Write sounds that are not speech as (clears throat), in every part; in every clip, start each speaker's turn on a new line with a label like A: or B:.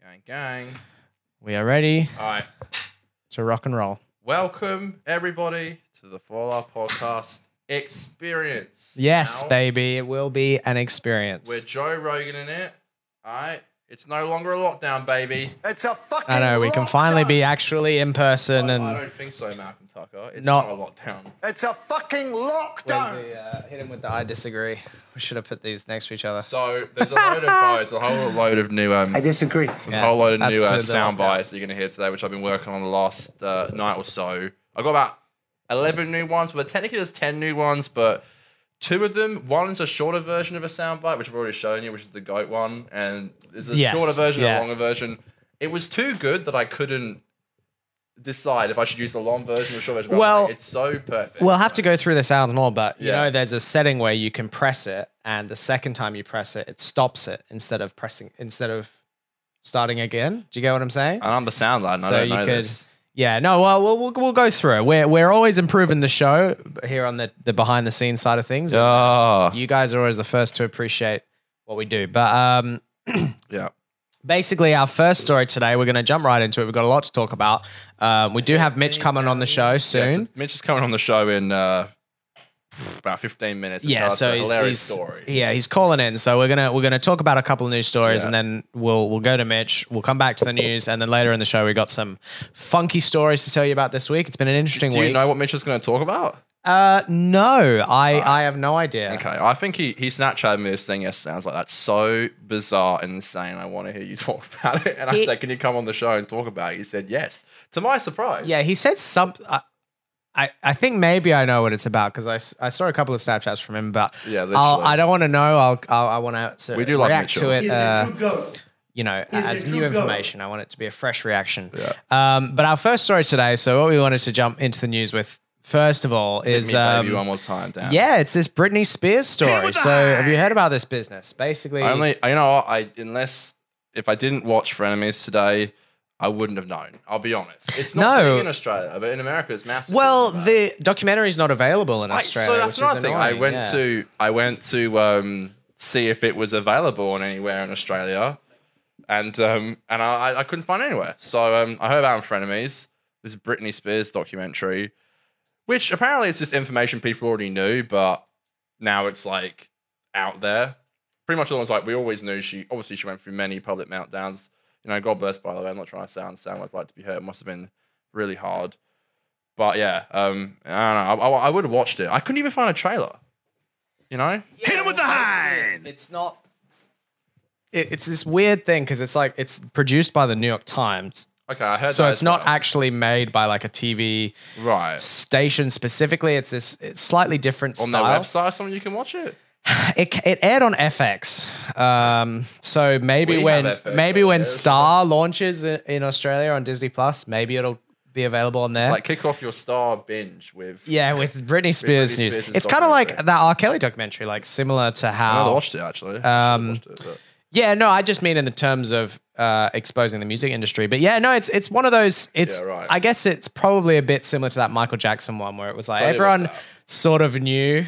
A: Gang, gang.
B: We are ready
A: All right.
B: to rock and roll.
A: Welcome, everybody, to the Fallout Podcast Experience.
B: Yes,
A: Now,
B: baby, it will be an experience.
A: We're Joe Rogan in it. All right. It's no longer a lockdown, baby.
C: It's a fucking.
B: I know we can finally be actually in person
A: I, I
B: and
A: don't think so, Malcolm Tucker. It's
B: Not-
A: not, a lockdown.
C: It's a fucking lockdown.
B: the, uh, hit him with the I disagree. We should have put these next to each other.
A: So there's a load of bites, a whole load of new um,
C: disagree.
A: There's
B: Yeah,
A: a whole load of
B: that's
A: new uh,
B: turned
A: sound
B: out, yeah.
A: bites that you're going to hear today, which I've been working on the last uh, night or so. I've got about 11 new ones, but technically there's 10 new ones, but two of them, one's a shorter version of a sound bite, which I've already shown you, which is the goat one, and there's a
B: Yes,
A: shorter version and
B: yeah.
A: a longer version. It was too good that I couldn't decide if I should use the long version or the short version. but I'm
B: Well-
A: like, it's so perfect.
B: We'll have to go through the sounds more, but you
A: Yeah.
B: know, there's a setting where you can press it, and the second time you press it, it stops it instead of pressing instead of starting again. Do you get what I'm saying?
A: And I'm the sound lad, and
B: So
A: I don't
B: you
A: know
B: could-
A: this.
B: Yeah, no, well, we'll, we'll, we'll go through it. We're, we're always improving the show here on the, the behind the scenes side of things.
A: Oh,
B: You guys are always the first to appreciate what we do. But um,
A: yeah.
B: basically, our first story today, we're going to jump right into it. We've got a lot to talk about. Um, we do have Mitch coming on the show
A: Yeah, so
B: soon.
A: Mitch is coming on the show in uh, about 15 minutes. to
B: Yeah,
A: tell us
B: so
A: a
B: he's,
A: hilarious
B: he's-
A: story.
B: yeah, he's calling in. So we're gonna we're gonna talk about a couple of news stories,
A: Yeah.
B: and then we'll we'll go to Mitch. We'll come back to the news, and then later in the show, we got some funky stories to tell you about this week. It's been an interesting
A: Do you
B: week.
A: know what Mitch is going to talk about?
B: uh, no, I I have no idea.
A: Okay, I think he, he Snapchatted me this thing yesterday. I was like, that's so bizarre and insane. I want to hear you (laughs) talk about it. And I
B: He-
A: said, can you come on the show and talk about it? He said, yes. To my surprise.
B: Yeah, he said something. I, I think maybe I know what it's about because I, s- I saw a couple of Snapchats from him, but
A: Yeah,
B: I'll,
A: literally.
B: I don't want to know. I'll, I'll I want to
A: We do love
B: react
A: Mitchell.
B: to it.
D: He's
B: uh,
D: a true goat.
B: you know,
D: He's a
B: as
D: true
B: new
D: goat.
B: information. I want it to be a fresh reaction.
A: Yeah.
B: Um, but our first story today. So what we wanted to jump into the news with first of all
A: Hit
B: is
A: me,
B: um,
A: baby, one more time, Dan.
B: yeah, it's this Britney Spears story.
D: with
B: So have you heard about this business? Basically,
A: I only, you know, what? I unless if I didn't watch Frenemies today, I wouldn't have known. I'll be honest. It's not
B: No.
A: big in Australia, but in America, it's massive.
B: well
A: It's bad.
B: the documentary is not available in
A: I-
B: Australia.
A: so
B: which
A: that's
B: is
A: another thing. I
B: annoying,
A: went
B: yeah.
A: to I went to um, see if it was available on anywhere in Australia, and um, and I, I- I couldn't find it anywhere. So um, I heard about it on Frenemies, this Britney Spears documentary, which apparently it's just information people already knew, but now it's like out there. Pretty much everyone's like, we always knew she. Obviously, she went through many public meltdowns. You know, God bless. By the way, I'm not trying to sound sound like to be hurt. It must have been really hard. But yeah, um, I don't know. I, I, I would have watched it. I couldn't even find a trailer. You know?
D: Hit him with the
B: Basically,
D: hind.
B: It's, it's not. It, it's this weird thing because it's like it's produced by the New York Times,
A: Okay, I heard.
B: so
A: that
B: it's
A: as
B: not
A: well.
B: actually made by like a TV
A: right
B: station specifically. It's this it's slightly different
A: on their
B: style.
A: website. or Something you can watch it.
B: It, it aired on FX, um, so maybe
A: We have
B: when
A: FX
B: maybe
A: over
B: when
A: here, so-
B: Star launches i- in Australia on Disney Plus, maybe it'll be available on there.
A: It's like kick off your star binge with.
B: yeah, with Britney Spears news,
A: Spears'
B: it's kind of like
A: documentary.
B: that R. Kelly documentary, like similar to
A: I
B: how
A: never watched it actually. I
B: Um,
A: should've watched it, but-
B: Yeah, no, I just mean in the terms of uh, exposing the music industry. But yeah, no, it's it's one of those. It's
A: Yeah, right.
B: I guess it's probably a bit similar to that Michael Jackson one where it was like
A: So I did watch
B: everyone
A: that.
B: sort of knew,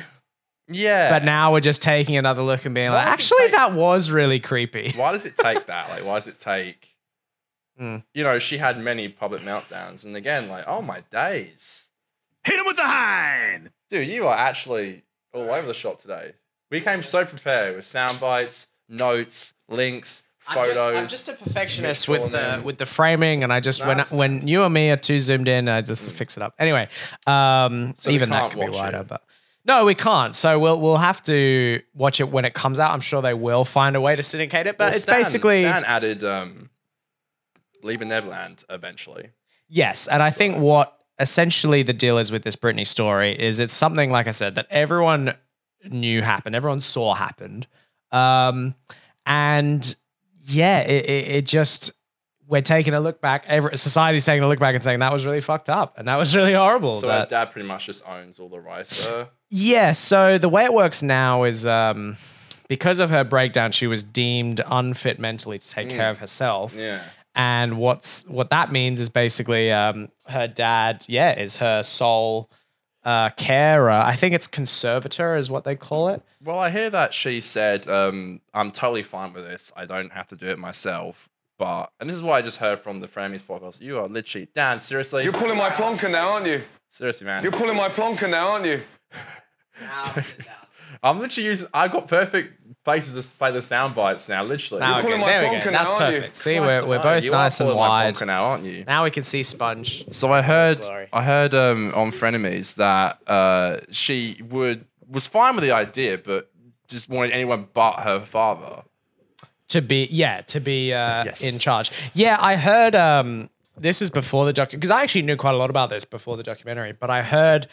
A: yeah,
B: but now we're just taking another look and being
A: Why
B: like,
A: does it
B: actually,
A: take-
B: that was really creepy.
A: why does it take that? Like, why does it take?
B: Mm.
A: You know, she had many public meltdowns, and again, like, oh my days,
D: Hit him with the hind.
A: dude, you are actually all over the shop today. We came so prepared with sound bites, notes, links, photos.
B: a perfectionist
A: Mitchell and
B: with the
A: then-
B: with the framing, and I just
A: No, I
B: when
A: understand.
B: when you and me are too zoomed in, I just fix it up. Anyway, um,
A: So we
B: even that
A: can't
B: could be
A: watch
B: wider,
A: it.
B: but no, we can't. So we'll we'll have to watch it when it comes out. I'm sure they will find a way to syndicate it, but
A: Well,
B: it's
A: Stan-
B: basically
A: Stan added um, leaving Neverland eventually.
B: Yes, and I think what essentially the deal is with this Britney story is it's something like I said that everyone knew happened, everyone saw happened, um, and yeah, it, it, it just we're taking a look back. Every, society's taking a look back and saying that was really fucked up and that was really horrible.
A: So her
B: that-
A: dad pretty much just owns all the rights. there.
B: yeah. So the way it works now is um, because of her breakdown, she was deemed unfit mentally to take care of herself.
A: Mm. yeah.
B: And what's what that means is basically um, her dad, yeah, is her sole uh, carer. I think it's conservator is what they call it.
A: Well, I hear that she said, um, "I'm totally fine with this. I don't have to do it myself." But and this is what I just heard from the Frenemies podcast. You are literally Dan. Seriously,
E: You're pulling my plonker now, aren't you?
A: seriously, man.
E: You're pulling my plonker now, aren't you?
A: I'm literally using. I've got perfect places to play the sound bites now. Literally,
B: Now
E: pulling
B: okay,
E: my
B: there we
E: plonker
B: go.
E: now,
B: That's
E: aren't you?
B: perfect. See,
A: Christ
B: we're, we're
A: alive,
B: both
A: you are
B: nice and
A: pulling my
B: wide.
A: plonker Now, aren't you?
B: Now we can see Sponge.
A: So I heard,
B: glory.
A: I heard um, on Frenemies that uh, she would was fine with the idea, but just wanted anyone but her father.
B: to be yeah to be uh,
A: Yes.
B: in charge yeah i heard um this is before the doc because i actually knew quite a lot about this before the documentary but i heard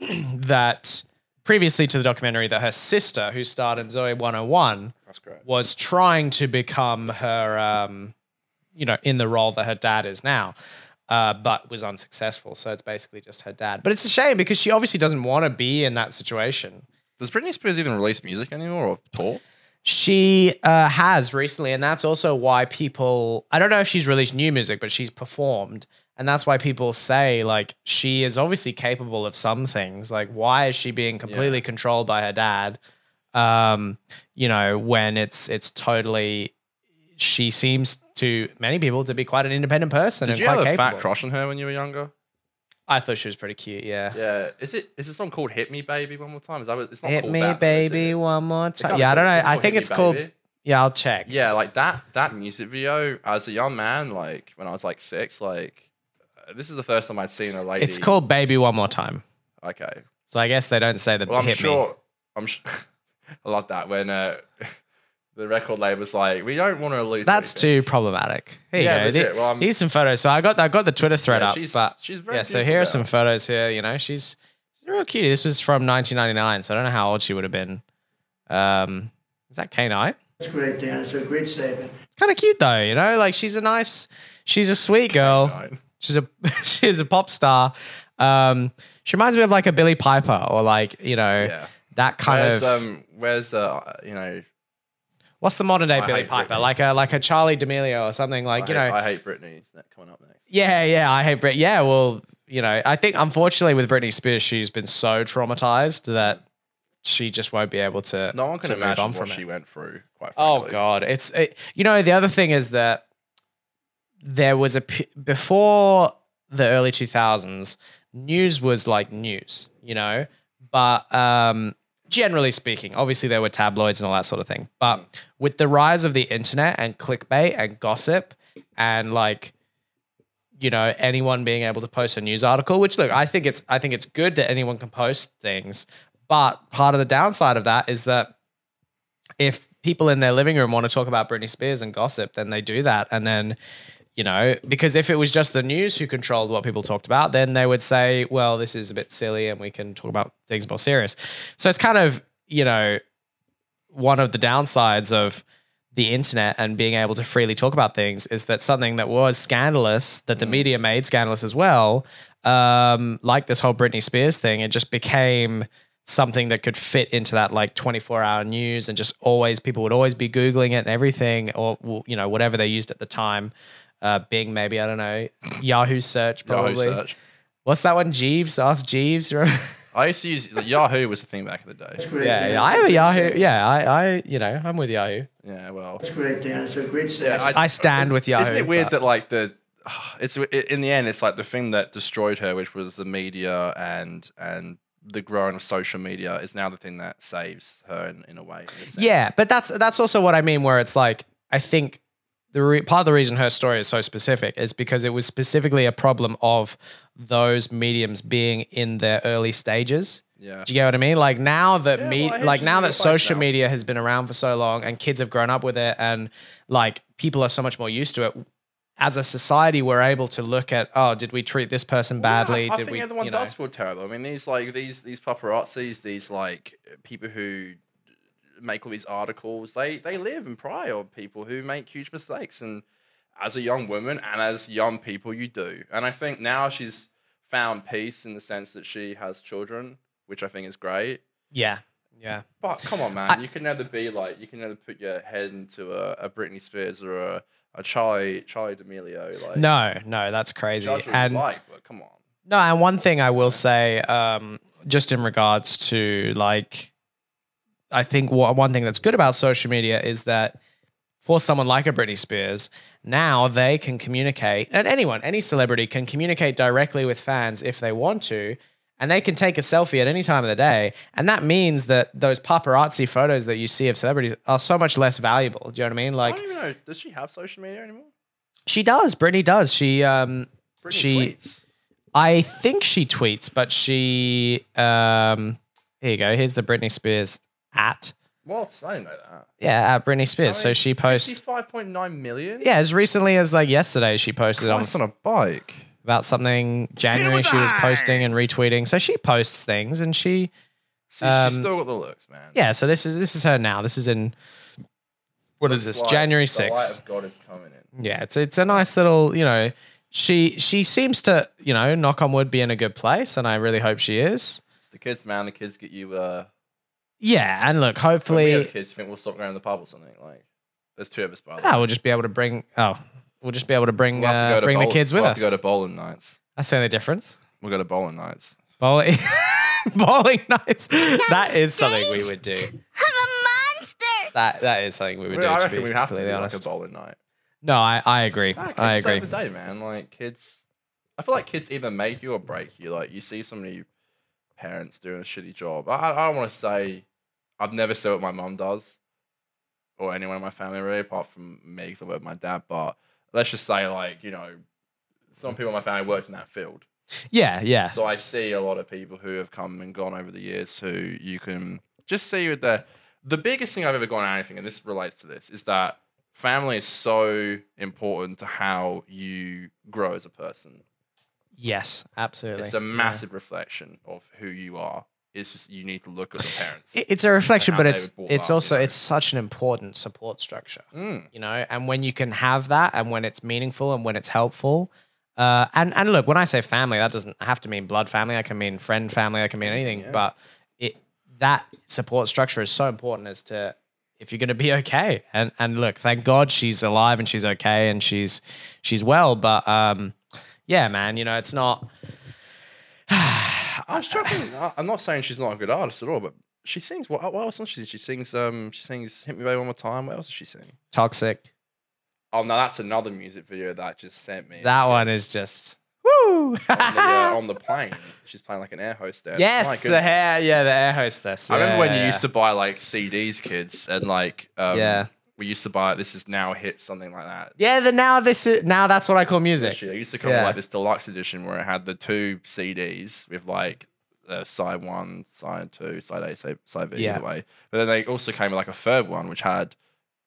B: (clears throat) that previously to the documentary that her sister who starred in zoe 101
A: That's correct.
B: was trying to become her um you know in the role that her dad is now uh, but was unsuccessful so it's basically just her dad but it's a shame because she obviously doesn't want to be in that situation
A: Does Britney Spears even release music anymore or tour?
B: she uh, has recently, and that's also why people. I don't know if she's released new music, but she's performed, and that's why people say like she is obviously capable of some things. Like, why is she being completely controlled by her dad? Um, you know, when it's it's totally. She seems to many people to be quite an independent person
A: Did
B: and
A: you
B: quite
A: have a
B: capable.
A: fat crush on her when you were younger?
B: I thought she was pretty cute. Yeah.
A: Yeah. Is it is the song called "Hit Me, Baby" one more time? Is that what, it's not
B: Hit
A: called
B: me,
A: that, though, is
B: baby,
A: it?
B: one more
A: It can't
B: time.
A: be
B: Yeah, I don't
A: called-
B: know.
A: it's
B: I
A: called
B: think
A: Hit Me,
B: it's called.
A: Baby.
B: Yeah, I'll check.
A: Yeah, like that that music video as a young man, like when I was like six, like uh, this is the first time I'd seen a lady.
B: It's called Baby One More Time.
A: Okay.
B: So I guess they don't say the
A: Well, I'm
B: hit
A: sure.
B: me.
A: I'm. Sh- (laughs) I love that when uh, (laughs) the record label's like, we don't want to lose.
B: That's
A: anything."
B: too problematic. Here
A: Yeah,
B: you go.
A: legit. Well, I'm-
B: Here's some photos. So I got I got the Twitter thread
A: Yeah,
B: up,
A: she's-
B: but
A: she's very
B: yeah. So
A: beautiful
B: here are
A: girl.
B: some photos here. You know, she's she's real cute. This was from 1999, so I don't know how old she would have been. Um, is that canine?
F: That's great, Dan. It's a great statement.
B: Kind of cute though, you know. Like she's a nice, she's a sweet girl.
A: Right.
B: She's a (laughs) she's a pop star. Um, she reminds me of like a Billy Piper or like you know
A: Yeah.
B: that kind
A: Where's
B: of.
A: um, where's uh, you know,
B: what's the modern day
A: I
B: Billy
A: hate
B: Piper?
A: Britney.
B: Like a like a Charlie D'Amelio or something like
A: I,
B: you
A: hate,
B: know.
A: I hate Britney. Is that coming up next?
B: Yeah, yeah, I hate Brit. Yeah, well, you know, I think unfortunately with Britney Spears, she's been so traumatized that she just won't be able to.
A: No one can
B: to move
A: imagine
B: on
A: what
B: from
A: she
B: it.
A: went through. Quite
B: Oh
A: frankly.
B: God, it's it, you know the other thing is that there was a p- before the early two thousands, news was like news, you know, but um, generally speaking, obviously there were tabloids and all that sort of thing,
A: Hmm.
B: but with the rise of the internet and clickbait and gossip and like you know anyone being able to post a news article which look i think it's i think it's good that anyone can post things but part of the downside of that is that if people in their living room want to talk about britney spears and gossip then they do that and then you know because if it was just the news who controlled what people talked about then they would say well this is a bit silly and we can talk about things more serious so it's kind of you know one of the downsides of the internet and being able to freely talk about things is that something that was scandalous that the media made scandalous as well um like this whole Britney Spears thing it just became something that could fit into that like 24 hour news and just always people would always be googling it and everything or well, you know whatever they used at the time uh Bing maybe I don't know Yahoo search
A: Yahoo
B: probably
A: search.
B: what's that one Jeeves ask Jeeves you remember?
A: I used to use like, Yahoo was the thing back in the day.
F: Great,
B: yeah,
F: Dan.
B: yeah (laughs) I have a Yahoo yeah I I you know I'm with Yahoo
A: Yeah, well,
F: It's great, Dan. It's a great statement.
B: I stand with Yahoo.
A: Isn't it weird
B: but-
A: that like the (sighs) it's in the end it's like the thing that destroyed her, which was the media and and the growing of social media, is now the thing that saves her in, in a way. in a sense.
B: Yeah, but that's that's also what I mean. Where it's like I think the re- part of the reason her story is so specific is because it was specifically a problem of those mediums being in their early stages.
A: yeah.
B: Do you get what I mean? Like now that
A: Yeah,
B: me,
A: well, I hate
B: like
A: she's
B: now
A: in a
B: that
A: place
B: social
A: now.
B: media has been around for so long and kids have grown up with it and like people are so much more used to it. As a society, we're able to look at oh, did we treat this person badly?
A: I, I
B: did
A: think
B: we?
A: everyone
B: you know?
A: does feel terrible. I mean, these like these these paparazzis, these like people who make all these articles, they they live in pride of people who make huge mistakes. And as a young woman and as young people, you do. And I think now she's found peace in the sense that she has children, which I think is great.
B: Yeah, yeah.
A: But come on, man, you can never be like you can never put your head into a, a Britney Spears or a, a Charlie Charlie D'Amelio. Like
B: No, no, that's crazy.
A: judge what you
B: and
A: like, but come on.
B: No, and one thing I will say, um, just in regards to like, I think wha- one thing that's good about social media is that for someone like a Britney Spears Now they can communicate, and anyone, any celebrity can communicate directly with fans if they want to, and they can take a selfie at any time of the day. And that means that those paparazzi photos that you see of celebrities are so much less valuable. Do you know what I mean?
A: I
B: Like
A: don't even know. Does she have social media anymore?
B: she does, Britney does. She um
A: Britney
B: she
A: tweets.
B: I think she tweets, but she um here you go. Here's the Britney Spears at
A: What? I didn't know that.
B: yeah, at Britney Spears.
A: I
B: so
A: mean,
B: she posts
A: Fifty-five point nine million.
B: yeah, as recently as like yesterday she posted on
A: Christ, on a bike.
B: about something January
D: with
B: she was
D: the
B: posting and retweeting. So she posts things and she
A: See,
B: Um,
A: she's still got the looks, man.
B: yeah, so this is this is her now. This is in what is this?
A: Light-
B: January
A: The light
B: 6th.
A: of God is coming in.
B: Yeah, it's it's a nice little, you know, she she seems to, you know, knock on wood be in a good place and I really hope she is.
A: It's the kids, man. The kids get you. Uh,
B: Yeah, and look,
A: when we have
B: hopefully
A: kids, think we'll stop going to the pub or something. Like, there's two of us, by the way.
B: oh, we'll just be able to bring oh, we'll just be able to bring
A: We'll have to
B: uh,
A: go to
B: bring the
A: bowl-
B: kids with
A: we'll
B: us.
A: Have to go to bowling nights.
B: That's the only difference.
A: We'll go to bowling nights.
B: Bowling (laughs) bowling nights. That is something we would do.
G: I'm a monster.
B: That that is something we would do
A: I
B: to
A: reckon
B: be
A: we have to do
B: completely
A: like a
B: honest.
A: bowling night.
B: no, I, I agree.
A: Ah, kids
B: I agree.
A: save the day, man. Like kids, I feel like kids either make you or break you. Like you see so many parents doing a shitty job. I, I I don't want to say I've never said what my mum does or anyone in my family really, apart from me because I work with my dad. But let's just say, like you know, some people in my family worked in that field.
B: Yeah, yeah.
A: So I see a lot of people who have come and gone over the years who you can just see with the the biggest thing I've ever gone at anything, and this relates to this, is that family is so important to how you grow as a person.
B: yes, absolutely.
A: It's a massive reflection of who you are. It's just you need to look at your parents.
B: It- It's a reflection,
A: how
B: but
A: they
B: it's
A: were brought
B: it's
A: up, you
B: also
A: know.
B: it's such an important support structure.
A: Mm.
B: you know and when you can have that and when it's meaningful and when it's helpful uh, and and look when i say family that doesn't have to mean blood family i can mean friend family i can mean anything but it that support structure is so important as to if you're going to be (laughs) okay and and look thank god she's alive and she's okay and she's she's well but um yeah man you know it's not
A: I'm struggling. I- I'm not saying she's not a good artist at all, but she sings. What, what else does she sing? She sings. Um, she sings "Hit Me Baby One More Time." What else does she sing?
B: toxic
A: Oh no, that's another music video that just sent me.
B: that one is just woo (laughs)
A: on the, uh, on the plane. She's playing like an air hostess. My
B: yes the
A: goodness.
B: hair yeah the air hostess
A: I remember when
B: yeah,
A: you
B: yeah.
A: used to buy like CDs, kids, and like um,
B: Yeah.
A: we used to buy this is now hit something like that.
B: yeah the now this is now that's what i call music
A: Actually, I used to come
B: Yeah.
A: like this deluxe edition where it had the two CDs with like uh, side one, side two, side A, side, side B,
B: Yeah.
A: either way. But then they also came with like a third one which had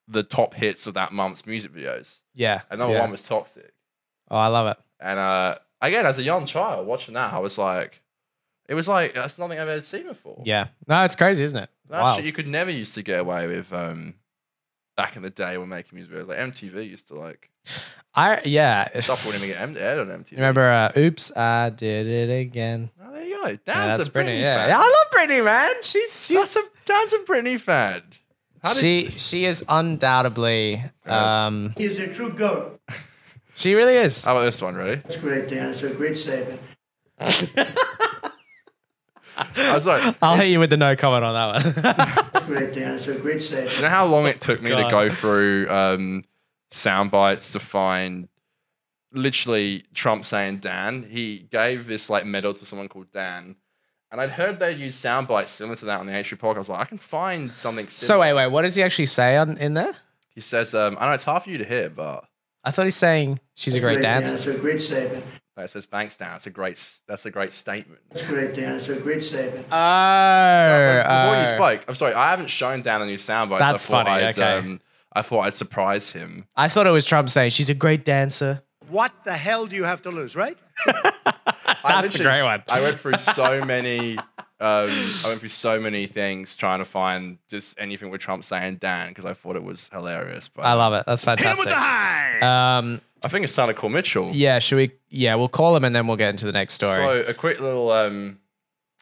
A: the top hits of that month's music videos.
B: Yeah.
A: Another
B: yeah.
A: one was Toxic.
B: Oh, I love it.
A: And uh, again, as a young child watching that, I was like, it was like that's nothing I've ever seen before.
B: Yeah. No, it's crazy, isn't it?
A: That
B: Wow.
A: shit you could never used to get away with um, back in the day when making music videos. Like MTV used to like
B: I yeah.
A: stop wanting to get M- aired on MTV.
B: (laughs) You remember? Uh, Oops, I did it again.
A: Oh, there you go. Dan's
B: Yeah,
A: a Britney,
B: Yeah.
A: fan.
B: Yeah, I love Britney, man. She's she's
A: Dan's a Dan's a Britney fan. How did,
B: she she is undoubtedly
A: Yeah. Oh,
B: um
F: He's a true goat.
B: she really is.
A: How about this one? Ready?
F: That's great, Dan. It's a great statement.
A: I was
B: (laughs)
A: like,
B: I'll hit you with the no comment on that one. (laughs)
F: That's great, Dan. It's a great statement.
A: you know how long it took me
B: God.
A: to go through um, sound bites to find literally Trump saying Dan. He gave this like medal to someone called Dan. And I'd heard they used sound bites similar to that on the H Report. I was like, I can find something
B: so
A: similar.
B: wait, wait, what does he actually say on in there?
A: He says, um, I know it's hard for you to hear, but
B: I thought he's saying she's a great dancer.
F: It's a great statement.
A: no, it says thanks, Dan. It's a great, s- that's a great statement.
F: That's great, Dan. It's a great statement.
B: Oh,
A: Before you
B: oh.
A: spoke, I'm sorry, I haven't shown Dan the new soundbite.
B: That's
A: I thought
B: funny,
A: I'd,
B: okay.
A: um, I thought I'd surprise him.
B: I thought it was Trump saying she's a great dancer.
D: What the hell do you have to lose, right?
A: I
B: That's a
A: literally-
B: great one.
A: I went through so many. Um, I went through so many things trying to find just anything with Trump saying Dan because I thought it was hilarious. But
B: I love it. That's
D: Hit him with
B: fantastic.
D: the high.
B: Um,
A: I think it's time to call Mitchell.
B: yeah, should we? Yeah, we'll call him and then we'll get into the next story.
A: So a quick little um,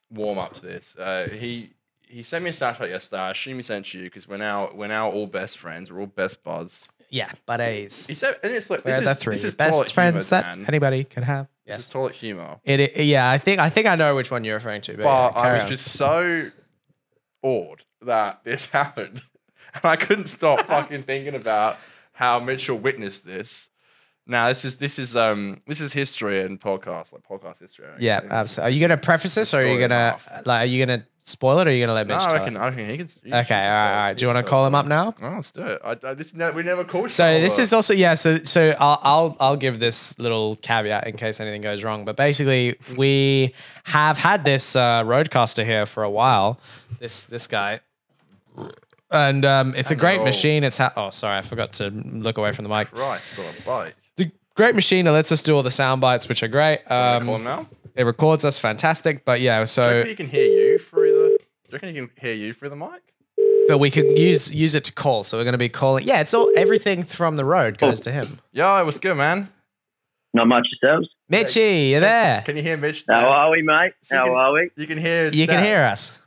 A: warm up to this. Uh, he he sent me a Snapchat yesterday. I assume he sent you because we're now we're now all best friends. We're all best buds.
B: Yeah, buddies.
A: He said, and it's like
B: We're
A: this
B: the
A: is
B: three
A: this is
B: best
A: toilet
B: friends
A: humor,
B: that
A: Dan.
B: anybody could have.
A: This is toilet humor.
B: It, i- yeah, I think I think I know which one you're referring to. But,
A: But
B: yeah,
A: I
B: carry
A: was
B: on.
A: just so (laughs)
B: (laughs)
A: awed that this happened, and I couldn't stop fucking thinking about how Mitchell witnessed this. Now this is this is um this is history and podcast like podcast history. I
B: Yeah,
A: think.
B: absolutely. Are you gonna preface this, or are you
A: story and a
B: gonna
A: half.
B: like? Are you gonna spoil it, or are you gonna let Mitch?
A: No, I
B: tell
A: reckon,
B: it?
A: I reckon he can. he can
B: Okay, all right, all right. Do you want to call him up now?
A: Oh, let's do it. I, I, this, no, we never called.
B: So
A: Charlotte.
B: this is also yeah. So so I'll, I'll I'll give this little caveat in case anything goes wrong. But basically, we have had this uh, roadcaster here for a while. This this guy, and um, it's a great
A: they're all-
B: machine. It's ha- oh sorry, I forgot to look away from the mic.
A: Christ on a bike.
B: It's a great machine. It lets us do all the sound bites, which are great.
A: call him
B: Um,
A: now.
B: it records us, fantastic. But yeah,
A: Do you
B: so
A: reckon he can hear you through the? Do you reckon he can hear you through the mic?
B: but we could use use it to call. So we're going to be calling. Yeah, it's all everything from the road goes
A: Oh.
B: to him.
A: Yo, what's good, man?
H: Not much yourselves.
B: Mitchie, you're there.
A: Can you hear Mitch?
H: How
A: Yeah.
H: are we, mate?
A: So you
H: How
A: can-
H: are we?
A: You can hear.
B: You can
A: that.
B: hear us.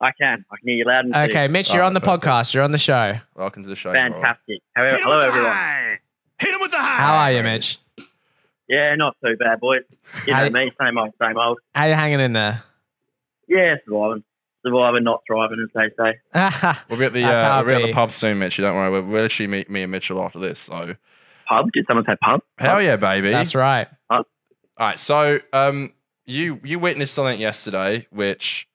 H: I can. I can hear you loud and clear.
B: Okay, Mitch, you're
A: Oh,
B: on the
A: perfect.
B: podcast. You're on the show.
A: Welcome to the show. Carl.
H: Fantastic. Hello, hello, everyone.
B: How are you, Mitch?
H: Yeah, not too bad, boys. You
B: How-
H: know me, same old, same old.
B: How you hanging in there? (laughs)
H: Yeah, surviving. Surviving, not thriving, as they say.
A: We'll be at the
B: That's how
A: uh,
B: it
A: we'll be at
B: be.
A: the pub soon, Mitch. Don't worry. We'll, we'll actually meet me and Mitchell after this. So
H: Pub? Did someone say pub?
A: hell yeah, baby.
B: That's right.
A: All right. So um, you you witnessed something yesterday, which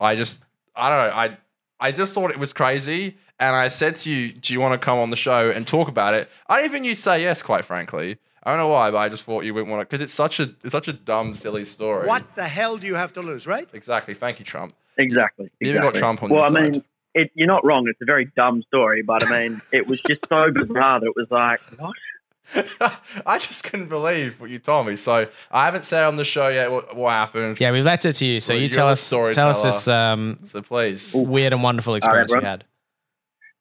A: I just I don't know. I I just thought it was crazy, and I said to you, "Do you want to come on the show and talk about it?" I didn't think you'd say yes. Quite frankly, I don't know why, but I just thought you wouldn't want to because it's such a it's such a dumb, silly story.
D: What the hell do you have to lose, right?
A: Exactly. Thank you, Trump. (laughs)
H: Exactly.
A: You even got
H: exactly.
A: Trump on
H: Well,
A: your
H: I mean,
A: side.
H: It, you're not wrong. It's a very dumb story, but I mean, it was just so bizarre that it was like, what?
A: I just couldn't believe what you told me. So I haven't said on the show yet what, what happened.
B: Yeah, we've left it to you. So
A: Well,
B: you
A: you're
B: tell
A: the
B: us, tell us this um,
A: So please.
B: weird and wonderful experience you
H: bro.
B: had.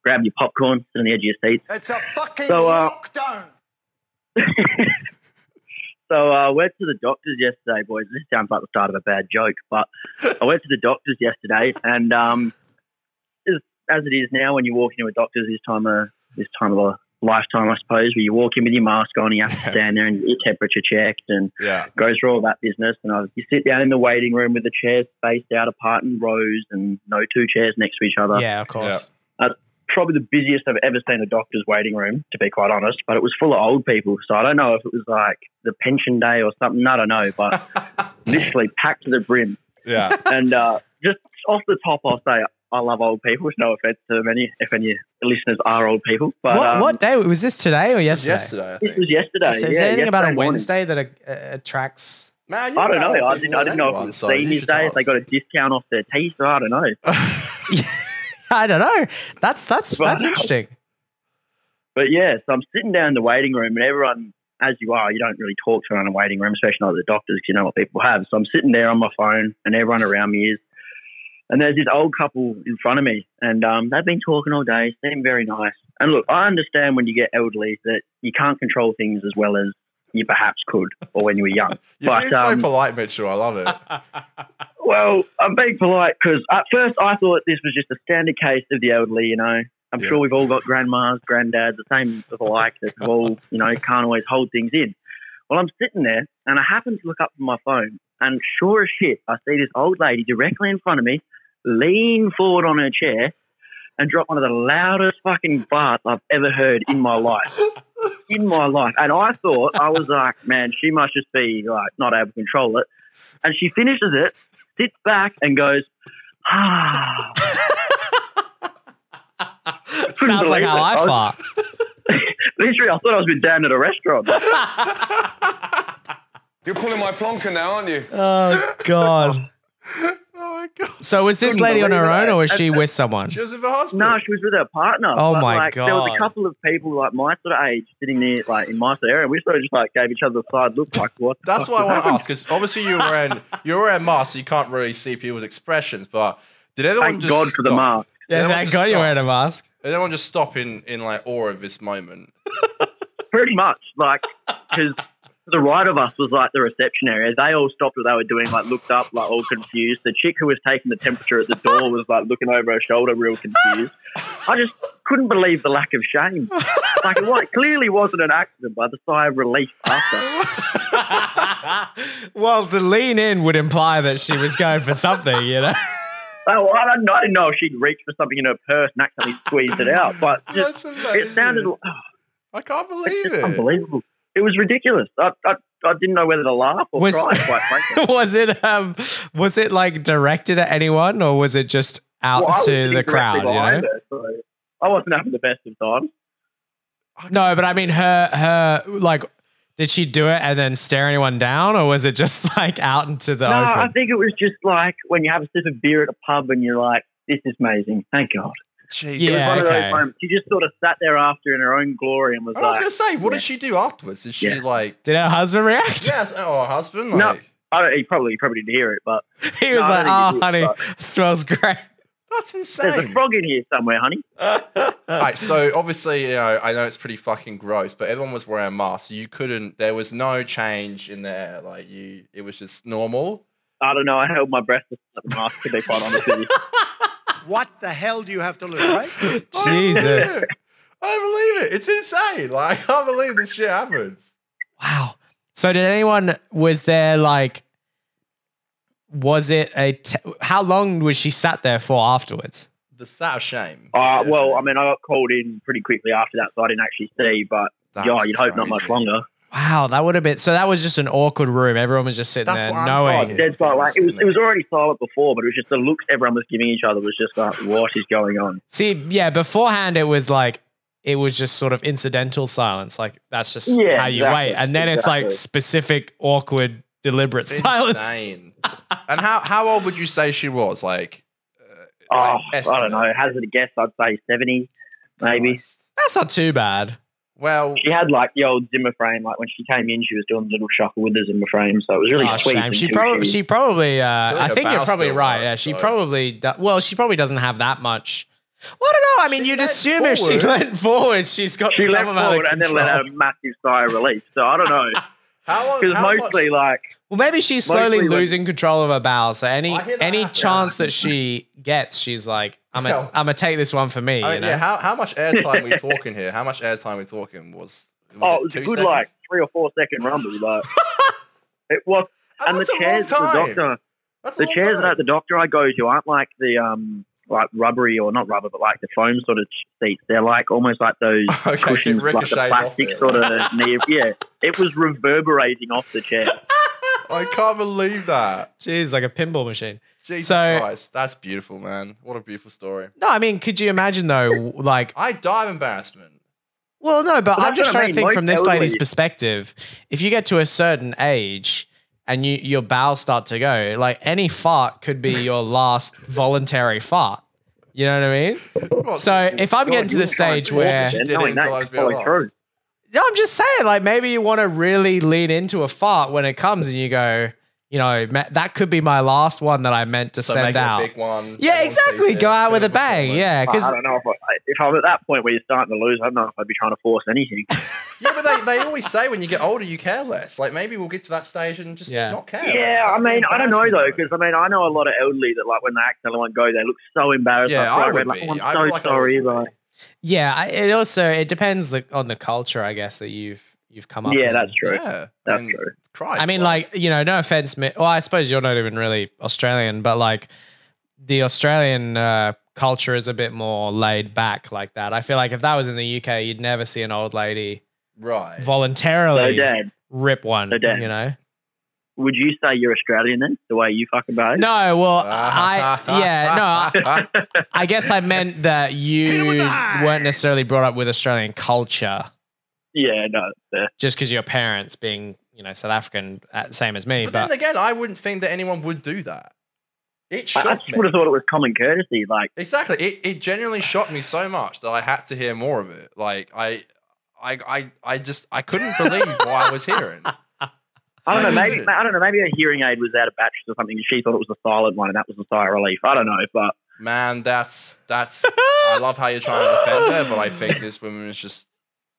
H: Grab your popcorn, sit on the edge of your seat.
C: It's a fucking
H: So, uh,
C: lockdown.
H: So uh, I went to the doctor's yesterday, boys. This sounds like the start of a bad joke, but I went to the doctor's yesterday, and um, as, as it is now, when you walk into a doctor's this time of this time of lifetime, I suppose, where you walk in with your mask on, and you have to stand there and get your temperature checked, and
A: Yeah.
H: go through all that business. And I, you sit down in the waiting room with the chairs spaced out apart in rows, and no two chairs next to each other
B: Yeah, of course.
H: probably the busiest I've ever seen a doctor's waiting room, to be quite honest, but it was full of old people. So I don't know if it was like the pension day or something. I don't know, but
B: (laughs)
H: literally packed to the brim.
A: Yeah.
H: And uh, just off the top, I'll say I love old people. It's no offense to many if any listeners are old people. But
B: what,
H: um,
B: what day was this? Today or yesterday?
A: yesterday. I
H: This
A: think.
H: was yesterday.
B: Is, is
H: yeah,
B: there anything about a
H: yesterday morning.
B: Wednesday that uh, attracts? (laughs)
A: Man, you
H: I don't
A: know
H: know.
A: how
H: I
A: people
H: didn't, I
A: want
H: didn't know if it
A: anyone,
H: was
A: so you
H: seniors
A: should
H: day,
A: tell
H: if they
A: us.
H: got a discount off their teeth. I don't know.
B: I don't know. That's that's
H: Well,
B: that's
H: (laughs)
B: interesting.
H: But yeah, so I'm sitting down in the waiting room, and everyone, as you are, you don't really talk to anyone in a waiting room, especially not at the doctors, 'cause you know what people have. So I'm sitting there on my phone, and everyone around me is. And there's this old couple in front of me, and um, they've been talking all day, seem very nice. And look, I understand when you get elderly that you can't control things as well as you perhaps could, or when you were young.
A: You're
H: But,
A: being so
H: um,
A: polite, Mitchell. I love
H: (laughs)
A: it. Oh,
H: Well, I'm being polite because at first I thought this was just a standard case of the elderly, you know. I'm
A: Yeah.
H: sure we've all got grandmas, granddads, the same of the like that we've all, you know, can't always hold things in. Well, I'm sitting there and I happen to look up from my phone and sure as shit, I see this old lady directly in front of me lean forward on her chair and drop one of the loudest fucking farts I've ever heard in my life. In my life. And I thought, I was like, man, she must just be like not able to control it. And she finishes it, sits back and goes, ah. Couldn't
B: Sounds like how
H: believe it.
B: I
H: was-
B: fart.
H: Literally, I thought I was been down at a restaurant.
E: You're pulling my plonker now, aren't you?
B: Oh God.
A: Oh my god.
B: So was this
H: Couldn't
B: lady on
H: believe
B: her own,
H: it.
B: or was she with someone?
A: She was in the hospital.
H: No, she was with her partner.
B: Oh
H: but,
B: my
H: like, There was
B: God.
H: a couple of people like my sort of age sitting there, like in my sort of area. We sort of just like gave each other a side look, like what? the
A: That's why I
H: fuck
A: want
H: just
A: to
H: happened?
A: ask because obviously you were
H: (laughs)
A: wearing you were wearing masks, so you can't really see people's expressions. But did everyone
H: Thank
A: just
H: God for the
A: stop?
H: mask.
A: Did
B: Yeah,
A: everyone
B: thank
A: just
B: God you're
A: stop?
B: wearing a mask.
A: Did everyone just stop in in like awe of this moment?
H: Pretty much, like because the right of us was like the reception area. They all stopped what they were doing, like looked up, like all confused. The chick who was taking the temperature at the door was like looking over her shoulder, real confused. I just couldn't believe the lack of shame. Like it, was, it clearly wasn't an accident, but the sigh of relief after.
B: Well, the lean in would imply that she was going for something, you know. (laughs)
H: Oh, I don't know. I
A: (laughs)
H: didn't know if she'd reached for something in her purse and accidentally squeezed it out, but just,
A: That's amazing.
H: it sounded.
A: I
H: (laughs)
A: can't
H: It's
A: believe
H: just
A: it.
H: unbelievable. It was ridiculous. I, I, I didn't know whether to laugh or
B: Was-
H: cry, quite frankly.
B: was it um was it like directed at anyone or was it just (laughs) out
H: Well, I was
B: to
H: sitting
B: the
H: directly
B: crowd? You know?
H: behind her, so I wasn't having the best of times.
B: No, but I mean her her like did she do it and then stare anyone down or was it just like out into the
H: no, I
B: open?
H: think it was just like when you have a sip of beer at a pub and you're like, this is amazing. Thank God.
A: Jeez.
H: It was
B: Yeah,
H: one of
B: okay.
H: those moments. She just sort of sat there after in her own glory and was
A: I was
H: like,
A: gonna say, what
H: yeah.
A: did she do afterwards? Did she
H: Yeah.
A: like?
B: Did her husband react?
A: Yes, oh, her husband. Like,
H: No. I don't, he probably, he probably didn't hear it, but
B: (laughs) He was
H: No, I
B: like,
H: don't
B: "Oh,
H: think he
B: honey, (laughs)
H: did,
B: smells great."
A: that's
H: there's a
A: insane.
H: frog in here somewhere, honey.
A: All right, so obviously, you know, I know it's pretty fucking gross, but everyone was wearing masks. You couldn't. There was no change in the air. Like you, it was just normal.
H: I don't know. I held my breath to start the mask, to be quite honest with you.
D: What the hell do you have to lose, right?
B: Jesus.
A: I don't believe it. It's insane. Like I can't believe this shit happens.
B: Wow. So did anyone was there like was it a t- how long was she sat there for afterwards?
A: The sat of shame.
H: Uh,
A: The sat of
H: well,
A: shame.
H: I mean, I got called in pretty quickly after that, so I didn't actually see, but
A: That's
H: yeah, you'd hope not much
A: crazy.
H: longer.
B: Wow, that would have been so that was just an awkward room. Everyone was just sitting
A: That's what
B: there
A: I'm
B: knowing.
A: thinking. Oh, Yeah,
H: Oh, Dead silent. Like, it
A: it was
H: was, it was
A: silly.
H: already silent before, but it was just the looks everyone was giving each other was just like, what is going on?
B: See, yeah, beforehand it was like it was just sort of incidental silence. Like that's just
H: Yeah,
B: how you
H: exactly,
B: wait. And then it's like
H: exactly.
B: specific, awkward, deliberate silence.
A: Insane. and how how old would you say she was? Like,
H: Oh,
A: Like,
H: I don't
A: estimate.
H: know. Hazard a guess, I'd say 70, maybe.
A: Christ.
B: That's not too bad.
A: Well,
H: She had like the old Zimmer frame. Like when she came in, she was doing the little shuffle with the Zimmer frame, so it was
A: Ah,
H: really
B: Oh,
H: sweet.
B: shame.
H: and
B: She
H: was
B: probably,
H: really-
B: she probably, uh,
A: feel like
B: I
A: her
B: think you're
A: bowel
B: probably
A: still
B: right.
A: works,
B: Yeah, she
A: so-
B: probably, do- well, she probably doesn't have that much. Well, I don't know. I mean,
A: She
B: you'd
A: leant
B: assume if she
A: forward.
B: leant forward, she's got
H: she
B: some
H: left
B: amount
H: forward
B: of
H: and then let
B: control.
H: out a massive sigh of relief. So I don't know
A: (laughs) how long?
H: because
A: how much- oh,
H: mostly like
B: Well, maybe she's slowly
H: Mostly, like-
B: losing control of her bowels. So any
A: I hear that
B: any
A: happen.
B: chance that she gets, she's like, "I'm gonna,
A: Well-
B: I'm gonna take this one for me."
A: I
H: Oh,
B: you
A: mean,
B: know?
A: yeah. How how much airtime we talking here? How much airtime we talking was? was
H: oh, it was a
A: two
H: good
A: seconds?
H: like three or four second rumble.
A: (laughs)
H: Like it was,
A: Oh,
H: and the
A: that's a long
H: chairs at the
A: time.
H: doctor,
A: That's a
H: the
A: long
H: chairs
A: time.
H: that the doctor I go to aren't like the um like rubbery or not rubber, but like the foam sort of seats. They're like almost like those
A: (laughs) Okay, so it
H: cushions, like the
A: ricocheted off
H: plastic
A: it. (laughs)
H: sort of knee. Yeah, it was reverberating off the chair.
A: I can't believe that.
B: Jeez, like a pinball machine.
A: Jesus
B: So-
A: Christ, that's beautiful, man. What a beautiful story.
B: No, I mean, could you imagine though? Like,
A: I die of embarrassment.
B: well, no, but
H: Well,
B: I'm
H: that's
B: just
H: what I
B: trying to
H: mean.
B: think
H: Most
B: from this
H: elderly-
B: lady's perspective. If you get to a certain age and you your bowels start to go, like any fart could be your
H: (laughs)
B: last voluntary fart. You know what I mean?
A: What-
B: So if I'm getting to the
H: You're trying
B: stage
H: to force
B: where
H: it,
A: She
H: and
A: did it
H: knowing
A: until
H: that
A: I was
H: is probably
A: being
H: true.
B: No, I'm just saying, like maybe you want to really lean into a fart when it comes, and you go, you know, ma- that could be my last one that I meant to
A: so make
B: send
A: it a
B: out.
A: big one.
B: yeah,
A: Everyone
B: exactly.
A: sees it.
B: Go out with a
A: Beautiful
B: bang.
A: performance.
B: Yeah,
H: I
B: because
H: don't know if, I, if I'm at that point where you're starting to lose. I don't know if I'd be trying to force anything.
A: yeah, but they, they always say when you get older, you care less. Like maybe we'll get to that stage and just
B: Yeah.
A: not care.
H: Yeah, I
A: Like,
H: mean, I don't know
A: embarrassment,
H: though, because I mean, I know a lot of elderly that like when they accidentally want to go, they look so embarrassed.
A: yeah,
H: Like,
A: I
H: so
A: would
H: like,
A: be.
H: oh, I'm
A: I
H: so
A: feel like I
H: sorry.
A: would be.
H: like,
B: yeah, I- it also it depends the, on the culture, I guess that you've you've come up.
H: yeah,
B: in.
H: that's true.
A: Yeah,
H: That's
A: I mean,
H: true.
A: Christ,
B: I mean, like you know, no offense. mi- Well, I suppose you're not even really Australian, but like the Australian uh, culture is a bit more laid back like that. I feel like if that was in the UK, you'd never see an old lady
A: right?
B: (laughs)
H: So,
B: voluntarily
H: Dad,
B: rip one.
H: So, Dan.
B: you know.
H: would you say you're Australian then? The way you fucking behave?
B: No, well,
A: (laughs)
B: I yeah, no, I- I guess I meant that you weren't necessarily brought up with Australian culture
H: Yeah, no. fair.
B: just because your parents being you know South African, uh, same as me.
A: But then
B: But,
A: again, I wouldn't think that anyone would do that. It
H: I, I
A: shocked
H: just
A: me.
H: would have thought it was common courtesy. Like,
A: Exactly. It it genuinely shocked me so much that I had to hear more of it. Like I I I, I just I couldn't believe what I was
B: (laughs)
A: hearing.
H: I don't know. Maybe
A: Amazing.
H: I don't know. Maybe her hearing aid was out of batteries or something. and She thought it was a silent one, and that was a sigh of relief. I don't know, but
A: Man, that's that's I love how you're trying to defend her, but I think this woman is just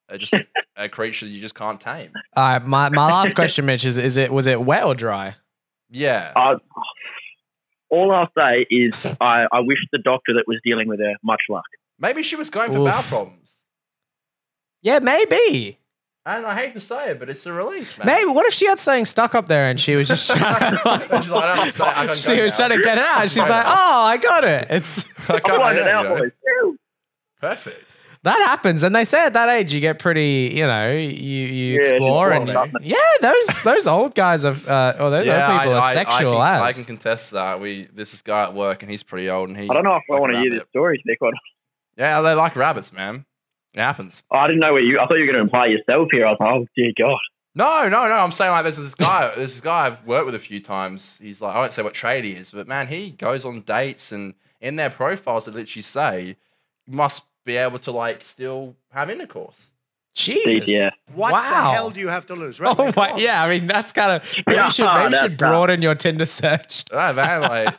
A: uh, just a creature you just can't tame.
B: uh, my my last question, Mitch, is is it was it wet or dry?
A: Yeah.
H: I, all I'll say is I, I wish the doctor that was dealing with her much luck.
A: Maybe she was going for
B: Oof.
A: bowel problems.
B: Yeah, maybe.
A: And I hate to say it, but it's a release, man.
B: Maybe. What if she had something stuck up there and she was just trying to,
A: (laughs)
B: like,
A: She's like, "I don't understand. I don't
B: (laughs) she
A: go
B: was
A: now."
B: trying to get it out. She's
A: I
B: like,
A: know.
B: oh, I got it. It's
A: (laughs) I
B: (laughs)
H: I'll
A: can't
H: find
A: hear
H: it out,
A: you know?
H: boys. Woo!
A: Perfect.
B: That happens, and they say at that age you get pretty, you know, you you
H: Yeah,
B: explore and
H: explore,
B: you- yeah, those those old guys are, uh, or those old people are sexual
A: I can, I
B: as.
A: can contest that. We this is guy at work and he's pretty old and he.
H: I don't know if I
A: like
H: want to hear
A: rabbit.
H: this story, to be quite honest.
A: Yeah, they like rabbits, man. It happens.
H: Oh, I didn't know what you. I thought you were going to imply yourself here. I was like, oh dear God.
A: No, no, no. I'm saying like this is this
B: (laughs)
A: guy. this is guy I've worked with a few times. He's like I won't say what trade he is, but man, he goes on dates and in their profiles they literally say you must be able to like still have intercourse.
B: Jesus,
H: Yeah.
D: What
B: Wow.
D: the hell do you have to lose, right?
B: (laughs) Oh
D: Come
B: my,
D: on.
B: yeah. I mean, that's
H: (laughs)
B: kind of maybe you should
H: Yeah,
B: maybe you
H: that's
B: should
H: tough.
B: broaden your Tinder search.
A: Yeah, Ah, man,
H: (laughs)
A: like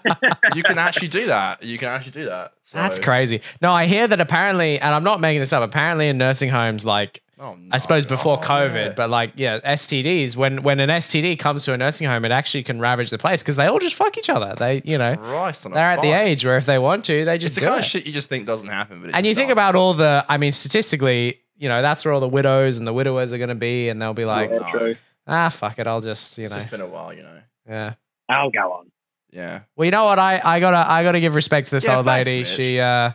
A: you can actually do that. You can actually do that. So-
B: That's crazy. No, I hear that apparently, and I'm not making this up. Apparently, in nursing homes, like
A: Oh, no.
B: I suppose before
A: Oh,
B: COVID,
A: yeah.
B: but like yeah, STDs. When when an STD comes to a nursing home, it actually can ravage the place because they all just fuck each other. They you know
A: Christ on a
B: they're at the
A: bike.
B: age where if they want to, they
A: It's
B: just
A: the
B: do
A: kind of
B: it.
A: shit you just think doesn't happen, but it
B: and you
A: just
B: think
A: does.
B: about all the. I mean, statistically, you know that's where all the widows and the widowers are going to be, and they'll be like,
H: Yeah,
A: no.
H: true.
B: ah, fuck it, I'll just you
A: It's
B: know
A: just been a while, you know.
B: yeah.
H: I'll go on.
A: Yeah.
B: Well, you know what? I, I gotta I gotta give respect to this
A: Yeah,
B: old
A: thanks,
B: lady.
A: Mitch.
B: She uh,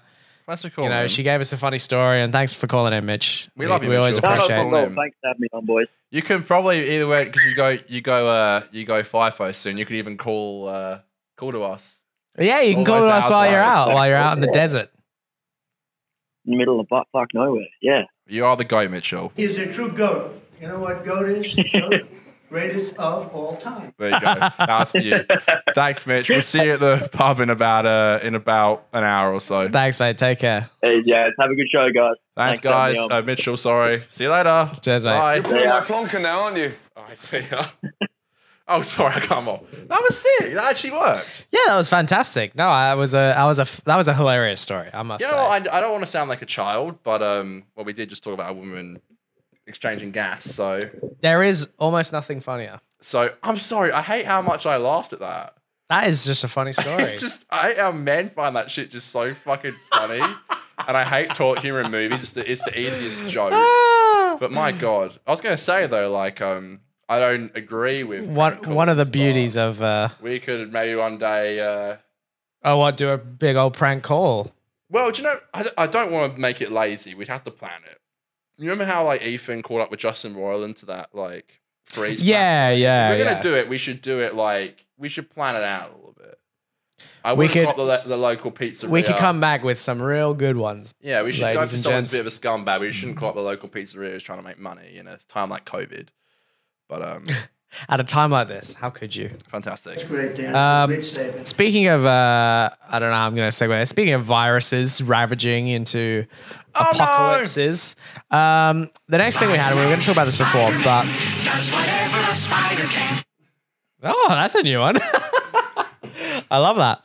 A: That's a cool.
B: you know,
A: man.
B: she gave us a funny story, and thanks for calling in, Mitch.
A: We love you,
B: We always
A: Mitchell.
H: No, no,
B: appreciate.
A: Appreciate
H: no,
A: it.
H: no, thanks for having me on, boys.
A: You can probably either way because you go you go uh you go FIFO soon. You can even call uh call to us.
B: it. Yeah, you can
A: Always
B: call us
A: outside.
B: while you're out, while you're out in the desert.
H: In the middle of butt fuck nowhere. Yeah.
A: You are the guy, Mitchell.
F: He's a true goat. You know what
B: (laughs)
F: goat is? Goat, greatest of all time.
A: There you go. That's for you. Thanks, Mitch. We'll see you at the pub in about uh in about an hour or so. Thanks,
B: Thanks, mate. Take care.
H: Hey, yeah. Have a good show, guys. for having
A: guys.
H: me on.
A: Uh, Mitchell, sorry. See you later.
B: Cheers, mate.
A: Bye.
E: You're pulling
H: Yeah.
E: my plonker now, aren't you?
A: All right, see ya. (laughs) Oh, sorry, I come off. That was sick. That actually worked.
B: Yeah, that was fantastic. No, I was a, I was a, that was a hilarious story. I must
A: You
B: say.
A: know, what, I, I don't want to sound like a child, but um, well, we did just talk about a woman exchanging gas. So,
B: there is almost nothing funnier.
A: so I'm sorry. I hate how much I laughed at that.
B: That is just
A: (laughs)
B: a funny story.
A: It's just I hate how men find that shit just so fucking funny, and I hate taught humor in movies. It's the, it's the easiest joke. But my god, I was gonna say though, like um, I don't agree with
B: one
A: prank
B: one of the
A: calls, but
B: beauties of uh,
A: We could maybe one day. Uh,
B: oh, I do a big old prank call.
A: Well, do you know, I, I don't want to make it lazy. We'd have to plan it. You remember how like Ethan caught up with Justin Roiland to that like freeze? plan?
B: Yeah, yeah,
A: If we're
B: yeah.
A: gonna do it. We should do it like we should plan it out a little bit. I
B: We
A: we could
B: could-
A: call the, lo- the local pizza.
B: We could come back with some real good ones.
A: Yeah, we should go for
B: ladies and
A: someone's
B: gents. Mm.
A: a bit of a scumbag. We shouldn't call up the local pizzeria who's trying to make money in a time like COVID. But
B: (laughs)
A: um,
B: At a time like this, how could you?
A: fantastic.
F: Great Dan.
B: Um,
F: great statement.
B: Speaking of, uh, I don't know, I'm going to segue. Speaking of viruses ravaging into
A: no.
B: apocalypses, um, the next thing we had, and we were going to talk about this before, but. Oh, that's a new one. (laughs) I love that.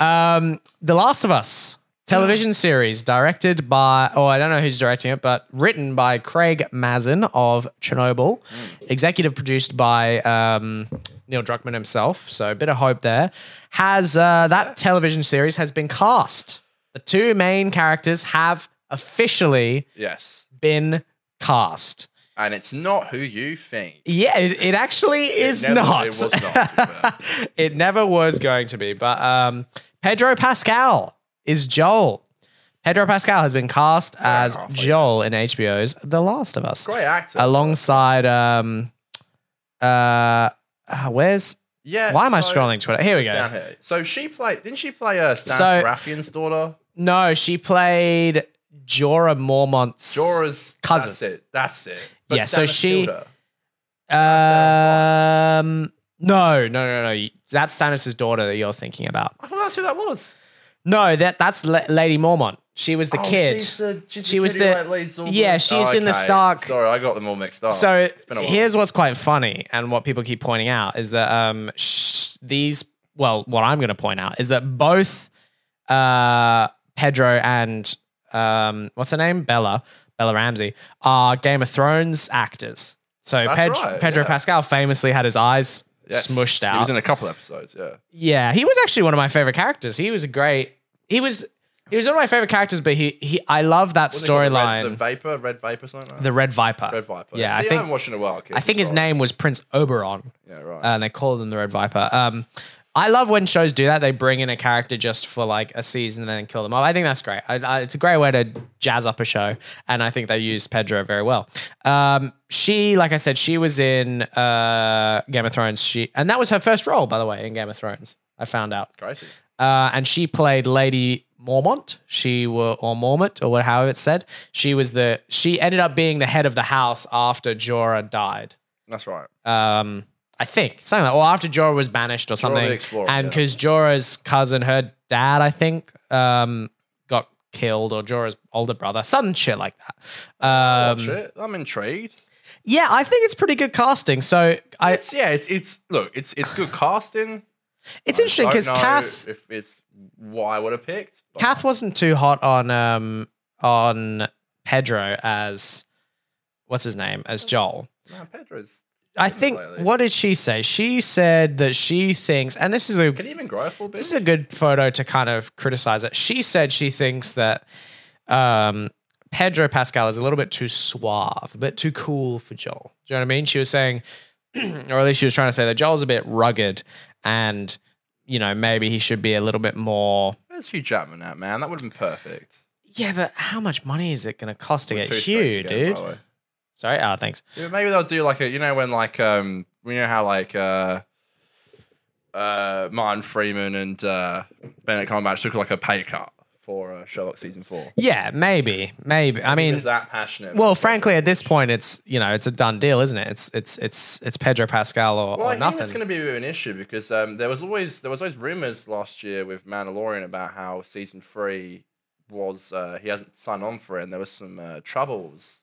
B: Um, the Last of Us television series, directed by, oh, I don't know who's directing it, but written by Craig Mazin of Chernobyl, executive produced by um, Neil Druckmann himself. So a bit of hope there. Has uh, that television series has been cast? The two main characters have officially
A: Yes,
B: been cast.
A: and it's not who you think.
B: Yeah, it, it actually is
A: never-
B: not.
A: It was not.
B: (laughs) it never was going to be, but um, Pedro Pascal is Joel. Pedro Pascal has been cast as
A: enough, I
B: Joel in HBO's The Last of Us,
A: Great actor.
B: alongside um, uh, uh, where's
A: yeah.
B: why am I
A: so-
B: scrolling Twitter? Here we
A: It's down
B: go.
A: here. So she played, didn't she play uh, Stan
B: So-
A: Serafian's daughter?
B: No, she played Jorah Mormont's.
A: Jorah's
B: cousin.
A: That's it. That's it.
B: Yeah, so
A: Stannis
B: she-
A: killed her.
B: Um, no, no, no, no. That's Stannis' daughter that you're thinking about.
A: I thought that's who that was.
B: No, that that's La- Lady Mormont. She was the
A: Oh,
B: kid.
A: She's the, she's
B: She
A: the
B: was
A: kid who,
B: the-
A: like, leads all
B: yeah, she's in the Stark-
A: Sorry, I got them all mixed up.
B: So
A: Oh, it's been a while.
B: here's what's quite funny, and what people keep pointing out is that um, sh- these. Well, what I'm going to point out is that both uh, Pedro and um, what's her name, Bella, Bella Ramsey, are Game of Thrones actors. So
A: That's
B: Ped-
A: right,
B: Pedro
A: yeah.
B: Pascal famously had his eyes
A: Yes,
B: smushed
A: He was
B: out.
A: in a couple episodes. Yeah.
B: yeah, he was actually one of my favorite characters. He was a great. He was. He was one of my favorite characters, but he, he I love that
A: Wasn't it called the
B: storyline.
A: Red- The vapor, red vapor, something. Like that?
B: The Red Viper.
A: red viper.
B: Yeah,
A: See,
B: I
A: I
B: think
A: haven't watched in a while. Kids.
B: I think his
A: Sorry.
B: name was Prince Oberon, uh,
A: Yeah, right.
B: and they called him the Red Viper. Um, I love when shows do that. They bring in a character just for like a season and then kill them off. I think that's great. I, I, it's a great way to jazz up a show, and I think they used Pedro very well. Um, she, like I said, she was in uh, Game of Thrones. She and that was her first role, by the way, in Game of Thrones. I found out.
A: Crazy.
B: Uh, and she played Lady Mormont. She were or Mormont or what, however it's said. She was the she ended up being the head of the house after Jorah died.
A: That's right.
B: Um, I think something like, or after Jorah was banished or something.
A: Explorer,
B: and
A: yeah.
B: because Jorah's cousin, her dad, I think, um, got killed, or Jorah's older brother, some shit like that. Um,
A: Watch it. I'm intrigued.
B: yeah, I think it's pretty good casting. So I, it's,
A: It's yeah. It's, it's look. It's it's good casting.
B: interesting
A: Don't
B: because
A: know
B: Kath,
A: if it's what I would have picked. but-
B: Kath wasn't too hot on um on Pedro as what's his name as Joel.
A: No, Pedro's.
B: I think
A: Lately.
B: what did she say? She said that she thinks, and this is a
A: Can he even grow a full bit?
B: this is a good photo to kind of criticize it. She said she thinks that um, Pedro Pascal is a little bit too suave, a bit too cool for Joel. Do you know what I mean? She was saying, (clears throat) or at least she was trying to say that Joel's a bit rugged, and you know maybe he should be a little bit more.
A: Where's Hugh Jackman at, man? That would have been perfect.
B: Yeah, but how much money is it going to cost to
A: We're
B: get
A: two straight
B: Hugh,
A: together, by
B: dude?
A: the way.
B: Sorry. Oh, thanks.
A: Yeah, maybe they'll do like a you know when like um we know how like uh uh Martin Freeman and uh Benedict Cumberbatch took like a pay cut for uh, Sherlock season four.
B: Yeah, maybe, maybe. I mean,
A: Is that passionate?
B: Well, frankly, at this point, it's you know it's a done deal, isn't it? It's it's it's it's Pedro Pascal or,
A: Well,
B: or
A: I think
B: Oh, nothing.
A: it's going to be a bit of an issue because um, there was always there was always rumors last year with Mandalorian about how season three was uh, he hasn't signed on for it and there was some uh, troubles.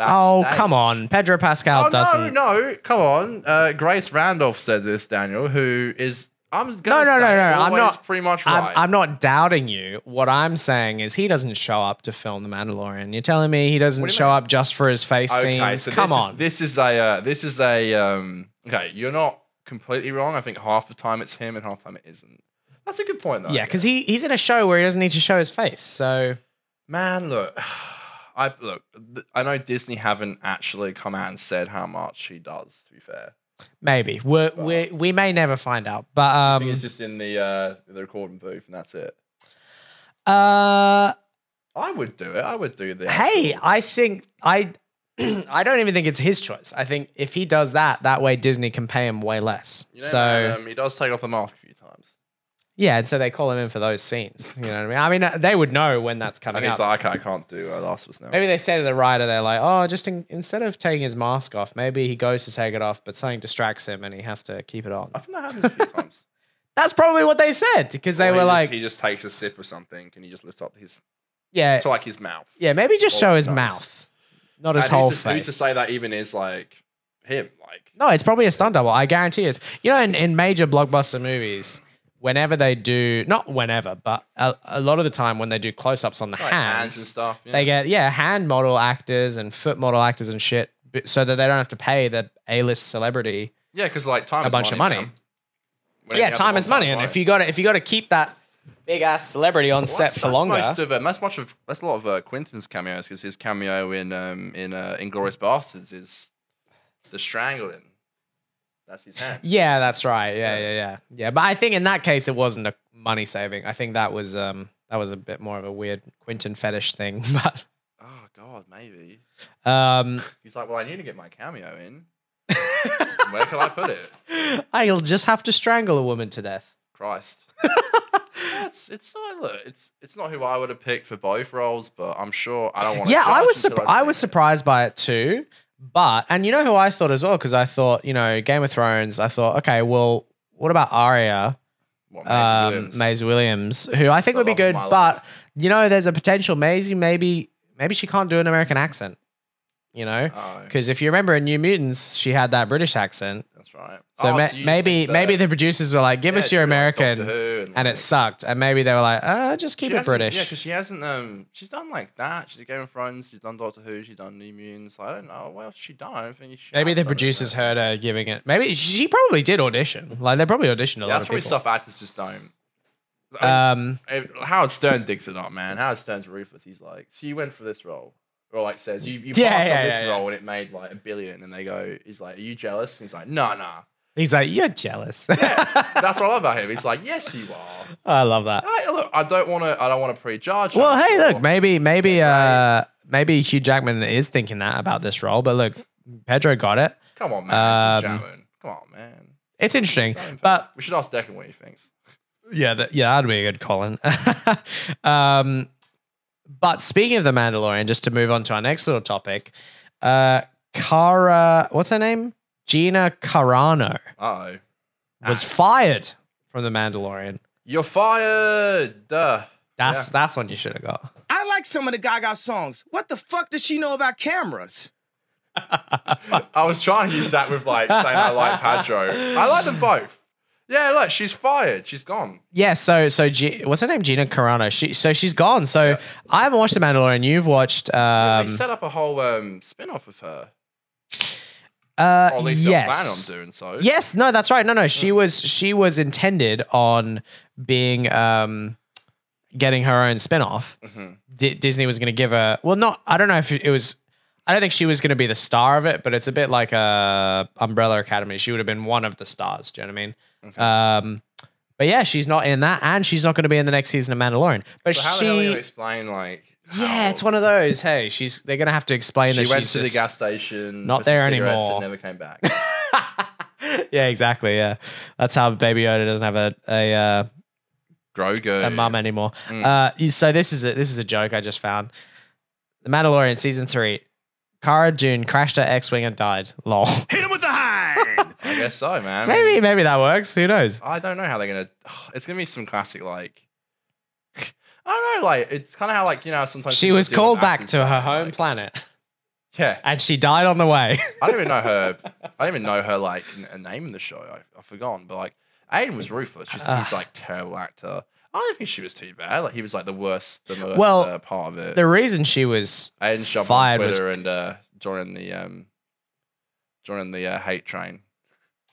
B: oh
A: backstage.
B: come on, Pedro Pascal
A: Oh no,
B: doesn't. No,
A: no, come on. Uh, Grace Randolph said this, Daniel, who is I'm
B: no,
A: gonna
B: no, no,
A: say
B: I'm
A: always
B: not
A: pretty much
B: I'm-
A: right.
B: I'm, not doubting you. What I'm saying is he doesn't show up to film The Mandalorian. You're telling me he doesn't
A: do you
B: show
A: mean?
B: up just for his face scenes? come
A: this
B: on.
A: Is, this is a uh, this is a um, okay. You're not completely wrong. I think half the time it's him and half the time it isn't. That's a good point though.
B: yeah, because he he's in a show where he doesn't need to show his face. So
A: man, look, (sighs) I look. th- I know Disney haven't actually come out and said how much he does. To be fair,
B: maybe we we we may never find out. But
A: I
B: um,
A: think it's just in the uh, the recording booth and that's it.
B: uh.
A: I would do it. I would do this.
B: hey, I think I (clears throat) I don't even think it's his choice. I think if he does that, that way Disney can pay him way less.
A: You know,
B: so
A: um, he does take off the mask a few times.
B: yeah, and so they call him in for those scenes. You know what I mean? I mean, uh, they would know when that's
A: And
B: coming
A: he's
B: up.
A: like, okay, I can't do uh, Last of Us now.
B: maybe they say to the writer, they're like, oh, just in, instead of taking his mask off, maybe he goes to take it off, but something distracts him and he has to keep it on.
A: I think that happens a few times.
B: That's probably what they said because (laughs) they
A: Or he
B: were
A: just-
B: like,
A: he just takes a sip of something and he just lifts up his
B: yeah,
A: to like his mouth.
B: yeah, maybe just
A: all
B: show his
A: times.
B: mouth, not his
A: And
B: whole
A: who's, to,
B: face.
A: who's to say that even is like him? Like
B: No, it's probably a stunt double. I guarantee it. You know, in, in major blockbuster movies, whenever they do, not whenever, but a, a lot of the time when they do close ups on the
A: like
B: hands,
A: hands and stuff. Yeah.
B: they get, yeah, hand model actors and foot model actors and shit b- so that they don't have to pay the A list celebrity
A: yeah, because like time
B: a
A: is
B: bunch of money.
A: man. When you
B: yeah,
A: have
B: time
A: the
B: is
A: long
B: money. And
A: time
B: if you got to, if you got to keep that big ass celebrity on
A: Well,
B: set
A: that's-
B: for
A: that's
B: longer,
A: Most of, um, that's much of that's a lot of uh, Quentin's cameos because his cameo in um, in uh, Inglorious Bastards is the strangling. That's his hand.
B: yeah, that's right. Yeah, yeah, yeah, yeah. But I think in that case, it wasn't a money saving. I think that was um that was a bit more of a weird Quentin fetish thing, (laughs) but.
A: Oh God, maybe (laughs)
B: Um,
A: he's like, well, I need to get my cameo in. (laughs) Where can I put it?
B: I'll just have to strangle a woman to death. (laughs)
A: Christ. it's it's not look, it's it's not who I would have picked for both roles, but I'm sure I don't want.
B: Yeah, I was surp- I was surprised by it too. But and you know who I thought as well because I thought you know Game of Thrones. I thought okay, well, what about Arya,
A: What, Maisie
B: um,
A: Williams?
B: Maisie Williams, who I think
A: The
B: would be
A: love of
B: good,
A: my
B: but you know, there's a potential Maisie maybe maybe she can't do an American accent, you know,
A: Oh,
B: because if you remember in New Mutants she had that British accent.
A: that's right.
B: So,
A: Oh,
B: ma-
A: you
B: maybe
A: think that-
B: maybe the producers were like, give
A: yeah,
B: us
A: she
B: your
A: did, like, Doctor
B: American,
A: Who and,
B: and
A: like-
B: it sucked, and maybe they were like, uh, just
A: She
B: keep it
A: hasn't-
B: British.
A: Yeah, because she hasn't. Um, she's done like that. She did Game of Thrones. She's done Doctor Who. She's done New Mutants. I don't know. Well, she done. I don't think she.
B: Maybe
A: has
B: the
A: done it,
B: producers
A: though.
B: heard her giving it. Maybe she probably did audition. Like they probably auditioned
A: Yeah,
B: a lot
A: that's
B: of
A: probably
B: people.
A: stuff actors just don't. I mean,
B: um,
A: If- Howard Stern digs it up, man. Howard Stern's ruthless. He's like, so you went for this role, or like says you you
B: Yeah,
A: passed
B: yeah,
A: on this
B: yeah, yeah.
A: role and it made like a billion, and they go, he's like, are you jealous? And he's like, nah, nah.
B: He's like, you're jealous.
A: That's what I love about him. He's like, yes, you are.
B: (laughs) I love that.
A: I, look, I don't want to. I don't want to prejudge.
B: Well,
A: us
B: hey,
A: or-
B: look, maybe, maybe, uh, maybe Hugh Jackman is thinking that about this role, but look, Pedro got it.
A: Come on, man. it's a
B: um,
A: jamming. Come on, man.
B: It's interesting,
A: Don't
B: but
A: we should ask Declan what he thinks.
B: yeah, that, yeah, that'd be a good Colin. (laughs) um, but speaking of the Mandalorian, just to move on to our next little topic, uh, Cara, what's her name? Gina Carano
A: Uh oh.
B: was fired from the Mandalorian.
A: You're fired. Duh.
B: That's that's one you should have got.
I: I like some of the Gaga songs. What the fuck does she know about cameras?
A: (laughs) I was trying to use that with like saying I like Pedro. I like them both. Yeah, look, she's fired. She's gone.
B: Yeah, so so G- what's her name? Gina Carano. She so she's gone. So I haven't watched the Mandalorian. You've watched. Um,
A: they set up a whole um, spin off of her.
B: Uh,
A: Or at least they're planning on
B: yes.
A: doing so.
B: Yes, no, that's right. No, no,
A: Oh.
B: she was she was intended on being um getting her own spin-off.
A: Mhm.
B: D- Disney was going to give her well not I don't know if it was I don't think she was going to be the star of it, but it's a bit like a Umbrella Academy. She would have been one of the stars, do you know what I mean?
A: Mm-hmm.
B: Um but yeah, she's not in that and she's not going to be in the next season of Mandalorian. But
A: So how the hell do you
B: she
A: explain like?
B: Yeah,
A: how
B: it's one of those. Hey, she's they're going to have to explain
A: She
B: that
A: went
B: she's
A: to the
B: just-
A: gas station,
B: not
A: for some
B: there
A: cigarettes
B: anymore.
A: and never came
B: (laughs)
A: back.
B: yeah, exactly. Yeah, that's how Baby Yoda doesn't have a a, uh,
A: Grogu.
B: a mum anymore.
A: Mm.
B: Uh, you- so this is a, this is a joke I just found. The Mandalorian season three. Cara Dune crashed her X-wing and died. Lol.
I: Hit him with the hind.
A: I guess so, man. (laughs) I mean,
B: maybe maybe that works. Who knows?
A: I don't know how they're gonna. (sighs) It's gonna be some classic like. (laughs) I don't know, like it's kind of how like you know sometimes
B: She
A: people
B: was
A: deal with
B: called back
A: acting
B: to her
A: stuff,
B: home
A: like-
B: planet
A: (laughs) Yeah,
B: and she died on the way. (laughs)
A: I don't even know her. I don't even know her like n- a name in the show. I, I've forgotten, but like Aiden was ruthless. She's,
B: Ah.
A: he's like terrible actor. I don't think she was too bad. Like he was like the worst, the worst
B: Well,
A: uh, part of it.
B: the reason she was
A: Aiden's jumped
B: fired
A: on
B: was-
A: Twitter and uh, joining the um, joining the uh, hate train.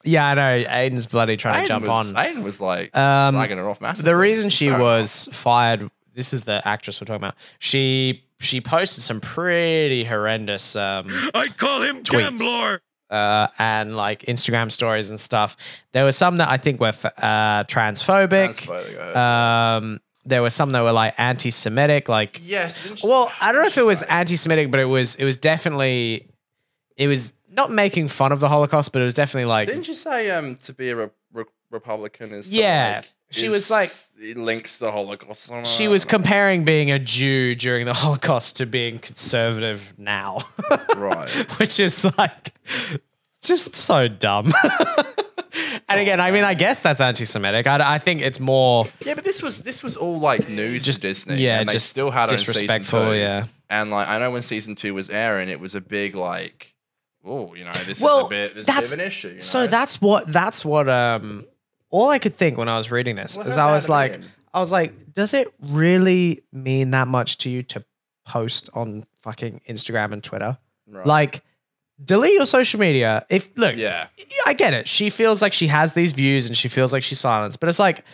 B: yeah I know Aiden's bloody trying
A: Aiden
B: to jump
A: was,
B: on.
A: Aiden was like
B: Um,
A: slagging her off massively.
B: The reason she
A: Fair enough.
B: was fired. This is the actress we're talking about. She she posted some pretty horrendous um,
I: I call him
B: Tweets.
I: Gambler.
B: uh, and like Instagram stories and stuff. There were some that I think were f- uh, transphobic.
A: Transphobic, uh,
B: Um, there were some that were like anti-Semitic. Like,
A: Yes. didn't she-
B: well, I don't know if it was
A: She's like-
B: anti-Semitic, but it was it was definitely it was not making fun of the Holocaust, but it was definitely like
A: Didn't you say um to be a re- re- Republican is to,
B: Yeah,
A: like,
B: she
A: is-
B: was like-
A: it links the Holocaust. I don't
B: she
A: know,
B: was
A: I don't
B: comparing being a Jew during the (laughs) Holocaust to being conservative now, (laughs)
A: know. right.
B: which is like just so dumb. (laughs) and again, I mean, I guess that's anti-Semitic. I, I think it's more.
A: (laughs) Yeah, but this was this was all like news
B: Just-
A: to Disney.
B: yeah,
A: and they
B: just
A: still had her in season
B: disrespectful,
A: two.
B: yeah.
A: and like I know when season two was airing, it was a big like, oh, you know, this is
B: Well,
A: a bit, this
B: that's-
A: is a bit of an issue. you
B: So
A: know?
B: that's what that's what um all I could think when I was reading this
A: What
B: is
A: her
B: I
A: bad
B: was like
A: opinion?
B: I was like, does it really mean that much to you to post on fucking Instagram and Twitter?
A: Right.
B: Like, delete your social media. If look,
A: yeah,
B: I get it. She feels like she has these views and she feels like she's silenced, but it's like,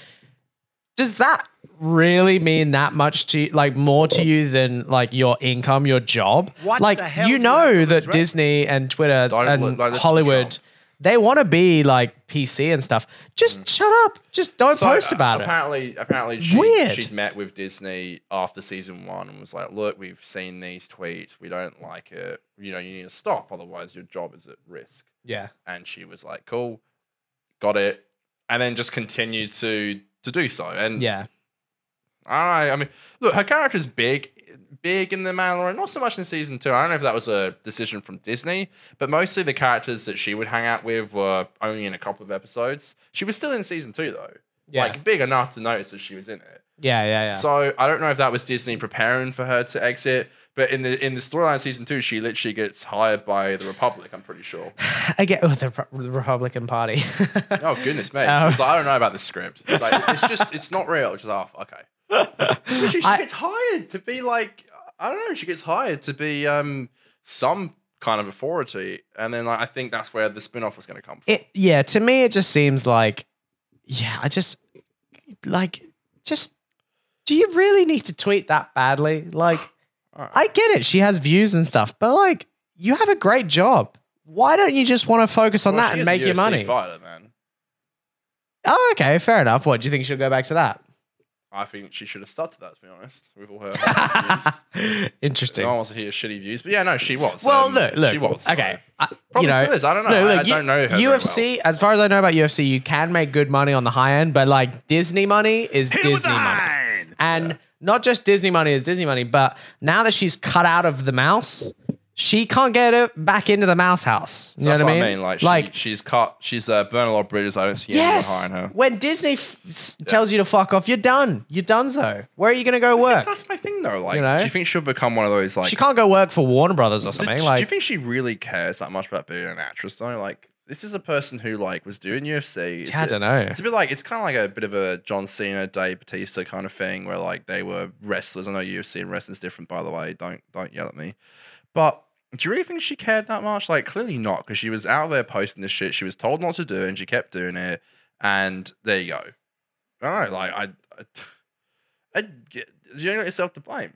B: does that really mean that much to like more to you than like your income, your job?
D: What
B: like
D: the hell
B: you
D: do you have
B: know
D: to
B: that
D: lose, right?
B: Disney and Twitter
A: Don't
B: and
A: li- don't listen to
B: Hollywood,
A: Trump.
B: they want to be like PC and stuff. Just shut up. Just don't
A: Mm. So,
B: post
A: uh,
B: about it.
A: apparently, Apparently, she,
B: Weird.
A: She'd met with Disney after season one and was like, "Look, we've seen these tweets. We don't like it. You know, you need to stop. Otherwise, your job is at risk."
B: Yeah.
A: And she was like, "Cool, got it," and then just continued to to do so. And
B: Yeah.
A: I don't know. I mean, look, her character's big, big in the Mandalorian. Not so much in season two. I don't know if that was a decision from Disney, but mostly the characters that she would hang out with were only in a couple of episodes. She was still in season two though,
B: Yeah.
A: like big enough to notice that she was in it.
B: yeah. Yeah. Yeah.
A: So I don't know if that was Disney preparing for her to exit. But in the in the storyline of season two, she literally gets hired by the Republic. I'm pretty sure.
B: Again, oh, the, Pro- the
A: (laughs)
B: Republican Party.
A: Oh goodness me!
B: Um,
A: she was like, I don't know about this script. It's like, it's just it's not real. She's like, oh, okay. She, she
B: I-
A: gets hired to be like I don't know. She gets hired to be um some kind of authority, and then like I think that's where the spin off was going to come. from.
B: it yeah to me it just seems like yeah i just like just do you really need to tweet that badly like
A: Alright.
B: i get it she has views and stuff but like you have a great job why don't you just want to focus on
A: Well, she is
B: that and
A: a
B: make your
A: UFC
B: money?
A: Fighter, man.
B: Oh, okay, fair enough. What do you think she'll go back to that?
A: I think she should have started that. To be honest, with
B: (laughs)
A: all her views.
B: Interesting.
A: no one wants to hear shitty views, but yeah, no, she was.
B: Well,
A: um,
B: look, look.
A: she was.
B: Okay. I,
A: Probably still is, I don't know. I- I
B: you-
A: don't know her very
B: UFC, as far as I know about UFC, you can make good money on the high end, but like Disney money is Disney money. And not just Disney money is Disney money, but now that she's cut out of the mouse, she can't get it back into the mouse house. You
A: So that's
B: know what,
A: I mean. Like, she, she's cut. She's uh, burned a lot of bridges. I don't see anyone
B: yes.
A: behind her.
B: When Disney f- s- tells you to fuck off, you're done. You're donezo. Where are you going to go work?
A: That's my thing, though. Like,
B: You know?
A: do you think she'll become one of those like?
B: She can't go work for Warner Brothers or
A: do,
B: something.
A: do
B: like,
A: you think she really cares that much about being an actress? Though, like, this is a person who like was doing UFC. It's
B: Yeah, I
A: a-
B: don't know.
A: It's a bit like it's kind of like a bit of a John Cena, Dave Batista kind of thing, where like they were wrestlers. I know UFC and wrestling's different, by the way. Don't don't yell at me. But do you really think she cared that much? Like, clearly not, because she was out there posting this shit. She was told not to do it, and she kept doing it. And there you go. I don't know. Like, I, I, (sighs) I get, you know yourself to blame.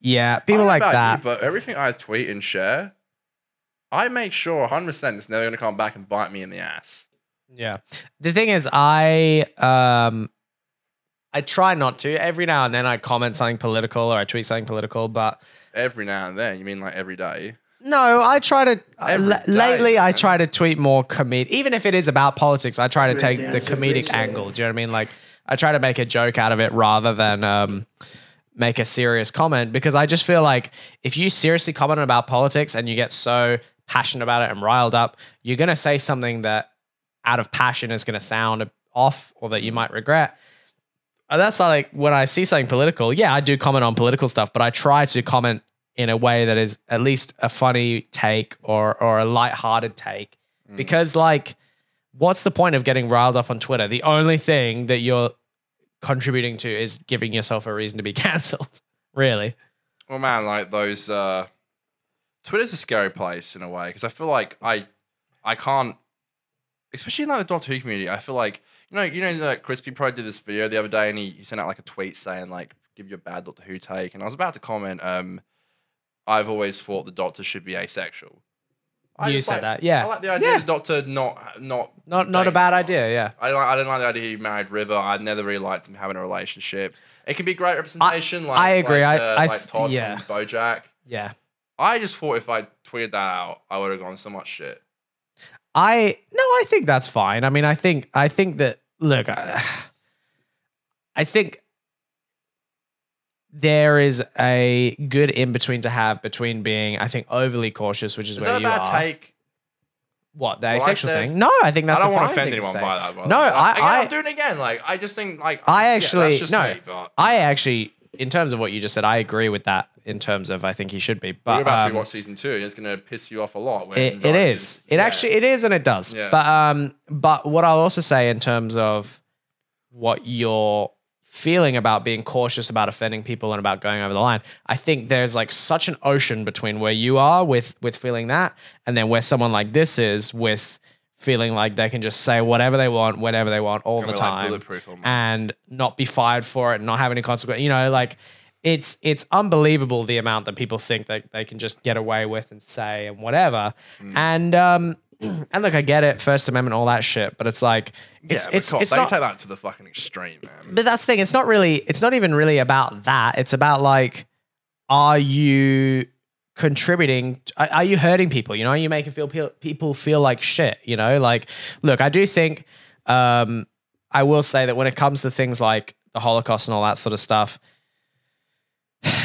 B: Yeah,
A: I don't
B: people
A: know
B: like
A: about you,
B: that.
A: but everything I tweet and share, I make sure 100 percent it's never going to come back and bite me in the ass.
B: Yeah. The thing is, I um, I try not to. Every now and then, I comment something political or I tweet something political, but
A: Every now and then, you mean like every day?
B: no, I try to. I-
A: Every
B: la-
A: day,
B: lately, I
A: man.
B: try to tweet more comedic. Even if it is about politics, I try to take the comedic angle. Do you know what I mean? Like, I try to make a joke out of it rather than um, make a serious comment because I just feel like if you seriously comment about politics and you get so passionate about it and riled up, you're going to say something that out of passion is going to sound off or that you might regret. And that's like when I see something political, yeah, I do comment on political stuff, but I try to comment in a way that is at least a funny take or or a lighthearted take because like what's the point of getting riled up on Twitter? The only thing that you're contributing to is giving yourself a reason to be (laughs) cancelled. Really?
A: Well, man, like those. uh Twitter's a scary place in a way because I feel like I, I can't, especially in like the Doctor Who community. I feel like you know, you know, like Crispy Pro did this video the other day and he, he sent out like a tweet saying like, "Give your bad Doctor Who take," and I was about to comment, um, "I've always thought the Doctor should be asexual."
B: You
A: just like-
B: said that,
A: I
B: yeah.
A: like the idea
B: Yeah.
A: of the Doctor not not
B: Not not a
A: dating
B: bad
A: anyone.
B: idea, yeah.
A: I don't, I don't like the idea he married River. I never really liked him having a relationship. It can be great representation. like
B: I agree.
A: Like,
B: I-
A: uh,
B: I
A: like
B: th-
A: Todd
B: yeah.
A: from BoJack.
B: Yeah.
A: I just thought if I tweeted that out, I would have gone so much shit.
B: I no, I think that's fine. I mean, I think I think that look, (sighs) I, I think there is a good in between to have between being, I think, overly cautious, which is,
A: Is
B: where
A: that a
B: you
A: bad
B: are.
A: take?
B: What the
A: Well, I
B: asexual
A: said-
B: thing? No, I think that's.
A: I don't
B: a
A: want
B: fine
A: to offend
B: thing
A: anyone
B: say.
A: by that. By the
B: no,
A: way.
B: I,
A: again,
B: I,
A: I'm doing it again. Like I just think like
B: I
A: yeah,
B: actually
A: that's just
B: no,
A: me, but
B: I actually, in terms of what you just said, I agree with that. In terms of, I think he should be, but
A: we're about
B: um,
A: to rewatch season two, and it's going to piss you off a lot. When
B: it, it
A: like,
B: is. It
A: yeah.
B: actually it is and it does.
A: Yeah.
B: But um but what I'll also say in terms of what you're feeling about being cautious about offending people and about going over the line, I think there's like such an ocean between where you are with with feeling that and then where someone like this is with feeling like they can just say whatever they want, whenever they want, all the
A: Kinda like
B: time.
A: bulletproof almost.
B: and not be fired for it and not have any consequence. You know, like it's it's unbelievable the amount that people think that they can just get away with and say and whatever.
A: Mm.
B: And um (clears throat) and look, I get it, First Amendment, all that shit, but it's like it's
A: yeah, but
B: it's,
A: God,
B: it's
A: they
B: not,
A: take that to the fucking extreme, man.
B: but that's the thing. It's not really. It's not even really about that. It's about like, are you contributing? Are, are you hurting people? You know, are you making feel pe- people feel like shit? You know, like, look, I do think, um, I will say that when it comes to things like the Holocaust and all that sort of stuff, (sighs)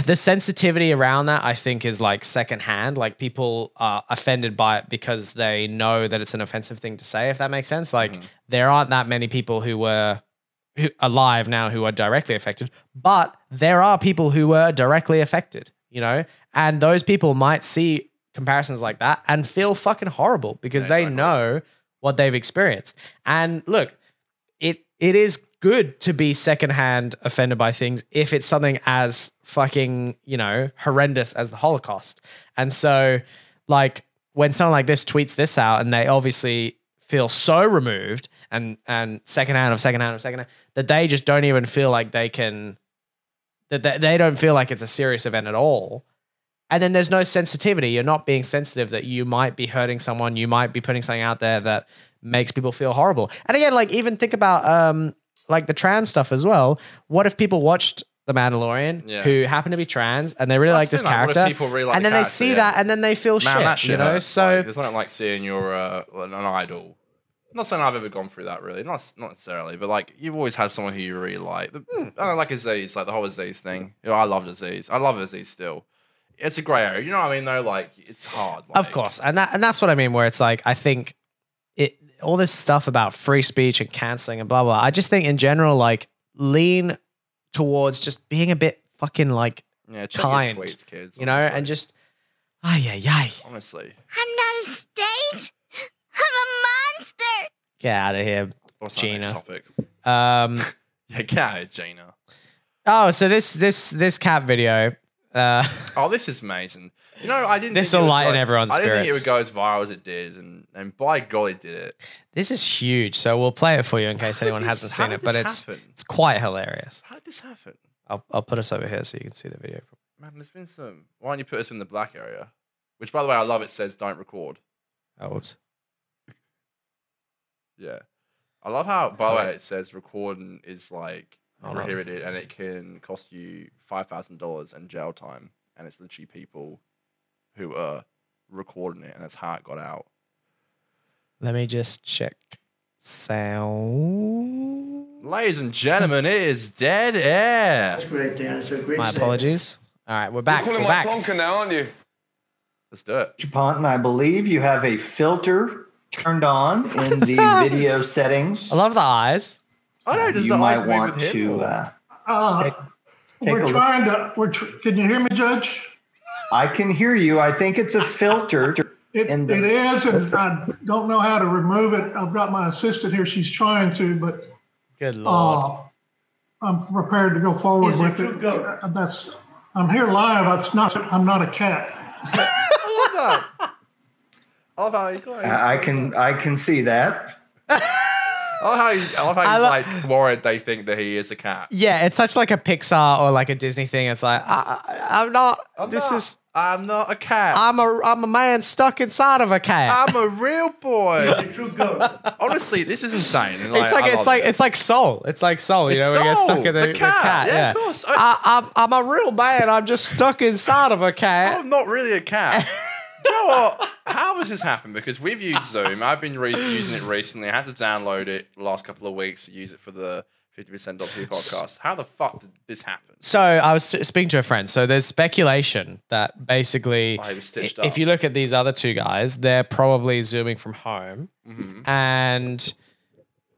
B: the sensitivity around that I think is like secondhand. Like people are offended by it because they know that it's an offensive thing to say. If that makes sense, like there aren't that many people who were who, alive now who are directly affected, but there are people who were directly affected. You know, and those people might see comparisons like that and feel fucking horrible because
A: Yeah,
B: they
A: exactly.
B: know what they've experienced. And look, it it is good to be secondhand offended by things if it's something as fucking you know horrendous as the Holocaust. And so, like when someone like this tweets this out, and they obviously feel so removed and and secondhand of secondhand of secondhand that they just don't even feel like they can that they, they don't feel like it's a serious event at all. And then there's no sensitivity. You're not being sensitive that you might be hurting someone. You might be putting something out there that makes people feel horrible. And again, like even think about um like the trans stuff as well. What if people watched The Mandalorian
A: Yeah.
B: who happen to be trans and they really
A: That's
B: like this
A: the thing, like, what if
B: character,
A: people really like
B: and
A: the
B: then they
A: character,
B: see
A: yeah.
B: that and then they feel
A: Man,
B: Oh, shit,
A: that shit
B: you know?
A: hurts.
B: so
A: Like, it's not like seeing your uh, an idol. I'm not saying I've ever gone through that really, not not necessarily, but like you've always had someone who you really like. The-
B: Hmm.
A: I don't like Aziz, like the whole Aziz thing. You know, I love Aziz. I love Aziz still. It's a grey area. You know what I mean though? Like it's hard.
B: Of
A: like-
B: course, and that and that's what I mean. Where it's like I think it all this stuff about free speech and canceling and blah blah. I just think in general, like lean towards just being a bit fucking like
A: Yeah, check your
B: Kind,
A: tweets, kids.
B: you know,
A: honestly.
B: and just ay yeah yeah
A: honestly,
G: I'm not a state. I'm a monster.
B: get out of here.
A: what's our next
B: Gina.
A: topic? (laughs)
B: Um,
A: Yeah, get out of here, Gina.
B: oh, so this this this cat video. Uh, (laughs)
A: Oh, this is amazing. You know, I didn't.
B: This
A: think it
B: will
A: was
B: lighten
A: going-
B: everyone's
A: I didn't think it would
B: spirits.
A: go as viral as it did, and and by golly, did it.
B: this is huge. So we'll play it for you in case
A: How did
B: anyone
A: this-
B: hasn't
A: how
B: seen
A: did
B: it, but
A: this
B: it's
A: happen?
B: it's quite hilarious.
A: How did this happen?
B: I'll I'll put us over here so you can see the video.
A: Man, there's been some. Why don't you put us in the black area? Which, by the way, I love. It says don't record.
B: Oh, whoops.
A: Yeah, I love how. By the
B: Alright.
A: way, it says recording is like
B: Hold on.
A: prohibited, and it can cost you five thousand dollars and jail time. And it's literally people who are recording it, and that's how it got out.
B: Let me just check sound.
A: Ladies and gentlemen, it is dead air.
F: That's great, Dan. It's a great
B: My
F: segment.
B: apologies. All right, we're back.
E: You're
B: We're
E: calling my
B: back.
E: plonker now, aren't you?
A: Let's do it.
F: Mr. Ponton, I believe you have a filter turned on in the
B: (laughs)
F: video settings.
B: I love the eyes.
A: Oh no, does
F: you
A: the eyes
F: might
A: move
F: want
A: with him?
F: to. Uh,
J: Uh,
F: take a
J: we're
F: look.
J: trying to. We're tr- can you hear me, Judge?
F: I can hear you. I think it's a filter.
J: It,
F: In the-
J: it is, and I don't know how to remove it. I've got my assistant here. She's trying to, but
B: Good lord.
J: uh, I'm prepared to go forward
F: Is it
J: with
F: through
J: it.
F: goat?
J: Uh, That's. I'm here live. That's not. I'm not a cat.
A: I
F: (laughs)
A: love that. I love how he goes.
F: I I can I can see that.
A: I love how he's, I love how he's
B: I lo-
A: like worried they think that he is a cat.
B: Yeah, it's such like a Pixar or like a Disney thing. It's like I, I, I'm not.
A: I'm
B: this
A: not-
B: is.
A: I'm not a cat.
B: I'm a. I'm a man stuck inside of a cat.
A: I'm a real boy.
B: (laughs)
F: The true goat.
A: Honestly, this is insane. And,
B: it's like
A: I
B: it's
A: love
B: like
A: it.
B: it's like Soul. It's like Soul. You
A: It's
B: know, when you get
A: Soul,
B: stuck in
A: the
B: a, the
A: cat.
B: cat.
A: Yeah,
B: Yeah,
A: of course.
B: I, I'm I'm a real man. I'm just stuck inside of a
A: (laughs)
B: cat.
A: I'm not really a
B: (laughs)
A: cat. Do you know what? How has this happened? Because we've used Zoom. I've been re- using it recently. I had to download it the last couple of weeks to use it for the 50% Doctor Who podcast. How the fuck did this happen?
B: So I was speaking to a friend. So there's speculation that basically,
A: Oh, he was
B: i-
A: stitched up.
B: if you look at these other two guys, they're probably zooming from home,
A: Mm-hmm.
B: and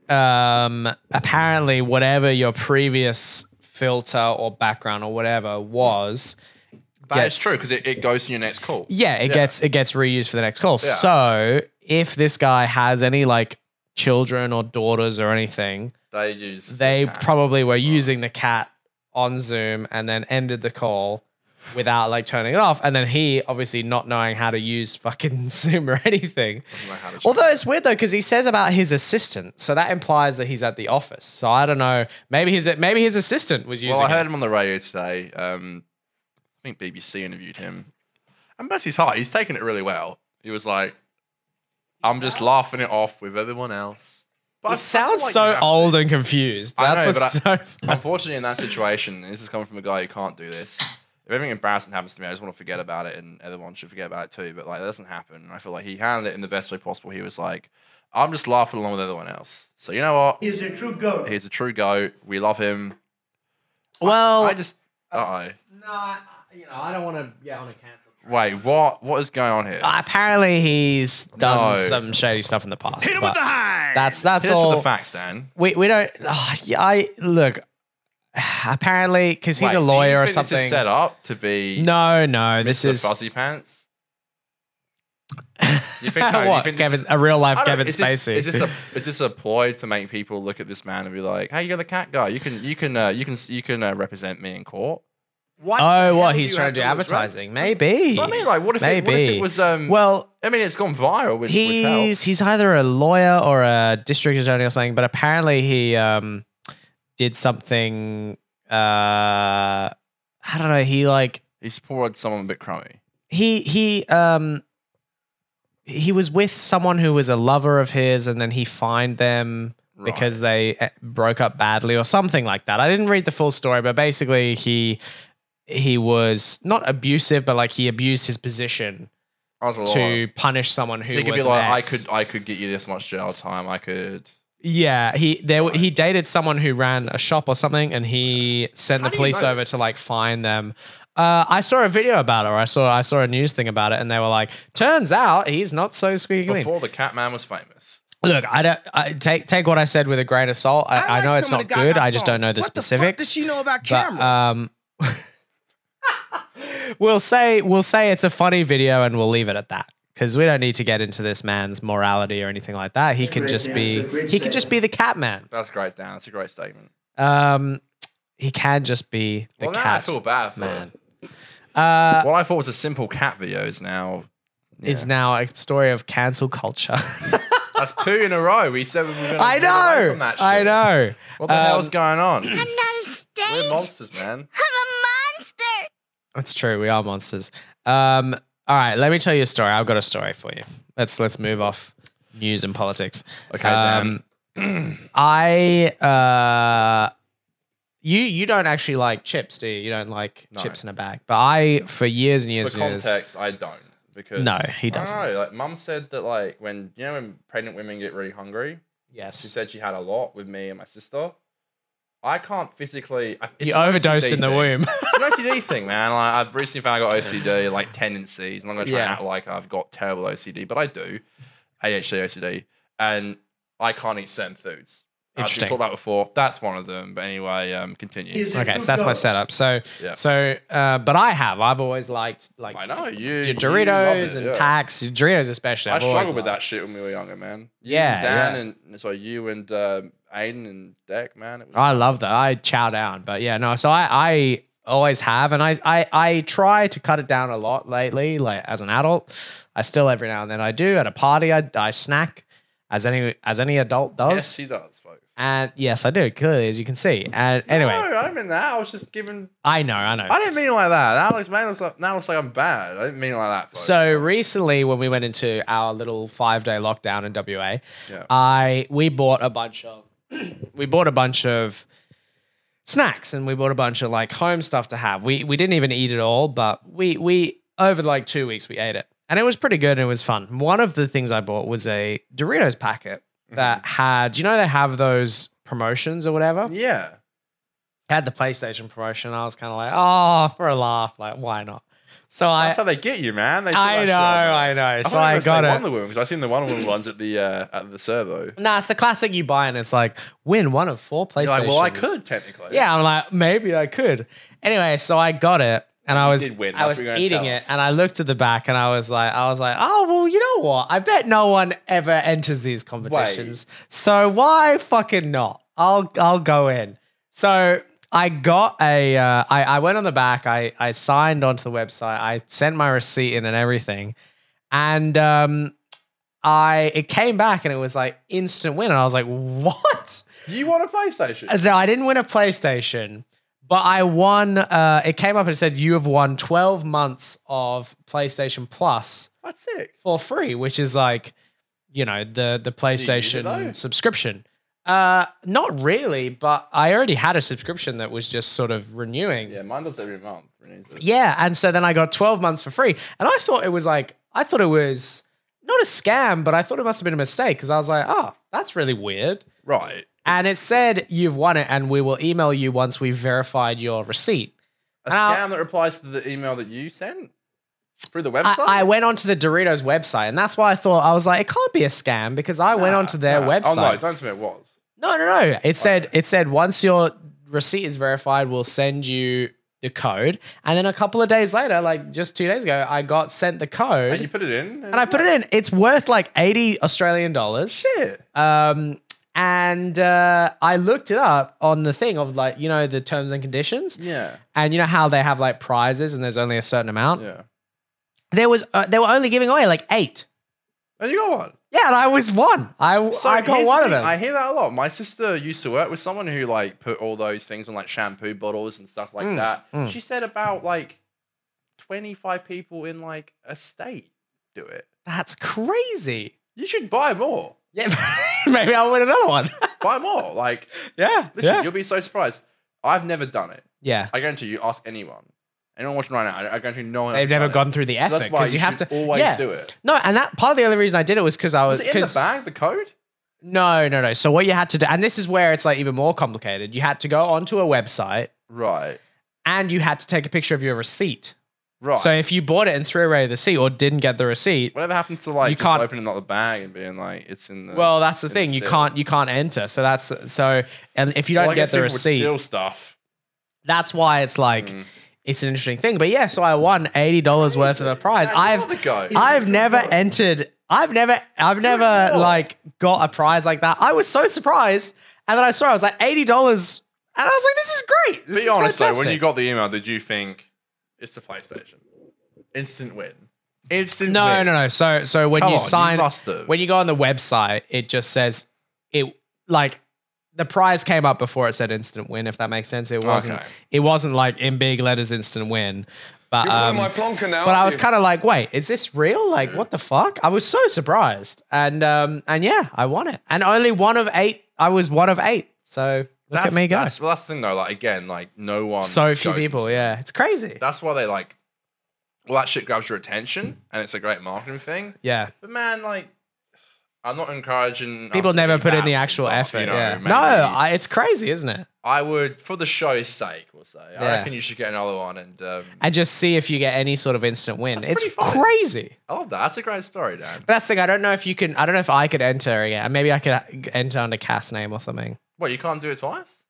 B: um, apparently, whatever your previous filter or background or whatever was,
A: That is
B: gets-
A: true because it, it goes to your next call.
B: yeah, it
A: Yeah.
B: gets it gets reused for the next call.
A: Yeah.
B: So if this guy has any like children or daughters or anything,
A: They use. the
B: they
A: cat.
B: probably were using the cat on Zoom and then ended the call without like turning it off. And then he obviously not knowing how to use fucking (laughs) Zoom or anything.
A: Doesn't know how to-
B: Although it's weird though, because he says about his assistant, so that implies that he's at the office. So I don't know. Maybe his maybe his assistant was using.
A: Well, I
B: it.
A: heard him on the radio today. Um, I think BBC interviewed him. And bless his heart, he's taken it really well. He was like, I'm just laughing it off with everyone else. But I- I
B: It
A: feel
B: sounds
A: like you
B: so
A: have to-
B: old and confused.
A: I
B: That's
A: know,
B: what's
A: but I-
B: so.
A: (laughs) Unfortunately, in that situation, and this is coming from a guy who can't do this. If anything embarrassing happens to me, I just want to forget about it, and everyone should forget about it too. But like, that doesn't happen. And I feel like he handled it in the best way possible. He was like, "I'm just laughing along with everyone else." So you know what?
F: He's a true goat.
A: He's a true goat. We love him.
B: well,
A: I just, uh oh.
B: no, you know, I don't want to get on a cancel.
A: Wait, what? What is going on here?
B: Ah, Apparently, he's done
A: No.
B: some shady stuff in the past.
D: Hit him with
B: but
D: the high.
B: that's that's
A: Hit us
B: all.
A: with the facts, Dan.
B: We we don't. ah, yeah, I look. Apparently, because he's
A: Wait,
B: a
A: do you
B: lawyer or
A: think This
B: something.
A: is set up to be
B: No, no, this
A: the
B: is
A: fuzzy
B: (laughs)
A: pants. You think, no, you
B: what
A: think this
B: Kevin,
A: is-
B: a real life
A: I don't-
B: Kevin
A: is
B: Spacey.
A: This, is this a is this a ploy to make people look at this man and be like, "Hey, you're the cat guy. You can you can uh, you can you can uh, represent me in court."
D: What the
B: oh,
D: hell
B: what
D: do
B: he's
D: you have
B: trying to do?
D: lose, right?
B: Advertising, maybe.
A: So I mean, like, what if, it,
B: maybe
A: what if it was? Um,
B: well.
A: I mean, it's gone viral. With, with help.
B: He's he's either a lawyer or a district attorney or something, but apparently he um did something. Uh, I don't know. He like
A: He supported someone a bit crummy.
B: he he um he was with someone who was a lover of his and then he fined them because they eh, broke up badly or something like that. I didn't read the full story, but basically he he was not abusive, but like he abused his position
A: I was a lot.
B: to punish someone who
A: so you could
B: was
A: be like,
B: an
A: I
B: ex."
A: could, I could get you this much jail time. I could.
B: Yeah, he there w- he dated someone who ran a shop or something, and he sent the police over to like find them. Uh, I saw a video about it. Or I saw I saw a news thing about it, and they were like, "Turns out he's not so squeaky clean."
A: Before the cat man was famous.
B: Look, I don't I, take take what I said with a grain of salt. I, I,
I: like
B: know it's
I: some of
B: not
I: the Gaga
B: good. I just
I: songs.
B: don't know
I: what
B: the
I: The fuck does
B: specifics.
I: she know about cameras?
B: but, um, (laughs) we'll say we'll say it's a funny video, and we'll leave it at that because we don't need to get into this man's morality or anything like that. He can
F: great
B: just
F: man.
B: be
F: It's a great
B: he can just
F: statement.
B: be the cat man.
A: That's great, Dan. That's a great statement.
B: Um, he can just be the
A: well, now I
B: cat
A: feel bad for
B: man.
A: man.
B: Uh,
A: What I thought was a simple cat video is now. yeah.
B: Is now a story of cancel culture.
A: (laughs) That's two in a row. We said we were going to.
B: (laughs) I know.
A: From that
B: I
A: shit.
B: know.
A: What the
B: Um,
A: hell's going on?
G: I'm not a
A: We're
G: stain.
A: monsters, man.
G: I'm a monster.
B: That's true. We are monsters. Um, all right. Let me tell you a story. I've got a story for you. Let's let's move off news and politics.
A: Okay, Dan.
B: Um,
A: (clears throat)
B: I uh, you you don't actually like chips, do you? You don't like chips in a bag. But I, for years and years
A: For
B: and years,
A: context, I don't because
B: No, he
A: I don't
B: doesn't.
A: know, like mum said that like when you know when pregnant women get really hungry, she
B: yes,
A: said she had a lot with me and my sister. I can't physically. I-
B: you
A: it's an
B: overdosed
A: OCD
B: in the
A: thing. (laughs)
B: womb.
A: It's an OCD thing, man. Like I've recently found I got OCD like tendencies, and I'm gonna try and
B: Yeah.
A: act like I've got terrible OCD, but I do. ADHD, OCD, and I can't eat certain foods. As we
B: Interesting.
A: talked about before. That's one of them. But anyway, um, continue.
B: okay, so
A: (laughs)
B: that's my setup. So
A: Yeah.
B: so, uh, but I have. I've always liked like
A: I know you.
B: your
A: you love
B: Doritos
A: it,
B: and
A: yeah.
B: packs, Doritos especially.
A: I
B: I've always
A: struggled with
B: loved.
A: that shit when we were younger, man.
B: Yeah,
A: Dan
B: yeah.
A: and so you and um, Aiden and Deck, man. It was,
B: I love that. I chow down, but yeah, no. So I, I always have, and I, I, I try to cut it down a lot lately. Like as an adult, I still every now and then I do at a party. I, I snack as any as any adult does.
A: yes, he does, folks.
B: and yes, I do clearly, as you can see. And anyway,
A: no, I mean that. I was just giving.
B: I know, I know.
A: I didn't mean it like that. That looks, man, looks like, that looks like I'm bad. I didn't mean it like that. Folks.
B: so recently, when we went into our little five day lockdown in WA,
A: Yeah.
B: I we bought a bunch of (clears throat) we bought a bunch of snacks and we bought a bunch of like home stuff to have. We we didn't even eat it all, but we we over like two weeks we ate it. And it was pretty good and it was fun. One of the things I bought was a Doritos packet
A: Mm-hmm.
B: that had, you know, they have those promotions or whatever.
A: yeah,
B: It had the PlayStation promotion. I was kind of like, oh, for a laugh, like why not? So I,
A: that's how they get you, man. They put
B: I
A: that shit
B: know,
A: on there.
B: I know.
A: thought
B: So
A: you were
B: I
A: gonna say
B: got it.
A: Wonder Woman because I've seen the Wonder Woman ones at the uh, at the servo.
B: Nah, it's the classic you buy and it's like win one of four PlayStation.
A: You're like, well, I could technically.
B: Yeah, I'm like maybe I could. Anyway, so I got it and I was
A: did win.
B: I
A: That's
B: was
A: what you're gonna
B: eating
A: tell
B: it
A: us.
B: and I looked at the back and I was like I was like, "Oh, well, you know what? I bet no one ever enters these competitions. So why fucking not? I'll I'll go in." So I got a. Uh, I I went on the back. I I signed onto the website. I sent my receipt in and everything, and um, I it came back and it was like instant win. And I was like, "What?"
A: You want a PlayStation?
B: No, I didn't win a PlayStation, but I won. Uh, it came up and it said you have won 12 months of PlayStation Plus
A: That's sick.
B: for free, which is like, you know, the
A: though?
B: the PlayStation subscription. Uh, not really, but I already had a subscription that was just sort of renewing.
A: Yeah, mine does every month. Renews it.
B: Yeah, and so then I got 12 months for free. And I thought it was like, I thought it was not a scam, but I thought it must have been a mistake because I was like, oh, that's really weird.
A: Right.
B: And it said, you've won it, and we will email you once we've verified your receipt.
A: A
B: Now-
A: scam that replies to the email that you sent through the website.
B: I, I went onto the Doritos website, and that's why I thought, I was like, it can't be a scam because I went
A: Nah,
B: onto their
A: nah. Oh no,
B: website.
A: don't tell me it was.
B: no, no, no. It said, it said, once your receipt is verified, we'll send you the code. And then a couple of days later, like just two days ago, I got sent the code.
A: And you put it in,
B: and I put it in. It's worth like 80 Australian dollars.
A: Shit.
B: Um, and uh, I looked it up on the thing of like, you know, the terms and conditions.
A: Yeah,
B: And you know how they have like prizes and there's only a certain amount?
A: yeah.
B: There was, uh, they were only giving away like eight.
A: And you got one.
B: Yeah, and I was one. I,
A: So
B: I got
A: here's
B: one
A: the
B: of
A: thing,
B: them.
A: I hear that a lot. My sister used to work with someone
B: Mm,
A: who like put all those things on like shampoo bottles and stuff like that. She said about like 25 people in like a state do it.
B: That's crazy.
A: You should buy more.
B: Yeah, (laughs) maybe I'll win another one. (laughs)
A: Buy more. Like,
B: yeah,
A: literally, you'll be so surprised. I've never done it.
B: yeah.
A: I guarantee you, ask anyone. Anyone watching right now, I I guarantee no one. else
B: They've
A: has
B: never
A: done it.
B: gone through the
A: So
B: effort
A: that's why
B: because you have
A: should
B: to
A: always
B: yeah. Oh,
A: do it.
B: No, and that part of the only reason I did it was because I was
A: Was it in the
B: because
A: bag? The code?
B: no, no, no. So what you had to do, and this is where it's like even more complicated. You had to go onto a website
A: Right.
B: and you had to take a picture of your receipt.
A: Right.
B: So if you bought it and threw away the receipt or didn't get the receipt,
A: Whatever happened to like
B: You
A: just
B: can't-
A: opening up the bag and being like Uh, it's in the
B: well, that's the
A: in
B: thing. You
A: seal.
B: can't you can't enter. So that's the, so and if you don't
A: Well, I
B: get
A: guess
B: the
A: people would Hmm.
B: receipt,
A: steal stuff.
B: that's why it's like it's an interesting thing. But yeah, so I won eighty dollars worth of a prize.
A: Yeah, you
B: I've
A: gotta go.
B: I've never entered. I've never. I've never
A: more.
B: like got a prize like that. I was so surprised, and then I saw it, I was like eighty dollars, and I was like, "This is great." This
A: Be
B: is
A: honest
B: fantastic.
A: though, when you got the email, did you think it's the PlayStation? Instant win. Instant
B: no,
A: win.
B: no, no. So, so when
A: Come
B: you
A: on, you
B: sign,
A: must have.
B: when you go on the website, it just says it like the prize came up before it said instant win. If that makes sense, it wasn't.
A: Okay.
B: It wasn't like in big letters instant win, but
E: You're pulling
B: um,
E: my plonker now.
B: But I
E: aren't
B: was
E: you?
B: kind of like, wait, is this real? Like, what the fuck? I was so surprised, and um, and yeah, I won it, and only one of eight. I was one of eight, so look
A: That's,
B: at me go.
A: That's, well, that's the thing though. Like again, like no one.
B: So few
A: goes-
B: people, yeah, it's crazy.
A: That's why they like. Well, that shit grabs your attention, and it's a great marketing thing.
B: Yeah,
A: But man, like, I'm not encouraging. us
B: people
A: to
B: never
A: do
B: put in
A: that,
B: the actual
A: but,
B: effort.
A: you know,
B: yeah,
A: maybe-
B: no, I, it's crazy, isn't it?
A: I would for the show's sake. We'll say. I
B: Yeah.
A: reckon you should get another one, and um,
B: And just see if you get any sort of instant win.
A: That's
B: it's
A: pretty funny.
B: crazy.
A: I love that. Oh, That's a great story, Dan.
B: But that's the thing. I don't know if you can. I don't know if I could enter again. Maybe I could uh, enter under Cass name or something.
A: What you can't do it twice?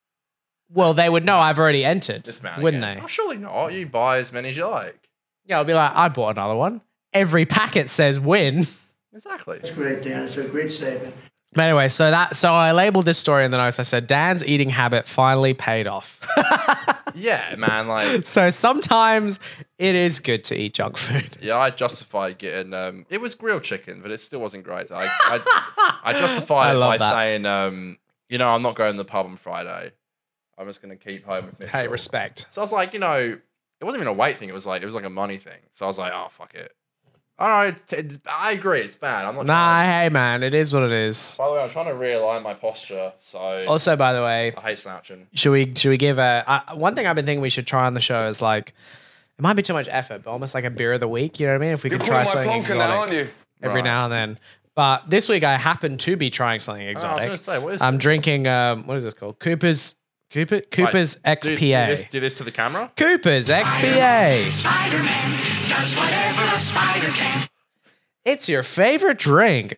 B: Well, they would know I've already entered,
A: Dismount.
B: wouldn't
A: again.
B: they?
A: Oh, surely not. You buy as many as you like.
B: Yeah, I'll be like, I bought another one. Every packet says win. (laughs)
A: Exactly.
C: Great, Dan. It's a great statement.
B: But anyway, so that so I labeled this story in the notes. I said Dan's eating habit finally paid off. (laughs)
A: Yeah, man. Like,
B: so sometimes it is good to eat junk food.
A: yeah, I justified getting. Um, it was grilled chicken, but it still wasn't great. I, I,
B: (laughs)
A: I justified
B: I
A: it
B: love
A: by
B: that.
A: saying, um, you know, I'm not going to the pub on Friday. I'm just going to keep home with Mitchell.
B: Hey, respect.
A: So I was like, you know, it wasn't even a weight thing. It was like it was like a money thing. So I was like, oh fuck it. I don't know. T- I agree. It's bad. I'm not.
B: Nah,
A: trying-
B: hey man, it is what it is.
A: By the way, I'm trying to realign my posture. So
B: Also, by the way,
A: I hate slouching.
B: should we should we give a I, one thing I've been thinking we should try on the show is like it might be too much effort, but almost like a beer of the week. You know what I mean? If we
E: You're
B: could
E: pulling
B: try
E: my
B: something
E: plonker now,
B: exotic
E: aren't you?
B: every
A: Right.
B: now and then. But this week I happen to be trying something
A: Oh, I was
B: exotic.
A: going to say, what is?
B: I'm
A: this?
B: drinking um what is this called? Cooper's Cooper
A: Right,
B: Cooper's
A: do-
B: XPA.
A: Do, this, do this to the camera.
B: Cooper's XPA.
C: Spider-Man does whatever a spider can.
B: It's your favorite drink.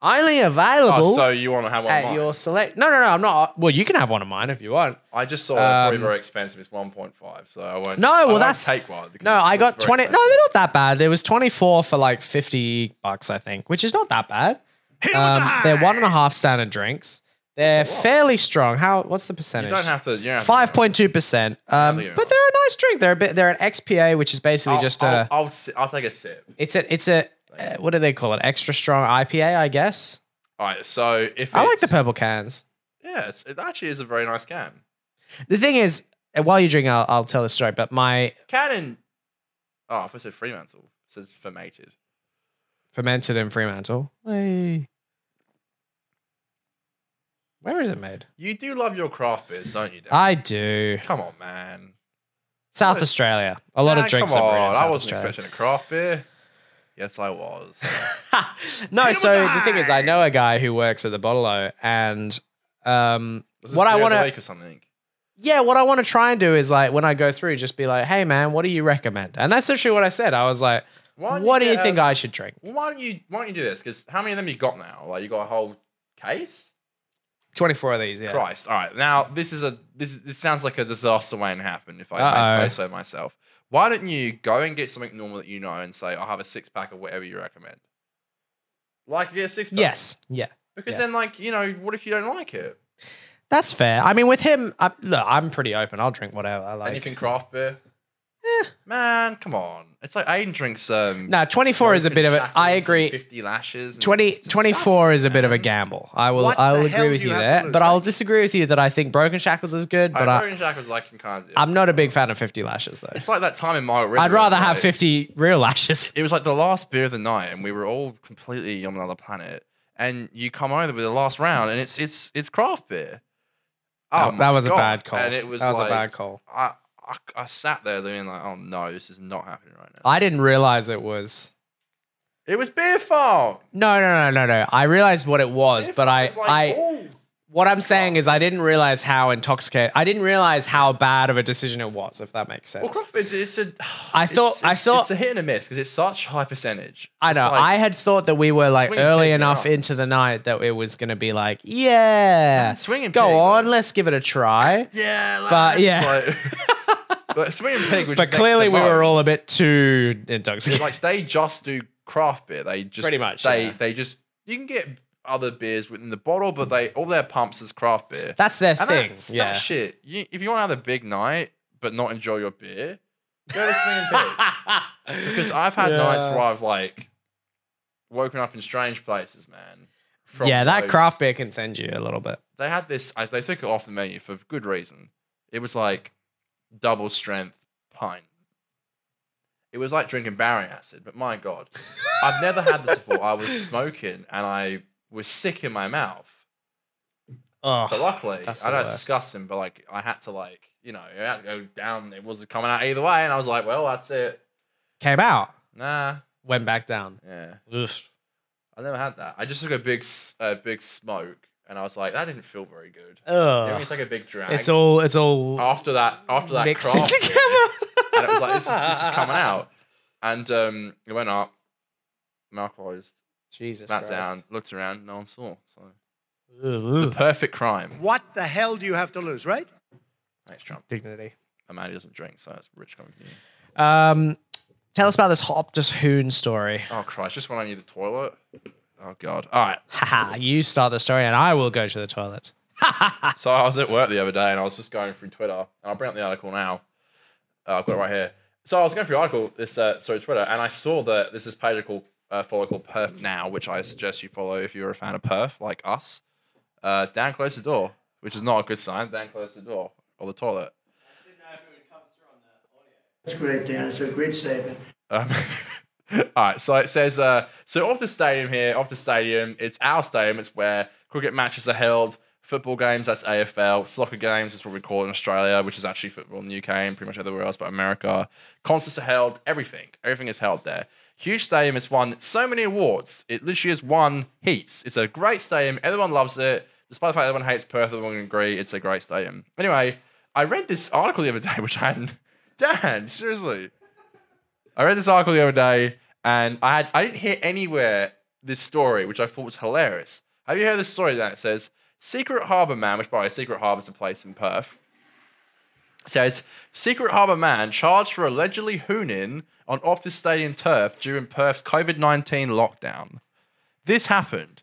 B: Only available
A: Oh, so you want to have one? of
B: at
A: mine.
B: your select. No, no, no. I'm not. Well, you can have one of mine if you want.
A: I just saw they're probably
B: Um,
A: very expensive. It's 1.5, so I won't.
B: No,
A: I
B: well,
A: won't
B: that's-
A: take one. because
B: No,
A: it's-
B: I
A: it's
B: got
A: very
B: 20. No,
A: expensive.
B: they're not that bad. There was 24 for like 50 bucks, I think, which is not that bad. Um, they're one and a half standard drinks. They're fairly strong. How? What's the percentage?
A: You don't have to. You don't have to-
B: Five point two percent. Um,
A: they're-
B: but they're a nice drink. They're a bit. They're an XPA, which is basically
A: I'll,
B: just uh, a.
A: I'll, I'll, si- I'll take a sip.
B: It's a it's a uh, what do they call it? Extra strong IPA, I guess.
A: All right. So if
B: I like the
A: it's-
B: purple cans.
A: Yeah, it's, it actually is a very nice can.
B: The thing is, uh, while you drink, I'll, I'll tell the story. But my
A: Canon. Oh, I said Fremantle. It says fermented.
B: fermented in Fremantle. Hey. Where is it made?
A: You do love your craft beers, don't you? Dan?
B: I do.
A: come on, man.
B: South
A: What?
B: Australia. A lot
A: Nah,
B: of drinks
A: Come
B: are
A: on.
B: brewed in
A: I
B: South
A: wasn't
B: Australia. (laughs)
A: expecting a craft beer. Yes, I was.
B: no, so the thing is, I know a guy who works at the Bottle-O and um,
A: was this
B: what I
A: beer of
B: want
A: the
B: to
A: week or something.
B: yeah, what I want to try and do is like when I go through, just be like, hey man, what do you recommend? And that's literally what I said. I was like,
A: Why don't
B: what do you
A: get,
B: think
A: um,
B: I should drink?
A: Well, why don't you why don't you do this? Because how many of them you got now? Like you got a whole case.
B: 24 of these, yeah.
A: Christ! All right, now this is a this is, this sounds like a disaster waiting to happen. If I
B: Uh-oh.
A: may say so myself, why don't you go and get something normal that you know and say I'll have a six pack of whatever you recommend. Like get a six pack.
B: Yes. Yeah.
A: Because
B: yeah.
A: then, like you know, what if you don't like it?
B: That's fair. I mean, with him, I, look, I'm pretty open. I'll drink whatever. I Like,
A: Anything craft beer?
B: Eh,
A: Man, come on. It's like Aiden drinks um
B: No, 24 is a bit of a. I
A: shackles and
B: agree.
A: 50 lashes. and
B: 20,
A: it's
B: 24 is a bit of a
A: disgusting,
B: gamble. I will
D: What
B: I
D: the
B: will
D: hell
B: agree with
D: do
B: you
D: you have
B: there,
D: to lose,
B: but I'll
D: right?
B: disagrels with you that I think Broken Shackles is good,
A: man.
B: but
A: I,
B: I,
A: Broken Shackles I can kind of do.
B: I'm not a big fan of 50 lashes though.
A: it's like that time in Margaret.
B: I'd
A: River,
B: rather
A: like,
B: have 50 real lashes.
A: It was like the last beer of the night, and we were all completely on another planet. And you come over with the last round, and it's it's it's craft beer. (laughs) Oh,
B: that
A: my
B: was
A: God.
B: a bad call.
A: And it was,
B: that was
A: like,
B: a bad call.
A: I, I I sat there being like, oh no, this is not happening right now.
B: I didn't realize it was.
A: it was beer farm.
B: No, no, no, no, no. I realized what it was, but I, I,
A: oh,
B: what I'm saying is, I didn't realize how intoxicated. I didn't realize how bad of a decision it was, if that makes sense.
A: Well, craft beer, it's, it's a. (sighs)
B: I
A: it's-
B: thought-
A: it's,
B: I thought-
A: it's a hit and a miss because it's such high percentage.
B: I
A: It's
B: know.
A: like-
B: I had thought that we were like
A: Swinging
B: early
A: pig
B: enough
A: drums.
B: into the night that it was going to be like, yeah,
A: swinging
B: go
A: pig,
B: on,
A: though.
B: let's give it a try.
A: yeah, like,
B: but yeah,
A: like- (laughs) but swinging pig, which is
B: but
A: next to
B: clearly we were all a
A: Moe's,
B: bit too
A: it's
B: intoxicated.
A: like they just do craft beer. They just
B: Pretty much,
A: They
B: yeah.
A: they just you can get other beers within the bottle, but they all their pumps is craft beer.
B: that's their
A: And
B: thing.
A: that's-
B: Yeah,
A: That shit. You, if you want to have a big night but not enjoy your beer, go to Swing and Pig.
B: (laughs)
A: Because I've had nights
B: Yeah.
A: where I've like woken up in strange places, man. from
B: yeah, that
A: those-
B: craft beer can send you a little bit.
A: They had this. I, they took it off the menu for good reason. It was like double strength pint. It was like drinking barium acid, but my god, I've never had this before. I was
B: (laughs)
A: smoking and I was sick in my mouth. But
B: Oh,
A: luckily,
B: That's
A: I
B: the
A: know it's
B: worst.
A: disgusting, but like I had to like, you know, it had to go down. It wasn't coming out either way, and I was like, well, that's it.
B: came out,
A: Nah,
B: went back down.
A: yeah,
B: Ugh.
A: I never had that. I just took a big, s- a big smoke, and I was like, that didn't feel very good. You know, when you
B: Ugh.
A: take a big drag.
B: It's all. It's all.
A: after that, after that
B: Mix it
A: craft,
B: (laughs) together.
A: beer, and it was like this is, this is coming out, and um, it went up. Mouth closed,
B: (laughs) Jesus.
A: sat
B: Christ.
A: down, looked around, no one saw. So
B: Ugh,
A: the
B: ugh.
A: perfect crime.
D: What the hell do you have to lose, right?
A: Thanks, Trump.
B: Dignity.
A: A man who doesn't drink, so it's rich coming from you.
B: Um, tell us about this Hop Just Hoon story.
A: Oh Christ! Just when I need the toilet. Oh God! All right.
B: Haha, you start the story and I will go to the toilet.
A: (laughs) So I was at work the other day and I was just going through Twitter, and I'll bring up the article now. Uh, I've got it right here. So I was going through article this uh, sorry Twitter, and I saw that there's this page called uh, follow called Perf Now, which I suggest you follow if you're a fan of Perf like us. Uh, Dan closed the door, which is not a good sign. Dan closed the door or the toilet.
C: That's great, Dan. It's a great statement.
A: Um, (laughs) all right, so it says uh, so off the stadium here, off the stadium, it's our stadium. It's where cricket matches are held, football games that's AFL, soccer games is what we call it in Australia, which is actually football in the UK and pretty much everywhere else but America. Concerts are held, everything, everything is held there. Huge stadium. It's won so many awards. It literally has won heaps. It's a great stadium. Everyone loves it. Despite the fact everyone hates Perth, everyone can agree it's a great stadium. Anyway, I read this article the other day, (laughs) which I hadn't. Dan, seriously. I read this article the other day, and I had, I didn't hear anywhere this story, which I thought was hilarious. Have you heard this story? That it says Secret Harbour Man, which by the way, Secret Harbour's a place in Perth. Says Secret Harbour Man charged for allegedly hooning on Optus Stadium turf during Perth's COVID nineteen lockdown. This happened.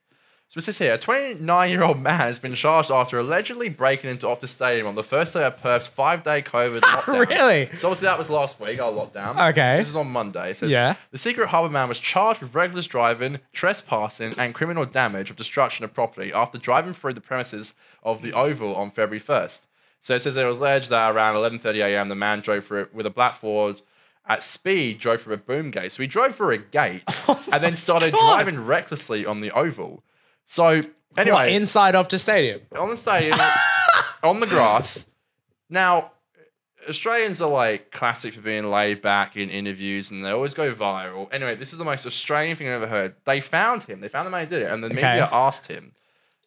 A: So it says here, a 29 year old man has been charged after allegedly breaking into Optus Stadium on the first day of Perth's five day COVID lockdown.
B: (laughs) Really?
A: So obviously that was last week, our lockdown.
B: Okay.
A: This is on Monday. It says,
B: Yeah.
A: The secret harbour man was charged with reckless driving, trespassing, and criminal damage of destruction of property after driving through the premises of the Oval on February 1st. So it says it was alleged that around 11.30 a.m. the man drove through it with a black Ford at speed, drove through a boom gate. So he drove through a
B: (laughs)
A: gate
B: Oh
A: and then started driving recklessly on the Oval. So anyway,
B: What, inside Optus Stadium?
A: on the stadium, on the grass. Now, Australians are like classic for being laid back in interviews and they always go viral. Anyway, this is the most Australian thing I've ever heard. They found him, they found the man who did it, and the media asked him.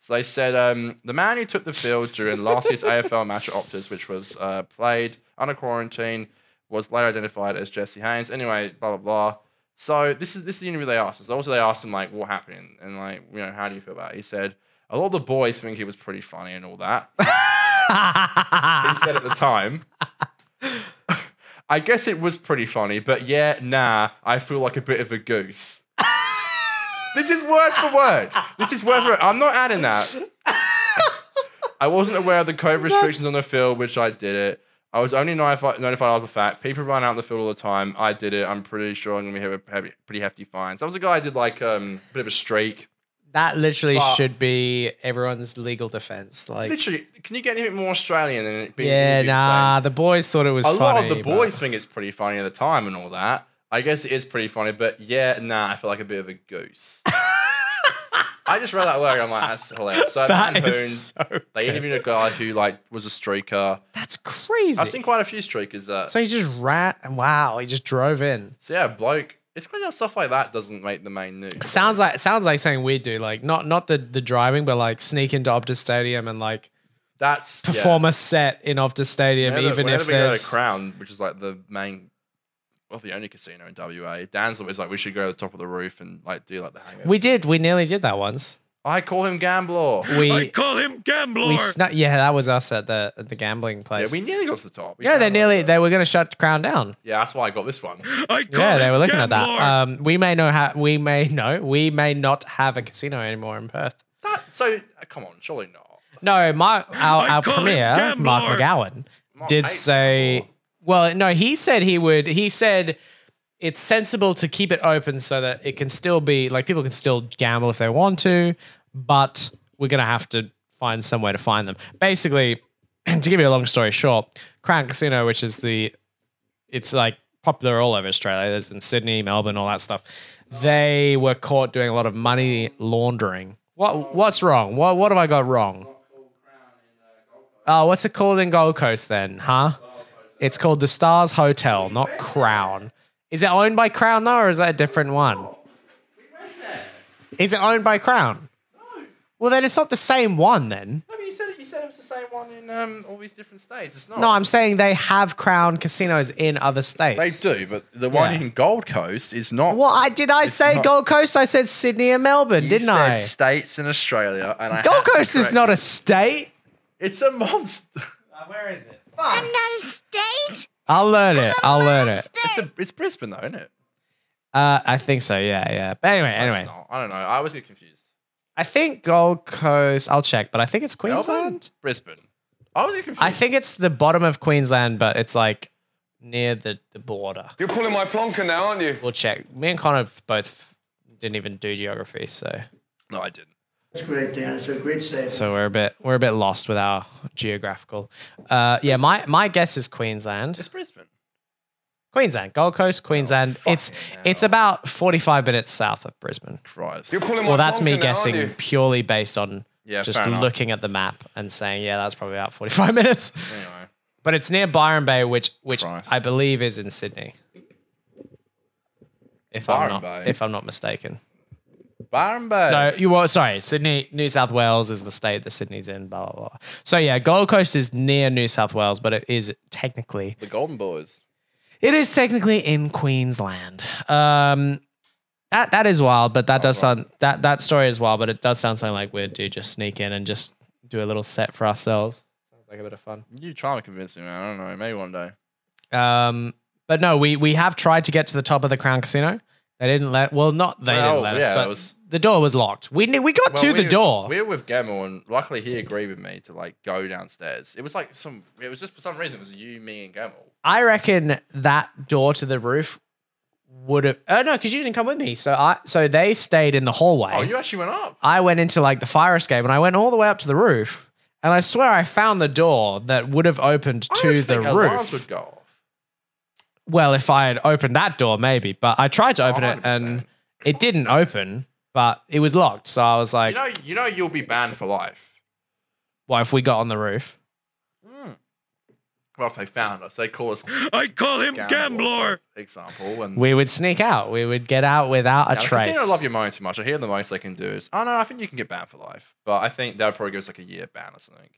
A: So they said um, the man who took the field during last year's AFL match at Optus, which was uh, played under quarantine, was later identified as Jesse Haynes. Anyway, blah blah blah. So this is this is the interview they asked us. Also, they asked him like what happened and like you know how do you feel about it. He said a lot of the boys think he was pretty funny and all that. he said at the time. (laughs) I guess it was pretty funny, but yeah, nah, I feel like a bit of a goose. this is word for word. This is word for word. I'm not
B: (laughs)
A: adding that. I wasn't aware of the COVID restrictions on the field, which I did it. I was only notified, notified after the fact. People run out in the field all the time. I did it. I'm pretty sure I'm gonna have a heavy- pretty hefty fine. So I was a guy who did like um, a bit of a streak.
B: That literally
A: But-
B: should be everyone's legal defense. Like,
A: Literally, can you get anything more Australian than it being?
B: yeah,
A: it being
B: nah. The boys thought it was
A: saying? A lot
B: funny,
A: of the
B: but-
A: boys think it's pretty funny at the time and all that. I guess it is pretty funny, but yeah, nah, I feel like a bit of a goose.
B: (laughs)
A: I just read that word. I'm like, that's hilarious. So
B: That
A: Van Hoon,
B: is so (laughs)
A: they interviewed a guy who like was a streaker.
B: That's crazy.
A: I've seen quite a few streakers uh, that.
B: so he just ran. Wow, he just drove in.
A: So yeah, bloke. It's crazy how stuff like that doesn't make the main news.
B: Sounds like sounds like something we do. Like not not the the driving, but like sneak into Optus Stadium and like
A: That's yeah.
B: perform a set in Optus Stadium,
A: Whenever-
B: even
A: whenever
B: if
A: we go
B: there's
A: to Crown, which is like the main, well, the only casino in WA. Dan's always like, we should go to the top of the roof and like do like the hangover.
B: We did. We nearly did that once.
A: I call him Gambler.
B: We call him gambler. We sna- yeah, that was us at the at the gambling
A: Yeah,
B: place.
A: we nearly got to the top. We
B: Yeah,
A: found
B: they
A: out
B: nearly
A: that-
B: they were going to shut Crown down.
A: Yeah, that's why I got
B: (laughs)
A: this one.
B: yeah, they were looking at that. Um, we may know how we may (laughs) know we may not have a casino anymore in Perth.
A: That so uh, come on, surely not.
B: No, my our, our premier Mark McGowan did
A: I-
B: say. Well, no, he said he would. He said it's sensible to keep it open so that it can still be like people can still gamble if they want to, but we're gonna have to find somewhere to find them. Basically, (clears throat) to give you a long story short, Crown Casino, which is the it's like popular all over Australia. There's in Sydney, Melbourne, all that stuff. They were caught doing a lot of money laundering. What what's wrong? What what have I got wrong? Oh, what's it called in Gold Coast then, huh? It's called the Stars Hotel, not Crown. Is it owned by Crown though, or is that a different one? Is it owned by Crown? Well, then it's not the same one then.
A: I mean, you said it. You said it was the same one in um, all these different states. It's not.
B: No, I'm saying they have Crown casinos in other states.
A: They do, but the one
B: Yeah.
A: in Gold Coast is not.
B: Well, I did I say
A: not-
B: Gold Coast? I said Sydney and Melbourne,
A: You
B: didn't
A: said
B: I?
A: States in Australia, and I
B: Gold
A: had to
B: Coast is
A: correct
B: not
A: you.
B: a state.
A: It's a monster.
B: Where is it?
G: I'm not a state.
B: I'll learn it. I'll
A: (laughs)
B: learn it.
A: (laughs) It's a. It's Brisbane, though, isn't it?
B: Uh, I think so. Yeah, yeah. But anyway,
A: No, it's
B: anyway,
A: not. I don't know. I always get confused.
B: I think Gold Coast. I'll check, but I think it's Queensland.
A: Melbourne, Brisbane. I always get confused.
B: I think it's the bottom of Queensland, but it's like near the, the border.
E: You're pulling my plonker now, aren't you?
B: We'll check. Me and Connor both didn't even do geography, so
A: no, I didn't.
C: That's great, Dan. It's a great statement.
B: so we're a bit we're a bit lost with our geographical. Uh, yeah, my my guess is Queensland.
A: It's Brisbane.
B: Queensland, Gold Coast, Queensland. it's
A: Oh, fucking
B: it's
A: hell.
B: about forty five minutes south of Brisbane.
A: Christ.
E: You're pulling my
B: Well, that's
E: plonker
B: me
E: now,
B: guessing
E: aren't you?
B: purely based on
A: Yeah,
B: just
A: fair enough.
B: looking at the map and saying, yeah, that's probably about forty five (laughs) minutes.
A: Anyway,
B: But it's near Byron Bay, which which
A: Christ.
B: I believe is in Sydney. If I'm
A: Byron
B: not
A: Bay?
B: if I'm not mistaken.
A: Byron Bay.
B: No, you were sorry. Sydney, New South Wales is the state that Sydney's in. Blah blah blah. So yeah, Gold Coast is near New South Wales, but it is technically
A: the Golden Boys.
B: it is technically in Queensland. Um, that that is wild, but that does sound that that story is wild, but it does sound something like we'd do just sneak in and just do a little set for ourselves. Sounds like a bit of fun.
A: You try to convince me, man. I don't know. Maybe one day.
B: Um, but no, we we have tried to get to the top of the Crown Casino. They didn't let. Well, not they
A: Well,
B: didn't let us,
A: yeah,
B: but
A: that was-
B: the door was locked. We knew, we got
A: Well,
B: to
A: we-
B: the door.
A: We were with Gemma, and luckily he agreed with me to like go downstairs. It was like some. It was just for some reason it was you, me, and Gemma.
B: I reckon that door to the roof would have. Oh no, because you didn't come with me. So I so they stayed in the hallway.
A: Oh, you actually went up.
B: I went into like the fire escape and I went all the way up to the roof. And I swear I found the door that would have opened
A: I
B: to
A: would
B: the
A: think alarms
B: roof.
A: would go off.
B: Well, if I had opened that door, maybe. But I tried to open it and
A: 100%.
B: it didn't open, but it was locked. So I was
A: You
B: like,
A: know, you know, you'll be banned for life.
B: "Well, if we got on the roof?"
A: Well, if they found us, they call us. I call him gambler. Example and
B: We would sneak out. We would get out without
A: Yeah,
B: a
A: the
B: trace.
A: Casino love your money too much. I hear the most they can do is, oh no, I think you can get banned for life. But I think that would probably give us like a year ban or something.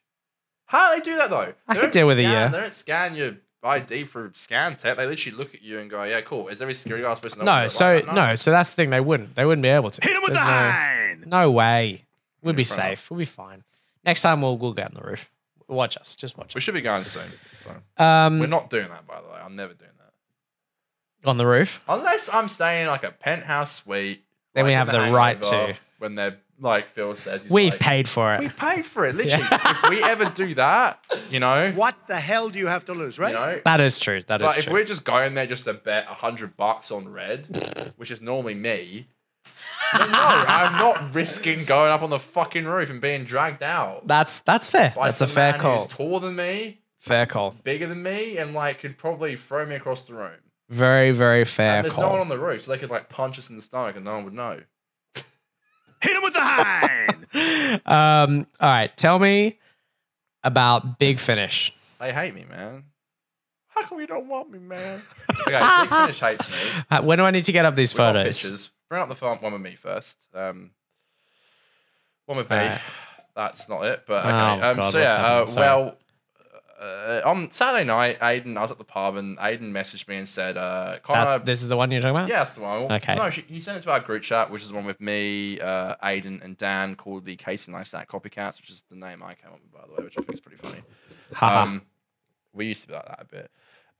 A: How do they do that though?
B: I
A: They
B: could
A: don't
B: deal with a
A: scan-
B: year.
A: They don't scan your ID for scan tech. They literally look at you and go, yeah, cool. Is every security guard supposed to know?
B: No,
A: what
B: so
A: you're like?
B: no, so that's the thing. They wouldn't. They wouldn't be able to. Hit him with the No way. We'd be
A: fair enough.
B: safe. We'll be fine. Next time we'll we'll get on the roof. Watch us. Just watch
A: We
B: us.
A: should be going soon. So we're
B: Um,
A: not doing that, by the way. I'm never doing that
B: on the roof.
A: unless I'm staying in like a penthouse suite.
B: Then we
A: like
B: have
A: in
B: the right
A: Hangover,
B: to.
A: When they're like Phil says, he's
B: We've
A: like,
B: paid for
A: We
B: it.
A: paid for it. Literally,
B: (laughs)
A: if we ever do that, you know,
D: What the hell do you have to lose, right?
A: you know,
B: That is true. That is
A: But if
B: true.
A: we're just going there just to bet hundred bucks on red, which is normally me, then no, I'm not risking going up on the fucking roof and being dragged out.
B: That's that's fair.
A: by
B: that's a
A: some
B: fair
A: man
B: call.
A: Who's taller than me,
B: fair call.
A: bigger than me, and like could probably throw me across the room.
B: Very very fair
A: And there's no
B: call.
A: one on the roof, so they could like punch us in the stomach and no one would know.
D: Hit him with the hind.
B: (laughs) um. All right. Tell me about Big Finish.
A: They hate me, man. How come you don't want me,
B: (laughs)
A: man? okay, Big Finish hates me.
B: Uh, when do I need to get up these
A: We've got
B: photos?
A: pictures. Bring up the farm one with me first. Um, one with me.
B: Alright.
A: That's not it. But
B: Oh,
A: okay. um,
B: God,
A: so
B: what's
A: yeah. Uh,
B: happening? Sorry.
A: well, uh, on Saturday night, Aiden, I was at the pub and Aiden messaged me and said, uh,
B: That's,
A: "Connor,
B: this is the one you're talking about.
A: yeah, that's the one."
B: Okay.
A: No, she, he sent it to our group chat, which is the one with me, uh, Aiden, and Dan, called the Casey Neistat Copycats, which is the name I came up with, by the way, which I think is pretty funny.
B: Haha.
A: Um, we used to be like that a bit.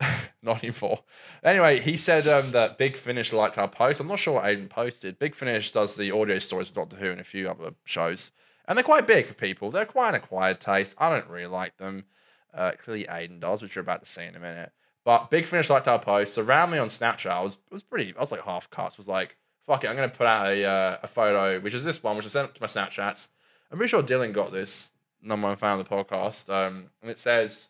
A: (laughs) Not anymore. Anyway, he said um, that Big Finish liked our post. I'm not sure what Aiden posted. Big Finish does the audio stories of Doctor Who and a few other shows, and they're quite big for people. They're quite an acquired taste. I don't really like them. Uh, clearly, Aiden does, which you're about to see in a minute. But Big Finish liked our post. So around me on Snapchat, I was was pretty. I was like half cussed. Was like, fuck it, I'm gonna put out a uh, a photo, which is this one, which I sent to my Snapchats. I'm pretty sure Dylan got this. Number one fan of the podcast, um, and it says.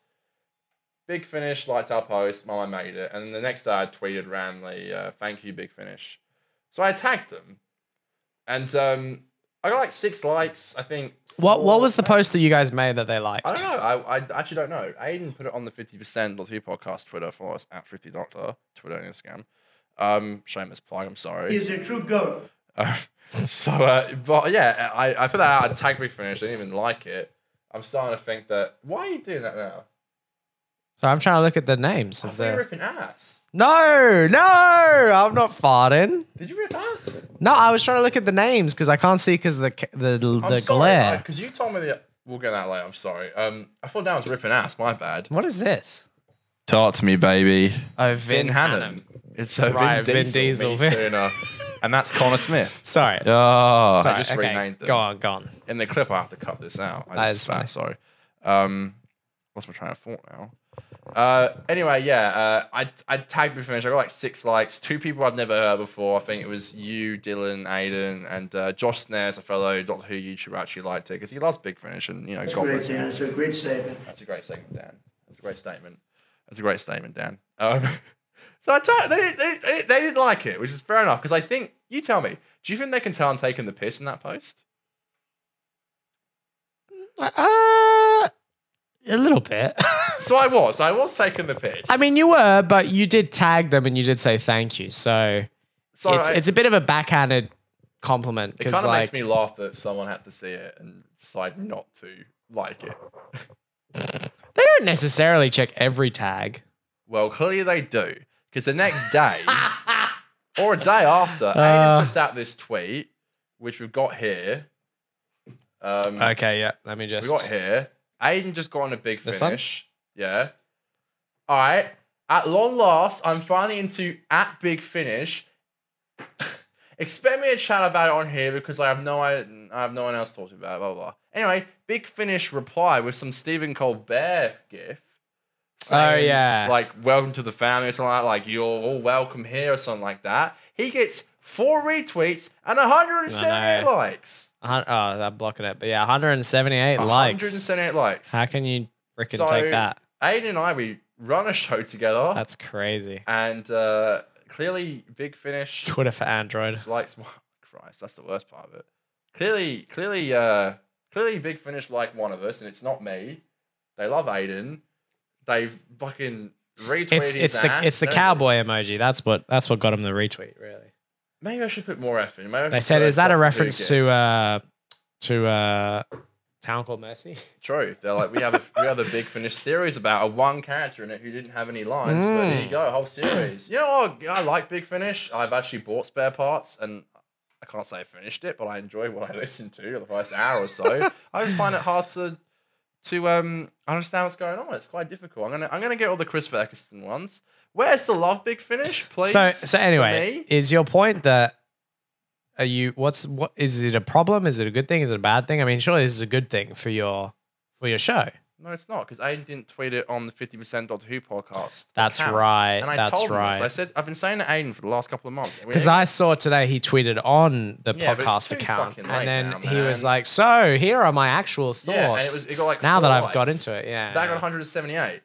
A: Big Finish liked our post. Mama made it. And then the next day I tweeted randomly, uh, thank you, Big Finish. So I tagged them. And um, I got like six likes, I think.
B: What What
A: four-
B: was the post that you guys made that they liked?
A: I don't know. I, I actually don't know. Aiden put it on the 50% Doctor Who podcast Twitter for us at 50 Doctor, Twitter and Instagram. Um, shameless plug, I'm sorry.
C: He's a true goat.
A: Um, (laughs) so, uh, but yeah, I, I put that out. I tagged Big Finish. I didn't even like it. I'm starting to think that, why are you doing that now?
B: So I'm trying to look at the names
A: I
B: of
A: think you're
B: the.
A: ripping ass.
B: No, no, I'm not farting.
A: Did you rip ass?
B: No, I was trying to look at the names because I can't see because the ca- the the glare.
A: Because Uh, you told me that we'll get that later. I'm sorry. Um, I thought that was ripping ass. My bad.
B: What is this?
A: Talk to me, baby.
B: Oh,
A: Vin Hannon. It's a
B: Right,
A: Vin
B: Vin
A: Diesel.
B: Diesel.
A: me too, no. and that's Connor Smith. (laughs)
B: Sorry.
A: Oh,
B: Sorry.
A: I just
B: okay.
A: renamed them.
B: Go on, go on.
A: In the clip, I have to cut this out. I
B: That
A: just,
B: is funny.
A: I'm Sorry. Um, what's my train of thought now? Uh, anyway, yeah, uh, I I tagged me finish. I got like six likes. Two people I've never heard before. I think it was you, Dylan, Aiden, and uh, Josh Snares, a fellow Doctor Who YouTuber, actually liked it because he loves Big Finish and you know,
C: That's
A: God
C: great,
A: bless him.
C: Dan. It's a great statement.
A: That's a great statement, Dan. That's a great statement. That's a great statement, Dan. Um, (laughs) so I tried, they, didn't- they, they, they didn't like it, which is fair enough. Because I think, you tell me, do you think they can tell I'm taking the piss in that post?
B: Uh, a little bit. (laughs)
A: So I was. I was taking the piss.
B: I mean, you were, but you did tag them and you did say thank you. So,
A: so
B: it's
A: I-
B: it's a bit of a backhanded compliment
A: it
B: because
A: kind of
B: like
A: makes me laugh that someone had to see it and decide not to like it.
B: they don't necessarily check every tag.
A: Well, clearly they do. Because the next
B: (laughs)
A: day or a day after,
B: Uh.
A: Aiden puts out this tweet, which we've got here. Um,
B: Okay, yeah. Let me just.
A: We got here. Aiden just got on a big
B: This one?
A: finish. Yeah. All right. At long last, I'm finally into at big finish. (laughs) Expect me to chat about it on here because I have no I, I have no one else talking about it, blah blah blah. Anyway, big finish reply with some Stephen Colbert gif. saying,
B: Oh, yeah.
A: Like welcome to the family or something like that, like you're all welcome here or something like that. He gets four retweets and 178
B: I know.
A: likes.
B: a hun- Oh, I'm blocking it. But yeah, 178 likes.
A: 178 likes.
B: How can you freaking
A: So-
B: take that?
A: Aiden and I, we run a show together,
B: That's crazy.
A: and uh, clearly, Big
B: (laughs)
A: Finish
B: Twitter for Android.
A: likes. Christ, that's the worst part of it. Clearly, clearly, uh, clearly, Big Finish like one of us, and it's not me. They love Aiden. They've fucking retweeted
B: It's it's
A: his
B: the
A: ass
B: it's the
A: and everything.
B: cowboy emoji. That's what that's what got him the retweet. Really,
A: Maybe I should put more effort. in. Maybe I
B: they
A: should
B: said,
A: put
B: "Is that
A: Doctor
B: a
A: Who
B: reference
A: gif."
B: to uh to uh Town Called Mercy?"
A: True. They're like, we have a, we have a big finished series about a one character in it who didn't have any lines, but
B: Mm.
A: there you go, a whole series. You know, oh, I, I like Big Finish. I've actually bought spare parts, and I can't say I finished it, but I enjoy what I (laughs) listen to the first hour or
B: (laughs)
A: so. I just find it hard to to um understand what's going on. It's quite difficult. I'm gonna I'm gonna get all the Christopher Eccleston ones. Where's the love, Big Finish? Please.
B: So so
A: for
B: anyway,
A: me?
B: is your point that are you? What's what? Is it a problem? Is it a good thing? Is it a bad thing? I mean, surely this is a good thing for your for your show.
A: No, it's not because Aiden didn't tweet it on the 50% Doctor Who podcast.
B: That's
A: account.
B: right.
A: And I
B: That's
A: told him
B: right.
A: This. I said I've been saying to Aiden for the last couple of months. We
B: Because
A: ain't-
B: I saw today he tweeted on the
A: Yeah, but it's
B: podcast
A: too
B: account,
A: fucking late
B: and then
A: now,
B: he was
A: man.
B: like, "So here are my actual thoughts."
A: yeah, and it was it got like
B: now that
A: four
B: I've got
A: likes.
B: into it, yeah,
A: That got
B: yeah.
A: 178.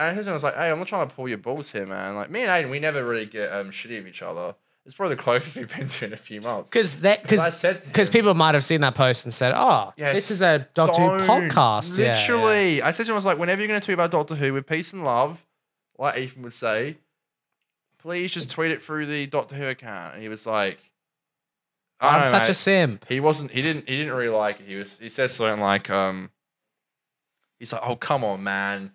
A: And his one was like, "Hey, I'm not trying to pull your balls here, man. Like me and Aiden, we never really get um, shitty of each other. It's probably the closest (laughs) we've been to in a few months."
B: because that
A: 'Cause I
B: because
A: said to him-
B: people might have seen that post and said, "Oh,
A: Yeah,
B: this is a Doctor Who
A: Don't.
B: podcast." Yeah, yeah.
A: Literally, I said to him, I was like, whenever you're going to tweet about Doctor Who with peace and love, like Ethan would say, please just tweet it through the Doctor Who account. And he was like, I
B: I'm
A: don't know,
B: such a
A: mate.
B: simp.
A: He wasn't. He didn't. He didn't really like it. He was. He said something like, um, he's like, oh come on, man.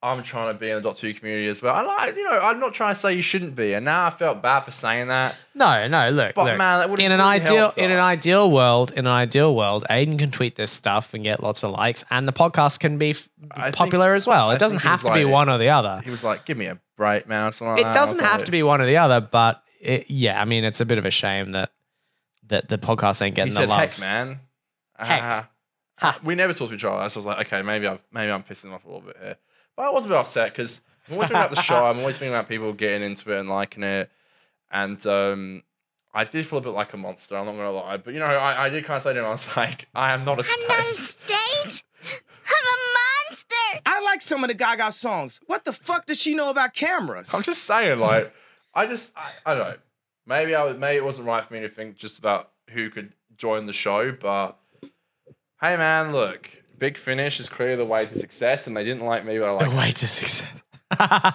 A: I'm trying to be in the Doctor Who community as well. I like, you know, I'm not trying to say you shouldn't be. And now I felt bad for saying that.
B: No, no, look,
A: But,
B: look.
A: man, that would've
B: in an
A: really
B: ideal
A: helped
B: in an
A: us.
B: ideal world, in an ideal world, Aiden can tweet this stuff and get lots of likes, and the podcast can be f-
A: I think-
B: popular as well.
A: I
B: It doesn't
A: think he
B: have
A: was
B: to be
A: like-
B: one or the other.
A: He was like, give me a break, man. or something like
B: It
A: that. I was
B: doesn't have
A: like-
B: to be one or the other, but it, yeah, I mean, it's a bit of a shame that that the podcast ain't
A: he
B: getting the
A: said,
B: love.
A: "Heck, man,
B: Heck.
A: Ah.
B: Ha.
A: we never talked to each other." So I was like, "Okay, maybe I've maybe I'm pissing him off a little bit here," but I was a bit upset because I'm always thinking about the
B: (laughs)
A: show. I'm always thinking about people getting into it and liking it, and um, I did feel a bit like a monster. I'm not gonna lie, but you know, I, I did kind of say to him, I was like, "I am not a
G: I'm not a
A: snake."
G: state. I'm a monster.
I: I like some of the Gaga songs. What the fuck does she know about cameras?
A: I'm just saying, like, I just I, I don't know. Maybe I was maybe it wasn't right for me to think just about who could join the show, but hey, man, look. Big Finish is clearly the way to success, and they didn't like me, but I
B: (laughs) the
A: like
B: way to success. (laughs)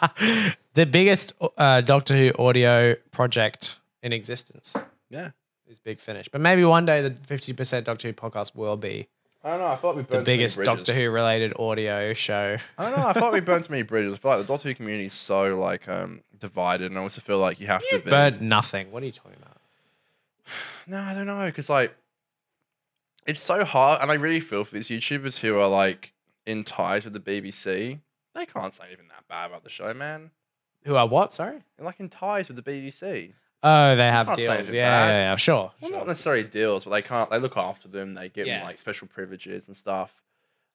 B: the biggest uh, Doctor Who audio project in existence
A: Yeah.
B: is Big Finish, but maybe one day the fifty percent Doctor Who podcast will be
A: I don't know. I thought we
B: the
A: burned
B: biggest
A: too many bridges.
B: Doctor Who related audio show.
A: I don't know. I thought we burned too many bridges. I feel like the Doctor Who community is so like um divided, and I also feel like you have to. Be.
B: But nothing. What are you talking about?
A: no, I don't know, because like it's so hard, and I really feel for these YouTubers who are like in ties with the BBC. They can't say anything that bad about the show, man.
B: Who are what? Sorry.
A: They're like in ties with the BBC.
B: Oh, they have
A: can't say
B: deals.
A: it's
B: Yeah, yeah,
A: bad.
B: yeah, sure.
A: Well,
B: sure.
A: not necessarily deals, but they can't. They look after them. They give
B: Yeah.
A: them like special privileges and stuff.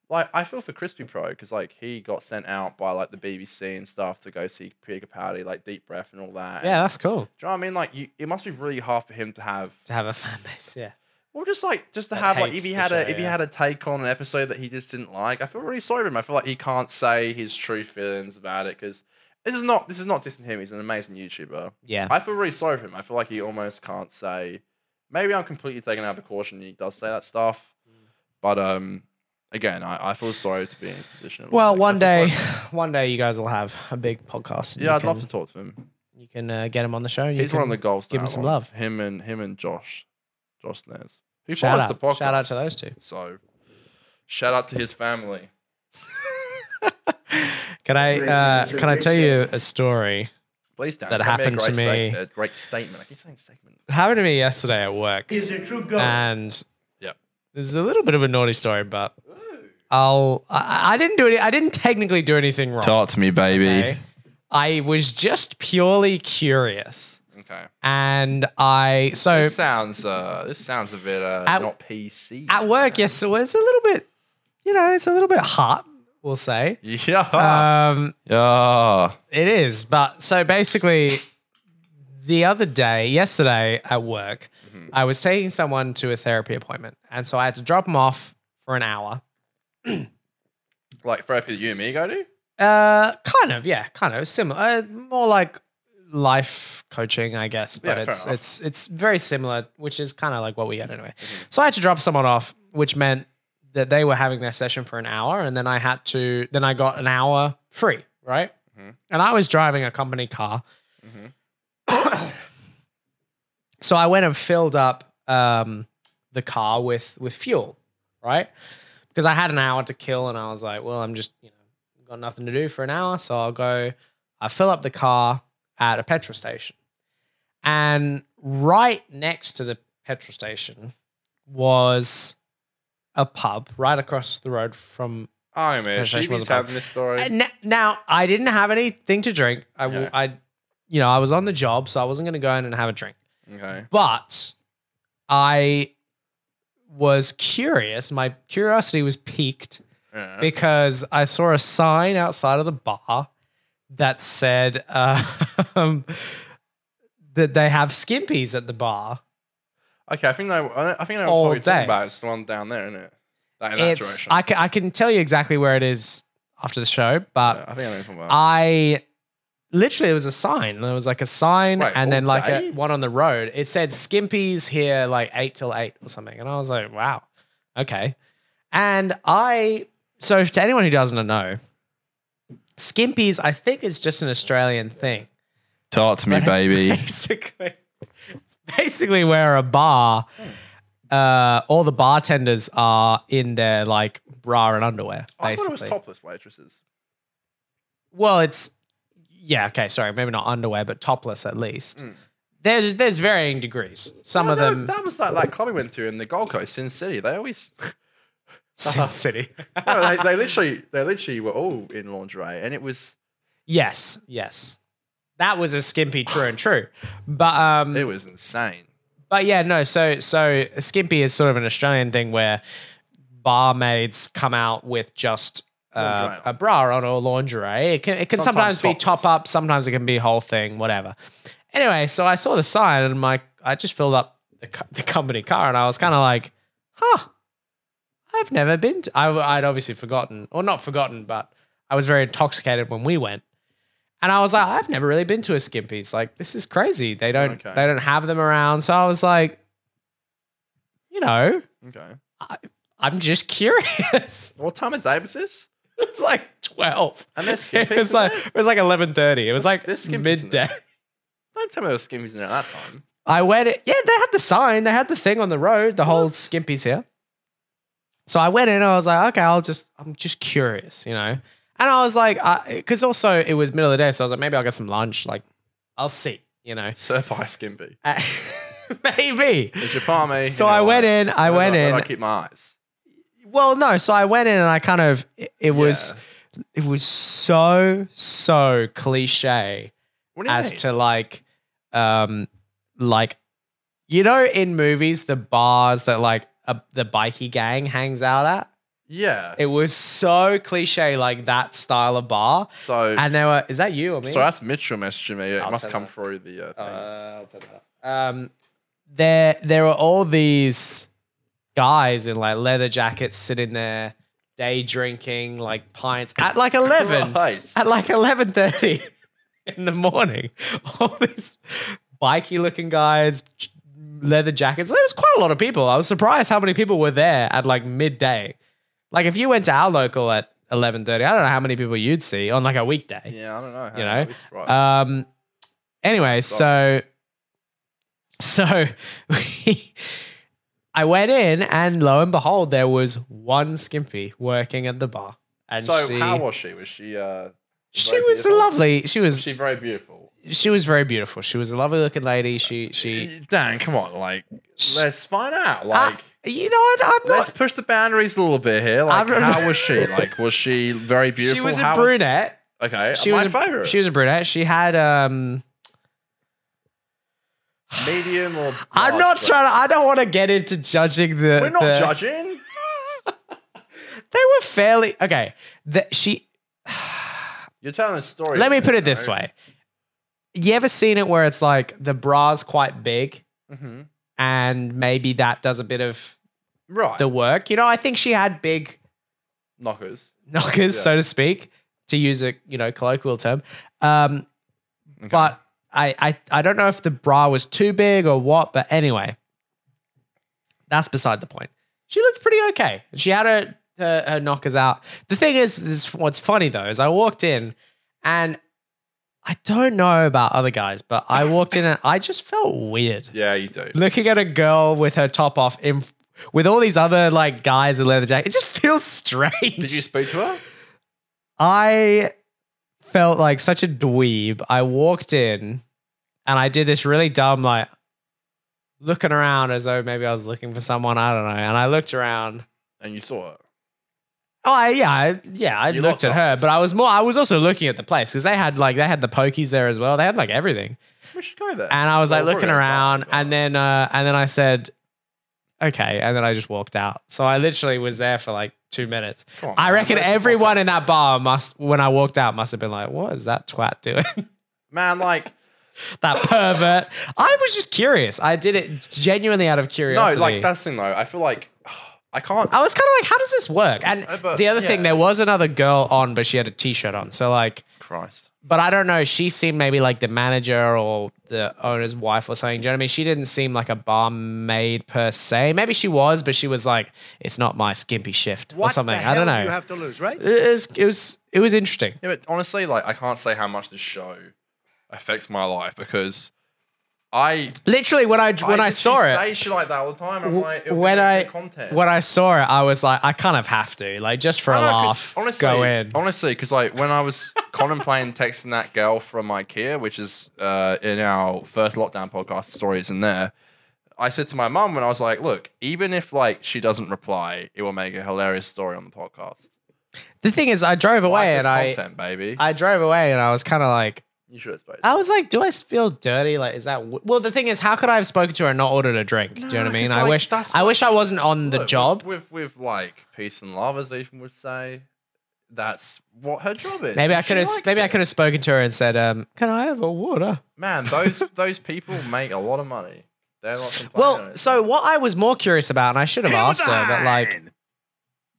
A: Like I feel for Crispy Pro because like he got sent out by like the BBC and stuff to go see Peter Capaldi, like Deep Breath and all that.
B: yeah,
A: And,
B: that's
A: do
B: cool
A: you know what I mean? Like you, it must be really hard for him to have.
B: to have a fan base. Yeah.
A: Well, just like just to
B: That
A: have like
B: hates
A: if he
B: the
A: had a
B: show,
A: if he
B: yeah.
A: had a take on an episode that he just didn't like, I feel really sorry for him. I feel like he can't say his true feelings about it because this is not this is not dissing him. He's an amazing YouTuber.
B: Yeah.
A: I feel really sorry for him. I feel like he almost can't say. Maybe I'm completely taken out of caution. He does say that stuff, but um, again, I, I feel sorry to be in his position. at all,
B: Well,
A: because I
B: one
A: feel
B: day,
A: sorry-
B: (laughs) one day you guys will have a big podcast. and
A: Yeah,
B: you
A: I'd love
B: can-
A: to talk to him.
B: You can uh, get him on the show. You
A: He's one of
B: can
A: the goals.
B: Give him
A: now,
B: some
A: like,
B: love.
A: Him and him and Josh, Josh Snares. He
B: Shout
A: follows
B: out,
A: the podcast.
B: shout out to those two.
A: So, shout out to his family.
B: Can I
C: Great
B: uh,
C: news,
B: can I
C: great
B: tell you a story?
A: Please don't.
B: That
A: That happened
B: happened to
A: a great sta-
B: me.
A: a great statement. I keep saying statement.
B: happened to me yesterday at work,
C: He's a true
B: Uh,
C: goat.
B: and
A: Yep.
B: this is a little bit of a naughty story, but I'll I, I didn't do it. I didn't technically do anything wrong.
A: Talk to me, baby.
B: okay? I was just purely curious,
A: Okay.
B: and I so
A: This sounds uh, this sounds a bit uh,
B: At-
A: not PC.
B: at work. Yes, it was a little bit, you know, it's a little bit hot. We'll say.
A: (laughs) Yeah.
B: Um,
A: yeah.
B: It is, but so basically, the other day, yesterday at work, I was taking someone to a therapy appointment, and so I had to drop them off for an hour.
A: Like therapy that you and me go to.
B: Uh, kind of, yeah, kind of similar. Uh, more like life coaching, I guess,
A: Yeah,
B: but
A: fair
B: it's
A: enough.
B: it's it's very similar, which is kind of like what we had anyway.
A: Mm-hmm.
B: So I had to drop someone off, which meant that they were having their session for an hour, and then I had to then I got an hour free, right?
A: Mhm.
B: And I was driving a company car,
A: Mm-hmm.
B: (coughs) so I went and filled up um the car with with fuel, right? Because I had an hour to kill, and I was like, well, I'm just you know got nothing to do for an hour, so I'll go. I fill up the car at a petrol station, and right next to the petrol station was a pub right across the road from.
A: I mean, she
B: Conversation was
A: was
B: about-
A: having this story.
B: And n- Now I didn't have anything to drink. I, w-
A: Yeah.
B: I, you know, I was on the job, so I wasn't going to go in and have a drink.
A: okay.
B: But I was curious. My curiosity was piqued
A: Yeah.
B: because I saw a sign outside of the bar that said (laughs) uh, that they have skimpies at the bar.
A: Okay, I think I, I think I know
B: All
A: what you're
B: day.
A: talking about. It's the one down there, isn't it? That, in that
B: It's
A: direction.
B: I can, I can tell you exactly where it is after the show, but
A: Yeah, I think I know what you're talking about.
B: I literally it was a sign. There was like a sign
A: Wait,
B: and then
A: all
B: like
A: day?
B: a, one on the road. It said Skimpies here like eight till eight or something. And I was like, wow, okay. And I so to anyone who doesn't know, Skimpies I think is just an Australian thing.
A: Talk to me,
B: But it's
A: baby.
B: Basically, it's basically where a bar, uh, all the bartenders are in their like bra and underwear.
A: I thought
B: Basically,
A: it was topless waitresses.
B: well, it's yeah, okay, sorry, maybe not underwear, but topless at least. There's there's varying degrees. Some
A: No,
B: of
A: no,
B: them
A: That was like like club we went to in the Gold Coast, Sin City. They always,
B: (laughs) Sin City.
A: no, they, they literally, they literally were all in lingerie, and it was,
B: yes, yes. That was a skimpy true and true. But um
A: it was insane.
B: But yeah, no. So so skimpy is sort of an Australian thing where barmaids come out with just uh,
A: Lingerie.
B: a bra on or lingerie. It can it can
A: Sometimes
B: sometimes, be
A: topless.
B: top up, sometimes it can be whole thing, whatever. Anyway, so I saw the sign and my I just filled up the, co- the company car and I was kind of like, huh, I've never been. To, I I'd obviously forgotten or not forgotten, but I was very intoxicated when we went. And I was like, I've never really been to a Skimpies. Like, this is crazy. They don't
A: Okay.
B: they don't have them around. So I was like, you know,
A: Okay,
B: I'm just curious. (laughs)
A: what time of day was this?
B: it was like twelve.
A: And
B: (laughs)
A: there's
B: It
A: skimpies.
B: was
A: in
B: like
A: there?
B: it was like eleven thirty. It was like
A: There's Skimpies in
B: midday.
A: don't tell me there were skimpies in there at that time.
B: I went. Yeah, they had the sign. They had the thing on the road. The whole Skimpies here. So I went in. I was like, okay, I'll just. I'm just curious, you know. And I was like, because also it was middle of the day, so I was like, maybe I'll get some lunch. Like, I'll see, you know. (laughs)
A: Sir pie skimpy.
B: Uh, maybe.
A: It's your palmy.
B: So I went in. I went in.
A: I keep my eyes.
B: well, no. So I went in and I kind of. It, it was. It was so so cliche
A: What do you
B: as
A: mean?
B: to like, um, like, you know, in movies the bars that like a, the bikie gang hangs out at.
A: yeah.
B: It was so cliche, like that style of bar.
A: so
B: And they were, is that you or me?
A: so that's Mitchell messaging me. It
B: I'll
A: must
B: tell
A: come
B: her.
A: through the uh, thing.
B: Uh, um, there there are all these guys in like leather jackets sitting there, day drinking like pints at like eleven,
A: Christ.
B: at like eleven thirty (laughs) in the morning. All these biky looking guys, ch- leather jackets. There was quite a lot of people. I was surprised how many people were there at like midday. Like if you went to our local at eleven thirty, I don't know how many people you'd see on like a weekday.
A: Yeah, I don't know.
B: You
A: I'd
B: know,
A: be surprised.
B: Um. Anyway, so
A: Sorry.
B: (laughs) so we, I went in, and lo and behold, there was one skimpy working at the bar, and
A: so
B: she
A: how was she? Was she uh
B: she
A: very
B: was
A: beautiful?
B: lovely. She
A: was
B: was
A: she very beautiful?
B: she was very beautiful. She was a lovely looking lady. She she.
A: Dan, come on, like let's find out.
B: I-
A: Like
B: Ah, you know, I, I'm
A: let's
B: not.
A: push the boundaries a little bit here. Like
B: I'm-
A: how was she? Like was she very beautiful?
B: (laughs) She was a
A: How
B: brunette.
A: okay,
B: she
A: my
B: was a,
A: favorite.
B: She was a brunette. She had
A: (sighs)
B: um.
A: medium or.
B: I'm
A: large
B: not
A: breast?
B: trying to. I don't want to get into judging the.
A: We're not
B: (laughs) the-
A: judging.
B: They were fairly okay. The, she
A: You're telling a story.
B: Let me
A: here,
B: put
A: you
B: it this
A: know?
B: way. You ever seen it where it's like the bra's quite big
A: Mhm.
B: and maybe that does a bit of
A: Right.
B: the
A: The
B: work? You know, I think she had big
A: knockers.
B: knockers,
A: Yeah.
B: so to speak, to use a you know colloquial term. Um, But I, I I don't know if the bra was too big or what, but anyway, that's beside the point. She looked pretty okay. She had her her, her knockers out. The thing is, is, what's funny though is I walked in, and I don't know about other guys, but I walked in and I just felt weird
A: Yeah, you do.
B: looking at a girl with her top off in. With all these other like guys in leather jackets, it just feels (laughs) strange.
A: Did you speak to her?
B: I felt like such a dweeb. I walked in and I did this really dumb, like looking around as though maybe I was looking for someone. I don't know. And I looked around.
A: And you saw her.
B: Oh, I, yeah, I, yeah. I
A: You looked
B: looked at her,
A: up.
B: but I was more. I was also looking at the place because they had like they had the pokies there as well. They had like everything,
A: We should go there.
B: and I was like
A: Well,
B: looking
A: we're gonna
B: around,
A: go.
B: and then uh, and then I said, okay. And then I just walked out. So I literally was there for like two minutes.
A: Come on,
B: I
A: man,
B: reckon
A: where's the
B: everyone in that bar must, when I walked out, must have been like, what is that twat doing? (laughs)
A: man, like
B: that pervert. I was just curious. I did it genuinely out of
A: no,
B: curiosity.
A: like that's the thing though. I feel like (sighs) I can't.
B: I was kind of like, how does this work? And
A: Uh, but-
B: the other
A: yeah.
B: thing, there was another girl on, but she had a t-shirt on. So like,
A: Christ.
B: but I don't know. She seemed maybe like the manager or the owner's wife or something. Do you know what I mean? She didn't seem like a barmaid per se. Maybe she was, but she was like, it's not my skimpy shift
D: What
B: or something.
D: the hell
B: I don't
D: do
B: know.
D: You have to lose, right?
B: it was it was it was interesting.
A: Yeah, but honestly, like I can't say how much this show affects my life because I
B: Literally, when I when I,
A: literally
B: saw it,
A: say shit like that all the time. I'm like, it'll be
B: when
A: good
B: I
A: content.
B: when I saw it, I was like, I kind of have to like just for a
A: I know, 'cause
B: laugh,
A: honestly,
B: go in.
A: Honestly, because like when I
B: (laughs)
A: was contemplating texting that girl from IKEA, which is uh, in our first lockdown podcast, the story is in there. I said to my mum when I was like, "Look, even if like she doesn't reply, it will make a hilarious story on the podcast."
B: The thing is, I drove away
A: Life is
B: and I
A: content, baby.
B: I drove away and I was kind of like,
A: you should have spoken.
B: I was like, do I feel dirty? Like, is that w-? well? The thing is, how could I have spoken to her and not ordered a drink? do you know what I
A: No,
B: mean?
A: 'cause,
B: I
A: like,
B: wish
A: that's
B: I
A: what-
B: wish I wasn't on the
A: Look,
B: job.
A: with, with with like peace and love, as Ethan would say. That's what her job is.
B: Maybe I
A: and she
B: could have
A: likes
B: maybe I
A: it.
B: could have spoken to her and said, um, "Can I have a water?"
A: Man, those those people make a lot of money. They're not complaining on
B: (laughs) Well,
A: it.
B: so what I was more curious about, and I should have asked her, but like,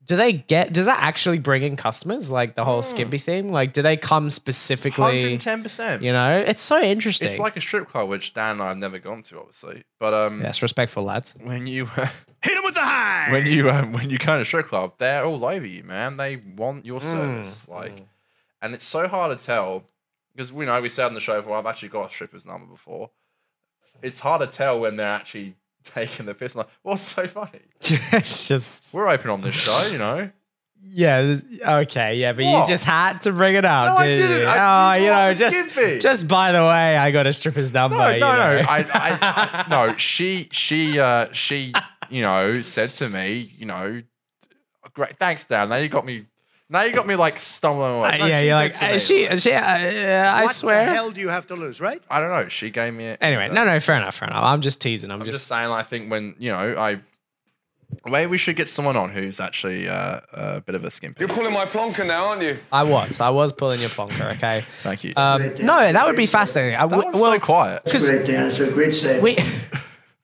B: do they get? Does that actually bring in customers? Like the
A: Hmm.
B: whole skimpy thing? Like, do they come specifically?
A: 110%.
B: You know, it's so interesting.
A: It's like a strip club, which Dan and I have never gone to, obviously. But um,
B: yes, respectful lads. (laughs)
A: when you uh, (laughs)
D: Hit him with the high.
A: when you um, when you go to a strip club, they're all over you, man. They want your service, like, and it's so hard to tell because we know we said on the show, well, I've actually got a stripper's number before. It's hard to tell when they're actually (laughs) taking the piss. Like, what's so funny?
B: it's just
A: We're open on this show, you know.
B: yeah. this- Okay, yeah, but
A: What?
B: you just had to bring it up.
A: No, I
B: didn't
A: didn't.
B: You?
A: I-
B: oh,
A: you
B: you
A: know,
B: know,
A: I'm skimpy.
B: just just by the way, I got a stripper's number.
A: No, no,
B: you
A: no.
B: know.
A: I, I, I no. She, she, uh, she, you know, said to me, you know, great, thanks, Dan. Now you got me. Now you got me like stumbling
B: (laughs)
A: away. No,
B: Uh, yeah,
A: she
B: you're
A: said
B: like
A: to
B: uh,
A: me,
B: she.
A: like,
B: She. Uh, uh, I
D: what the
B: swear.
D: hell do you have to lose, right?
A: I don't know. She gave me. It.
B: Anyway, no, no, fair enough, fair enough. I'm just teasing. I'm,
A: I'm
B: just,
A: just, saying. I think when you know, I maybe we should get someone on who's actually uh, a bit of a skin.
E: You're pulling my plonker now, aren't you?
B: I was. I was pulling your
A: (laughs)
B: plonker. Okay.
A: Thank you.
B: Um, no, that would be fascinating. I
A: that
B: w-
A: was
B: well,
A: so quiet.
B: because
C: Great dancer, great setter.
B: we (laughs)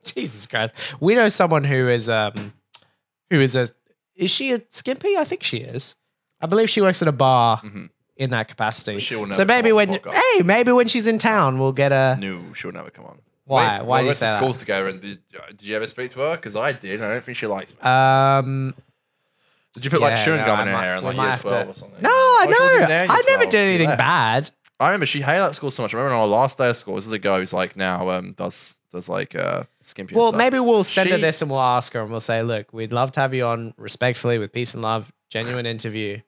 B: Jesus Christ. We know someone who is um who is a is she a skimpy? I think she is. I believe she works at a bar in that capacity.
A: She will
B: so
A: Mm-hmm. never
B: maybe
A: come on
B: when
A: the podcast.
B: hey, maybe when she's in town we'll get a
A: No, she'll never come on.
B: Why?
A: We-
B: Why
A: we
B: do you
A: went
B: say
A: to
B: that?
A: school together, and did, uh, did you ever speak to her? Because I did. and I don't think she likes me.
B: um
A: Did you put like
B: yeah,
A: chewing
B: no,
A: gum
B: I
A: in her
B: might-
A: hair in
B: we
A: like
B: might
A: year
B: have to-
A: twelve or something?
B: No,
A: Oh,
B: I
A: she wasn't
B: know.
A: there in
B: I
A: year
B: never
A: 12. She
B: did anything
A: left.
B: bad.
A: I remember she hated that school so much. I remember on our last day of school, this is a girl who's like now um does does like uh skimpy. and
B: Well,
A: stuff.
B: maybe we'll send her
A: She-
B: this and we'll ask her and we'll say, look, we'd love to have you on respectfully with peace and love, genuine interview.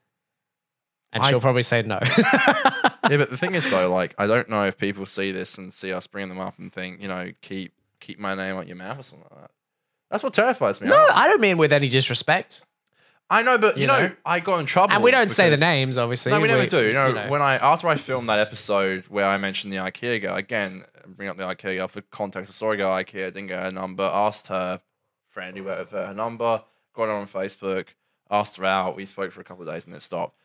B: And
A: I-
B: she'll probably say no. (laughs)
A: yeah, but the thing is though, like I don't know if people see this and see us bringing them up and think, you know, keep keep my name out your mouth or something like that. That's what terrifies me.
B: no,
A: I,
B: I don't mean with any disrespect.
A: I know, but you,
B: You
A: know,
B: know.
A: I got in trouble.
B: And we don't say the
A: because-
B: names, obviously.
A: No, we never do. You know, when I after I filmed that episode where I mentioned the IKEA girl again, bring up the IKEA girl for context. I saw a girl at IKEA, didn't get her number, asked her friend who worked with her, her number, got her on Facebook, asked her out. We spoke for a couple of days and then stopped.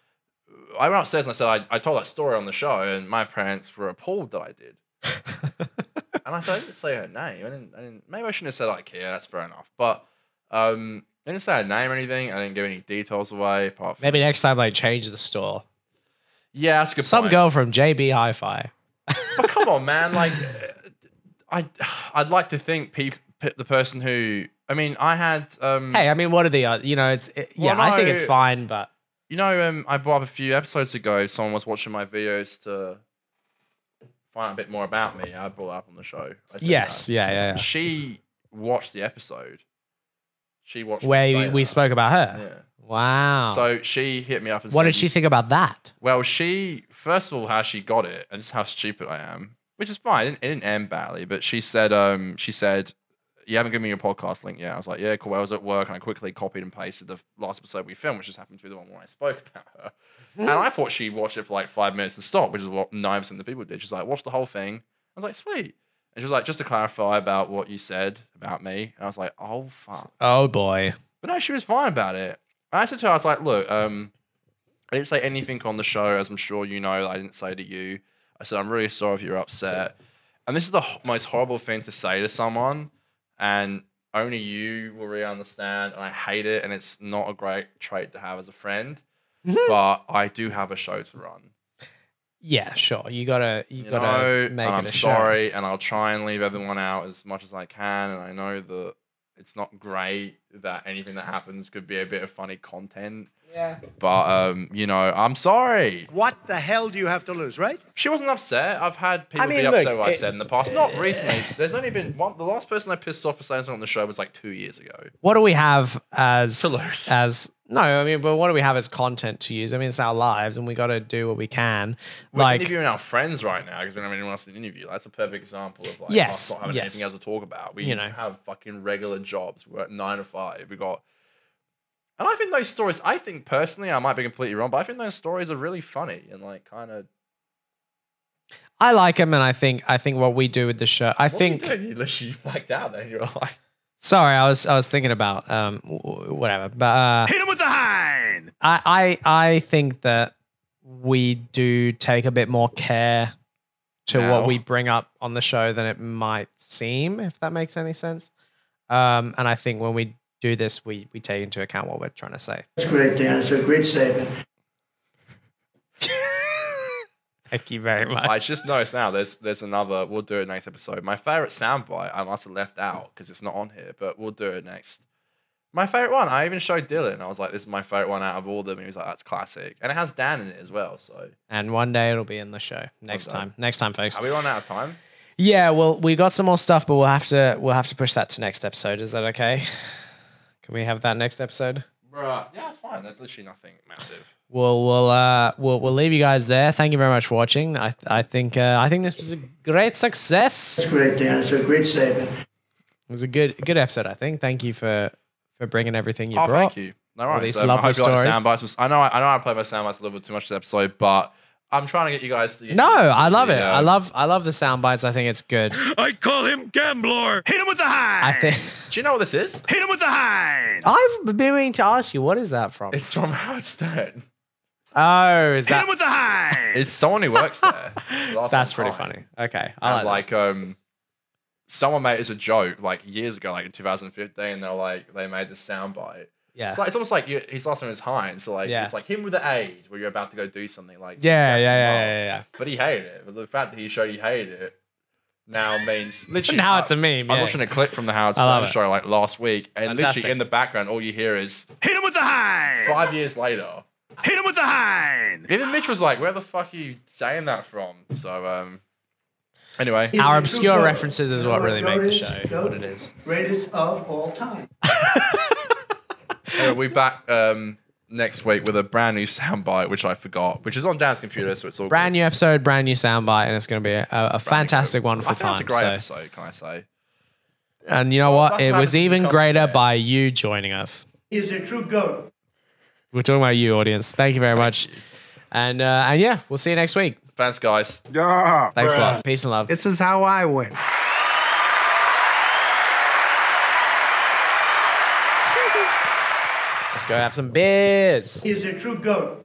A: I went upstairs and I said I, I told that story on the show, and my parents were appalled that I
B: (laughs)
A: did. and I thought I didn't say her name. I didn't, I didn't. Maybe I shouldn't have said IKEA. That's fair enough. But um, I didn't say her name or anything. I didn't give any details away. Apart from
B: Maybe next time, like, change the store.
A: yeah, that's a good.
B: Some
A: point.
B: girl from JB Hi Fi.
A: but come on, man. Like, I, I'd like to think peop, pe- the person who, I mean, I had, um,
B: Hey, uh I mean, what are the, oth- you know, it's, it- yeah,
A: Well,
B: I think
A: no.
B: it's fine, but
A: you know, um, I brought up a few episodes ago. Someone was watching my videos to find out a bit more about me. I brought it up on the show. I said
B: yes, yeah, yeah,
A: that. She watched the episode. She watched me
B: yeah. Where
A: say
B: we
A: that.
B: spoke about her.
A: Yeah.
B: Wow. So,
A: So she hit me up and
B: what
A: said,
B: did she
A: "You
B: think about that?
A: Well, she first of all how she got it, and this is how stupid I am, which is fine. It didn't, it didn't end badly, but she said, um, she said, "You haven't given me your podcast link yet." I was like, "Yeah, cool." I was at work, and I quickly copied and pasted the last episode we filmed, which just happened to be the one where I spoke about her. and I thought she watched it for like five minutes and stopped, which is what nine percent of the people did. She's like, "Watch the whole thing." I was like, "Sweet." And she was like, just to clarify about what you said about me. And I was like, oh, fuck.
B: Oh boy.
A: But no, she was fine about it. I said to her, I was like, look, um, I didn't say anything on the show, as I'm sure you know, that I didn't say to you. I said, I'm really sorry if you're upset. And this is the h- most horrible thing to say to someone. And only you will really understand. And I hate it. And it's not a great trait to have as a friend. but I do have a show to run.
B: Yeah, sure. You gotta you,
A: You know,
B: gotta make
A: and
B: it
A: I'm
B: a show.
A: sorry, and I'll try and leave everyone out as much as I can. And I know that it's not great that anything that happens could be a bit of funny content.
B: Yeah.
A: But um, you know, I'm sorry.
D: What the hell do you have to lose, right?
A: She wasn't upset. I've had people
B: mean,
A: be upset
B: look,
A: what I
B: it-
A: said in the past.
B: (laughs)
A: Not recently. There's only been one. The last person I pissed off for saying something on the show was like two years ago.
B: What do we have as
A: Pillars.
B: as no, I mean, but what do we have as content to use? I mean, it's our lives, and we got to do what we can.
A: We're
B: like,
A: interviewing our friends right now because we don't have anyone else to interview. That's a perfect example of like us
B: Yes,
A: not having
B: yes.
A: anything else to talk about. We
B: You know.
A: have fucking regular jobs. We're at nine to five. We got, and I think those stories. I think personally, I might be completely wrong, but I think those stories are really funny and like kind of.
B: I like them, and I think I think what we do with the show. I
A: What
B: think
A: are you doing? You literally you (laughs) blacked out. Then you're like,
B: Sorry, I was I was thinking about um w- w- whatever, but uh,
D: Hit him with the hind.
B: I I I think that we do take a bit more care to
A: Now.
B: what we bring up on the show than it might seem, if that makes any sense. Um, and I think when we do this, we we take into account what we're trying to say.
C: That's great, Dan. It's a great statement.
B: Thank you very much.
A: (laughs) I just noticed now. There's there's another. We'll do it next episode. My favorite soundbite. I must have left out because it's not on here, but we'll do it next. My favorite one. I even showed Dylan. I was like, "This is my favorite one out of all of them." He was like, "That's classic," and it has Dan in it as well. So
B: and one day it'll be in the show next
A: done.
B: time. Next time, folks.
A: are we run out of time?
B: Yeah, well, we got some more stuff, but we'll have to we'll have to push that to next episode. Is that okay? (laughs) Can we have that next episode?
A: Bruh. Yeah, it's fine. There's literally nothing massive.
B: Well, we'll uh, we'll we'll leave you guys there. Thank you very much for watching. I I think uh, I think this was a great success.
C: That's
B: It
C: great, Dan. It's a great statement.
B: was a good good episode. I think. Thank you for for bringing everything you
A: oh,
B: brought.
A: thank you. No worries.
B: these
A: Um, I
B: lovely
A: hope you like the
B: stories.
A: sound bites. Was- I know. I, I know. I play my sound bites a little bit too much this episode, but I'm trying to get you guys. To get
B: No,
A: used to
B: I love
A: the,
B: it. I
A: um,
B: love I love the sound bites. I think it's good.
D: (gasps) I call him Gambler. Hit him with the hind.
B: I think (laughs)
A: Do you know what this is?
D: Hit him with the hind.
B: I've been meaning to ask you what is that from?
A: It's from Howard Stern.
B: oh, is
D: Hit him
B: that
D: with the hind.
A: It's someone who works
B: (laughs)
A: there. Last
B: that's
A: time.
B: pretty funny. Okay, I
A: And
B: like,
A: like, um, someone made it as a joke like years ago, like in 2015. They're like they made the soundbite.
B: that. yeah.
A: It's like it's almost like you, his last name is Heinz. So like
B: Yeah.
A: it's like him with the age where you're about to go do something like
B: yeah, yeah,
A: that's
B: yeah,
A: not-
B: yeah, yeah,
A: But he hated it. But the fact that he showed he hated it now means (laughs) literally
B: Now
A: I-
B: it's a meme.
A: I was
B: yeah.
A: watching a clip from the Howard
B: I
A: Stern
B: love it.
A: show like last week, and
B: Fantastic.
A: literally in the background, all you hear is
D: Hit him with the hind.
A: five years later.
D: Hit him with the hind.
A: Even Mitch was like, "Where the fuck are you saying that from?" So um, anyway,
B: Our
C: You
B: obscure
C: know
B: references is what really make the
C: goat is?
B: show
C: Goat?
B: what it is.
C: Greatest of all time.
A: anyway, we'll be back um next week with a brand new soundbite, which I forgot, which is on Dan's computer, so it's all
B: Brand
A: good.
B: new episode, brand new soundbite, and it's going to be a, a fantastic one for
A: I think
B: time.
A: it's a great
B: so-
A: episode, can I say?
B: and you know what?
A: that's what
B: It
A: happens
B: was
A: when you
B: even
A: come
B: greater
A: prepared.
B: by you joining us.
C: He is a true goat.
B: We're talking about you, audience. Thank you very much. And uh, and yeah, we'll see you next week.
A: Thanks, guys.
B: Thanks a lot. Peace and love.
I: This is how I win.
B: Let's go have some beers.
C: He is a true goat.